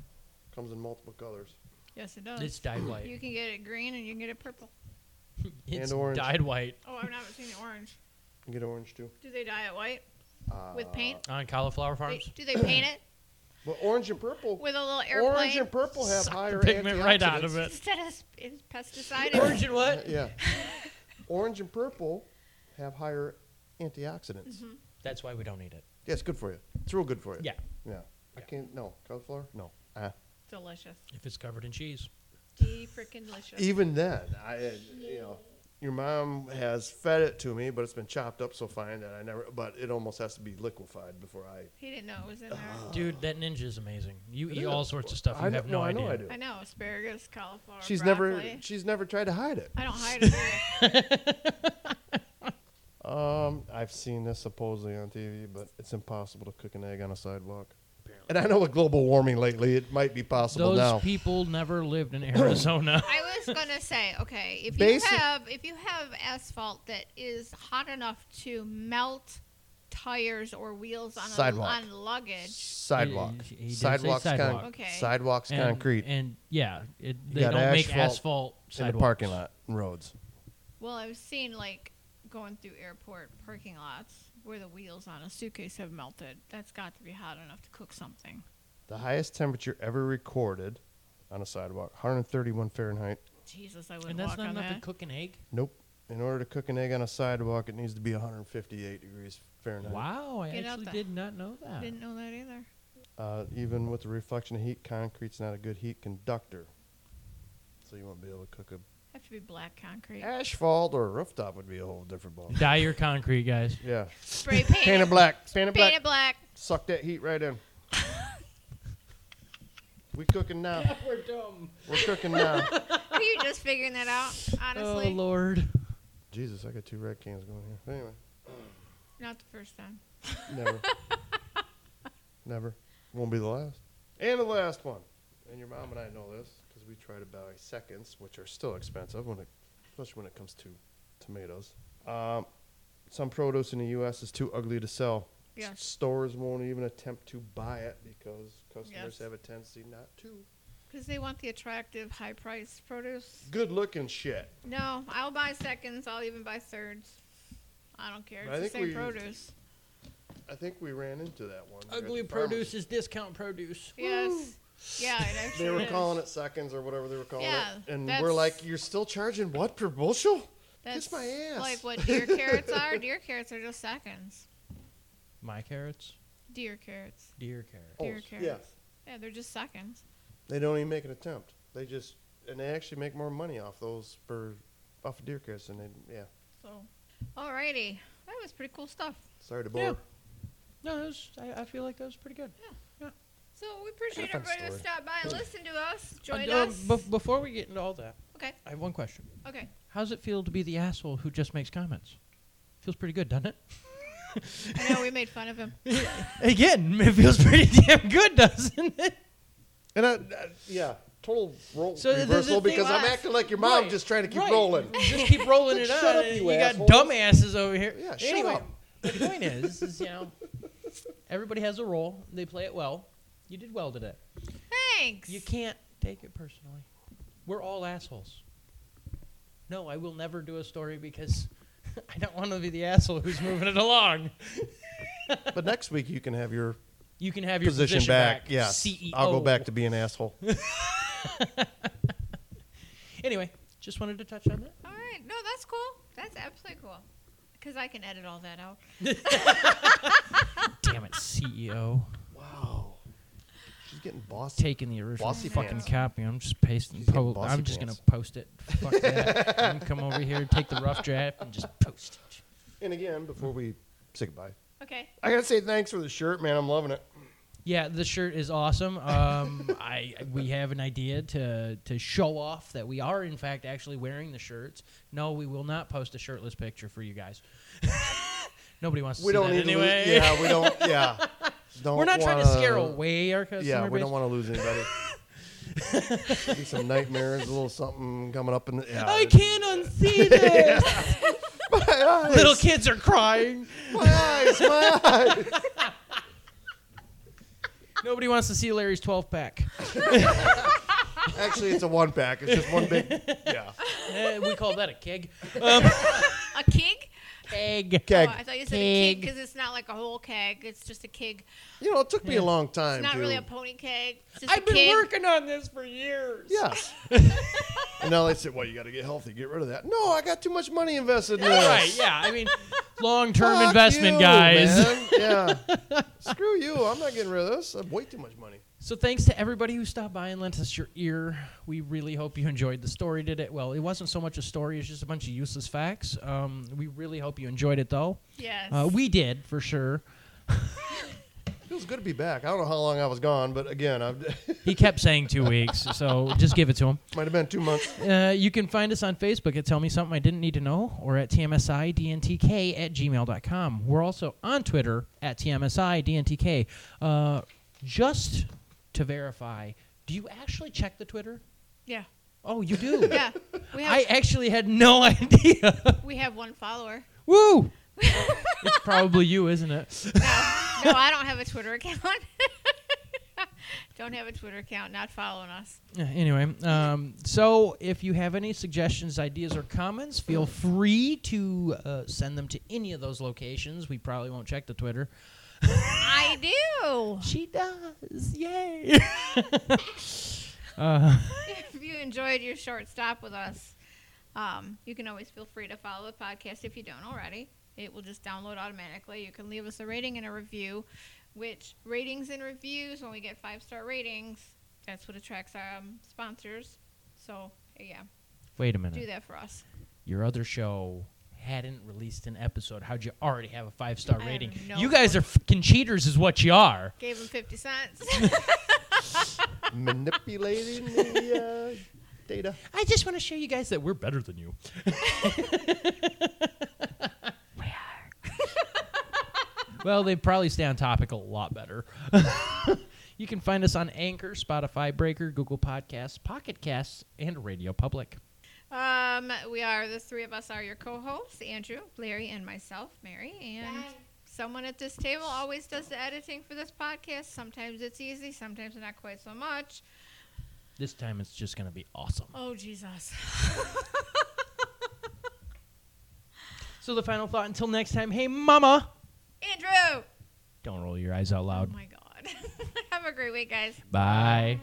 Speaker 3: comes in multiple colors.
Speaker 5: Yes, it does.
Speaker 2: It's dyed white.
Speaker 5: you can get it green and you can get it purple.
Speaker 2: It's
Speaker 3: And orange.
Speaker 2: dyed white
Speaker 5: Oh, I've never seen the orange.
Speaker 3: You get orange too.
Speaker 5: Do they dye it white
Speaker 3: Uh,
Speaker 5: with paint?
Speaker 2: on cauliflower
Speaker 5: They,
Speaker 2: farms.
Speaker 5: do they paint it
Speaker 3: But orange and pigment purple.
Speaker 5: with a little airplane
Speaker 3: Orange and purple have
Speaker 2: Suck the
Speaker 3: higher
Speaker 2: pigment right out of
Speaker 3: antioxidants.
Speaker 2: it.
Speaker 5: instead of sp- it's pesticide?
Speaker 2: Orange and what?
Speaker 3: Yeah. orange and purple have higher antioxidants.
Speaker 2: That's why we don't eat it.
Speaker 3: Yeah, it's good for you. It's real good for you.
Speaker 2: Yeah,
Speaker 3: Yeah. I
Speaker 2: Yeah.
Speaker 3: can't. No. Cauliflower? No. Uh,
Speaker 5: delicious.
Speaker 2: if it's covered in cheese.
Speaker 5: D freaking delicious.
Speaker 3: even then, I, uh, you know, your mom has fed it to me, but it's been chopped up so fine that I never. But it almost has to be liquefied before I.
Speaker 5: He didn't know it was in there.
Speaker 3: Oh.
Speaker 2: Dude, that ninja is amazing. You eat
Speaker 3: Uh, is.
Speaker 2: all sorts of stuff. You
Speaker 3: I
Speaker 2: have no,
Speaker 3: I
Speaker 2: idea.
Speaker 3: know I do.
Speaker 5: I know asparagus, cauliflower.
Speaker 3: she's
Speaker 5: broccoli.
Speaker 3: never. She's never tried to hide it.
Speaker 5: I don't hide it. either.
Speaker 3: Um, I've seen this supposedly on TV, but it's impossible to cook an egg on a sidewalk. And I know with global warming lately, it might be possible
Speaker 2: Those
Speaker 3: now.
Speaker 2: people never lived in Arizona.
Speaker 5: I was gonna say, okay, if
Speaker 3: Basic-
Speaker 5: you have if you have asphalt that is hot enough to melt tires or wheels on a,
Speaker 3: Sidewalk.
Speaker 5: on luggage,
Speaker 3: sidewalk,
Speaker 2: He- he did say
Speaker 3: sidewalks,
Speaker 2: sidewalk.
Speaker 3: con-
Speaker 5: Okay.
Speaker 3: sidewalks,
Speaker 2: And-
Speaker 3: concrete
Speaker 2: And yeah, it, they
Speaker 3: got
Speaker 2: don't make
Speaker 3: asphalt
Speaker 2: asphalt
Speaker 3: in
Speaker 2: sidewalks.
Speaker 3: the parking lot and roads.
Speaker 5: well, I've seen like going through airport parking lots where the wheels on a suitcase have melted. That's got to be hot enough to cook something.
Speaker 3: The highest temperature ever recorded on a sidewalk, 131 Fahrenheit.
Speaker 5: Jesus, I wouldn't
Speaker 2: And that's
Speaker 5: walk
Speaker 2: not
Speaker 5: on
Speaker 2: enough to
Speaker 5: that.
Speaker 2: cook an egg.
Speaker 3: Nope. In order to cook an egg on a sidewalk, it needs to be 158 degrees Fahrenheit.
Speaker 2: Wow, I
Speaker 5: Get out
Speaker 2: actually
Speaker 5: the-
Speaker 2: did not know that.
Speaker 5: Didn't know that either.
Speaker 3: Uh, even with the reflection of heat, concrete's not a good heat conductor. So you won't be able to cook a
Speaker 5: Have to be black concrete.
Speaker 3: Eh, asphalt or a rooftop would be a whole different ball.
Speaker 2: Dye your concrete, guys.
Speaker 3: yeah.
Speaker 5: Spray paint.
Speaker 3: Paint it black. Paint it
Speaker 5: Paint
Speaker 3: black.
Speaker 5: it black.
Speaker 3: Suck that heat right in. we cooking now.
Speaker 2: We're dumb.
Speaker 3: We're cooking now.
Speaker 5: Are you just figuring that out?
Speaker 2: Oh
Speaker 5: Honestly,
Speaker 2: Lord.
Speaker 3: Jesus, I got two red cans going here. But Anyway.
Speaker 5: not the first time.
Speaker 3: Never. Never. Won't be the last. And the last one. And your mom and I know this because we try to buy seconds, which are still expensive when it, especially when it comes to tomatoes. Um, some produce in the U.S. is too ugly to sell.
Speaker 5: Yeah.
Speaker 3: S- Stores won't even attempt to buy it because customers
Speaker 5: Yes.
Speaker 3: have a tendency not to.
Speaker 5: Because they want the attractive, high-priced produce.
Speaker 3: Good looking shit.
Speaker 5: No, I'll buy seconds. I'll even buy thirds. I don't care.
Speaker 3: But I
Speaker 5: It's the
Speaker 3: think
Speaker 5: same
Speaker 3: we-
Speaker 5: produce.
Speaker 3: I think we ran into that one. here at
Speaker 2: Ugly
Speaker 3: the farmer's.
Speaker 2: produce is discount produce.
Speaker 5: Yes. Yeah, it actually
Speaker 3: They were
Speaker 5: is.
Speaker 3: calling it seconds or whatever they were calling
Speaker 5: Yeah,
Speaker 3: it. And we're
Speaker 5: that's-
Speaker 3: like, you're still charging what per bushel?
Speaker 5: That's
Speaker 3: Kiss my ass.
Speaker 5: Like what deer carrots are. Deer carrots are just seconds.
Speaker 2: My carrots,
Speaker 5: Deer carrots.
Speaker 2: deer carrots.
Speaker 5: Deer
Speaker 3: Oh,
Speaker 5: carrots.
Speaker 3: yeah.
Speaker 5: Yeah, they're just seconds.
Speaker 3: They don't even make an attempt. They just and they actually make more money off those for off of deer kiss and they yeah.
Speaker 5: So, alrighty, that was pretty cool stuff.
Speaker 3: Sorry to bore. Yeah.
Speaker 2: No, that was, I, I feel like that was pretty good.
Speaker 5: So we appreciate
Speaker 3: Had a fun
Speaker 5: everybody who
Speaker 3: story.
Speaker 5: stopped by and listened to us, joined
Speaker 2: Uh, uh,
Speaker 5: us.
Speaker 2: bef- before we get into all that,
Speaker 5: okay,
Speaker 2: I have one question.
Speaker 5: okay.
Speaker 2: How's it feel to be the asshole who just makes comments? Feels pretty good, doesn't it?
Speaker 5: I know we made fun of him.
Speaker 2: Again, it feels pretty damn good, doesn't it?
Speaker 3: And I, I- yeah, total roll
Speaker 2: So the- the
Speaker 3: reversal
Speaker 2: thing
Speaker 3: because I'm
Speaker 5: was-
Speaker 3: acting like your mom
Speaker 2: Right,
Speaker 3: just trying to keep
Speaker 2: right.
Speaker 3: rolling.
Speaker 2: Just keep rolling it
Speaker 3: Shut
Speaker 2: on.
Speaker 3: up,
Speaker 2: and
Speaker 3: you
Speaker 2: you got
Speaker 3: assholes.
Speaker 2: dumbasses over here.
Speaker 3: Yeah, shut
Speaker 2: anyway,
Speaker 3: up.
Speaker 2: the point is, is, you know, everybody has a role. They play it well. You did well today.
Speaker 5: Thanks.
Speaker 2: You can't take it personally. We're all assholes. No, I will never do a story because I don't want to be the asshole who's moving it along.
Speaker 3: But next week you can have your
Speaker 2: You can have your
Speaker 3: position back.
Speaker 2: Yeah,
Speaker 3: Yes. I'll go back to be an asshole.
Speaker 2: Anyway, just wanted to touch on that.
Speaker 5: All right. No, that's cool. That's absolutely cool. Because I can edit all that out.
Speaker 2: Damn it, E CEO.
Speaker 3: wow. She's getting bossy.
Speaker 2: Taking the original
Speaker 3: Bossy
Speaker 2: fucking
Speaker 3: pants.
Speaker 2: copy. I'm just pasting.
Speaker 3: She's getting
Speaker 2: po-
Speaker 3: bossy
Speaker 2: I'm just
Speaker 3: pants.
Speaker 2: gonna post it. Fuck that. I'm gonna come over here, take the rough draft, and just post it.
Speaker 3: And again, before we say goodbye,
Speaker 5: Okay.
Speaker 3: I gotta say thanks for the shirt, man. I'm loving it.
Speaker 2: Yeah, the shirt is awesome. Um, I we have an idea to to show off that we are in fact actually wearing the shirts. No, we will not post a shirtless picture for you guys. Nobody wants to
Speaker 3: We
Speaker 2: see
Speaker 3: don't
Speaker 2: that
Speaker 3: need to
Speaker 2: anyway.
Speaker 3: lose, yeah, we don't yeah. Don't
Speaker 2: We're not trying to
Speaker 3: wanna-
Speaker 2: scare away our customer
Speaker 3: Yeah, we
Speaker 2: base.
Speaker 3: don't want to lose anybody. Maybe some nightmares, a little something coming up in the yeah,
Speaker 2: I can't unsee this.
Speaker 3: my eyes,
Speaker 2: Little kids are crying.
Speaker 3: my eyes, my eyes.
Speaker 2: Nobody wants to see Larry's 12 pack.
Speaker 3: Actually, it's a one pack. It's just one big yeah
Speaker 2: Eh, we call that a keg.
Speaker 5: A keg?
Speaker 2: Keg.
Speaker 3: keg.
Speaker 5: Oh, I thought you said a keg
Speaker 2: Keg.
Speaker 5: because it's not like a whole keg. It's just a keg.
Speaker 3: You know, it took me a long time.
Speaker 5: It's not
Speaker 3: to,
Speaker 5: really a pony keg. It's just
Speaker 2: I've
Speaker 5: a
Speaker 2: been
Speaker 5: keg.
Speaker 2: working on this for years.
Speaker 3: Yes. and now they said, well, you got to get healthy, get rid of that. No, I got too much money invested in this.
Speaker 2: Right, yeah. I mean, long term
Speaker 3: Fuck
Speaker 2: investment,
Speaker 3: you,
Speaker 2: guys.
Speaker 3: man. Yeah. Screw you. I'm not getting rid of this. I have way too much money.
Speaker 2: So thanks to everybody who stopped by and lent us your ear. We really hope you enjoyed the story today. Well, it wasn't so much a story; it's just a bunch of useless facts. Um, we really hope you enjoyed it, though.
Speaker 5: Yes.
Speaker 2: Uh, we did for sure.
Speaker 3: Feels good to be back. I don't know how long I was gone, but again, I
Speaker 2: He kept saying two weeks, so just give it to him.
Speaker 3: might have been two months.
Speaker 2: Uh, you can find us on Facebook at Tell Me Something I Didn't Need to Know or at TMSIDNTK at gmail.com. We're also on Twitter at TMSIDNTK. Uh, just to verify, do you actually check the Twitter?
Speaker 5: Yeah.
Speaker 2: Oh, you do?
Speaker 5: Yeah. We have,
Speaker 2: I actually had no idea.
Speaker 5: we have one follower.
Speaker 2: Woo! it's probably you, isn't it?
Speaker 5: No, I don't have a Twitter account. don't have a Twitter account. Not following us.
Speaker 2: Uh, Anyway, um, so if you have any suggestions, ideas, or comments, feel free to uh, send them to any of those locations. We probably won't check the Twitter.
Speaker 5: I do.
Speaker 2: She does. Yay. Uh,
Speaker 5: if you enjoyed your short stop with us, um, you can always feel free to follow the podcast if you don't already. It will just download automatically. You can leave us a rating and a review, which ratings and reviews, when we get five star ratings, that's what attracts our um, sponsors. So, yeah,
Speaker 2: Wait a
Speaker 5: do
Speaker 2: minute.
Speaker 5: that for us.
Speaker 2: Your other show hadn't released an episode. How'd you already have a five star
Speaker 5: I have
Speaker 2: rating?
Speaker 5: no
Speaker 2: you guys are fucking cheaters, is what you are.
Speaker 5: Gave them 50 cents.
Speaker 3: Manipulating the uh, data.
Speaker 2: I just want to show you guys that we're better than you. well, they probably stay on topic a lot better. you can find us on Anchor, Spotify, Breaker, Google Podcasts, Pocket Casts, and Radio Public.
Speaker 5: um, we are, the three of us are your co hosts Andrew, Larry, and myself, Mary. And. Someone at this table always does the editing for this podcast. Sometimes it's easy, sometimes not quite so much.
Speaker 2: This time it's just going to be awesome.
Speaker 5: Oh, Jesus.
Speaker 2: So the final thought until next time, hey mama,
Speaker 5: Andrew!
Speaker 2: don't roll your eyes out
Speaker 5: Oh,
Speaker 2: loud.
Speaker 5: my God. Have a great week, guys.
Speaker 2: Bye.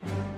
Speaker 6: Bye.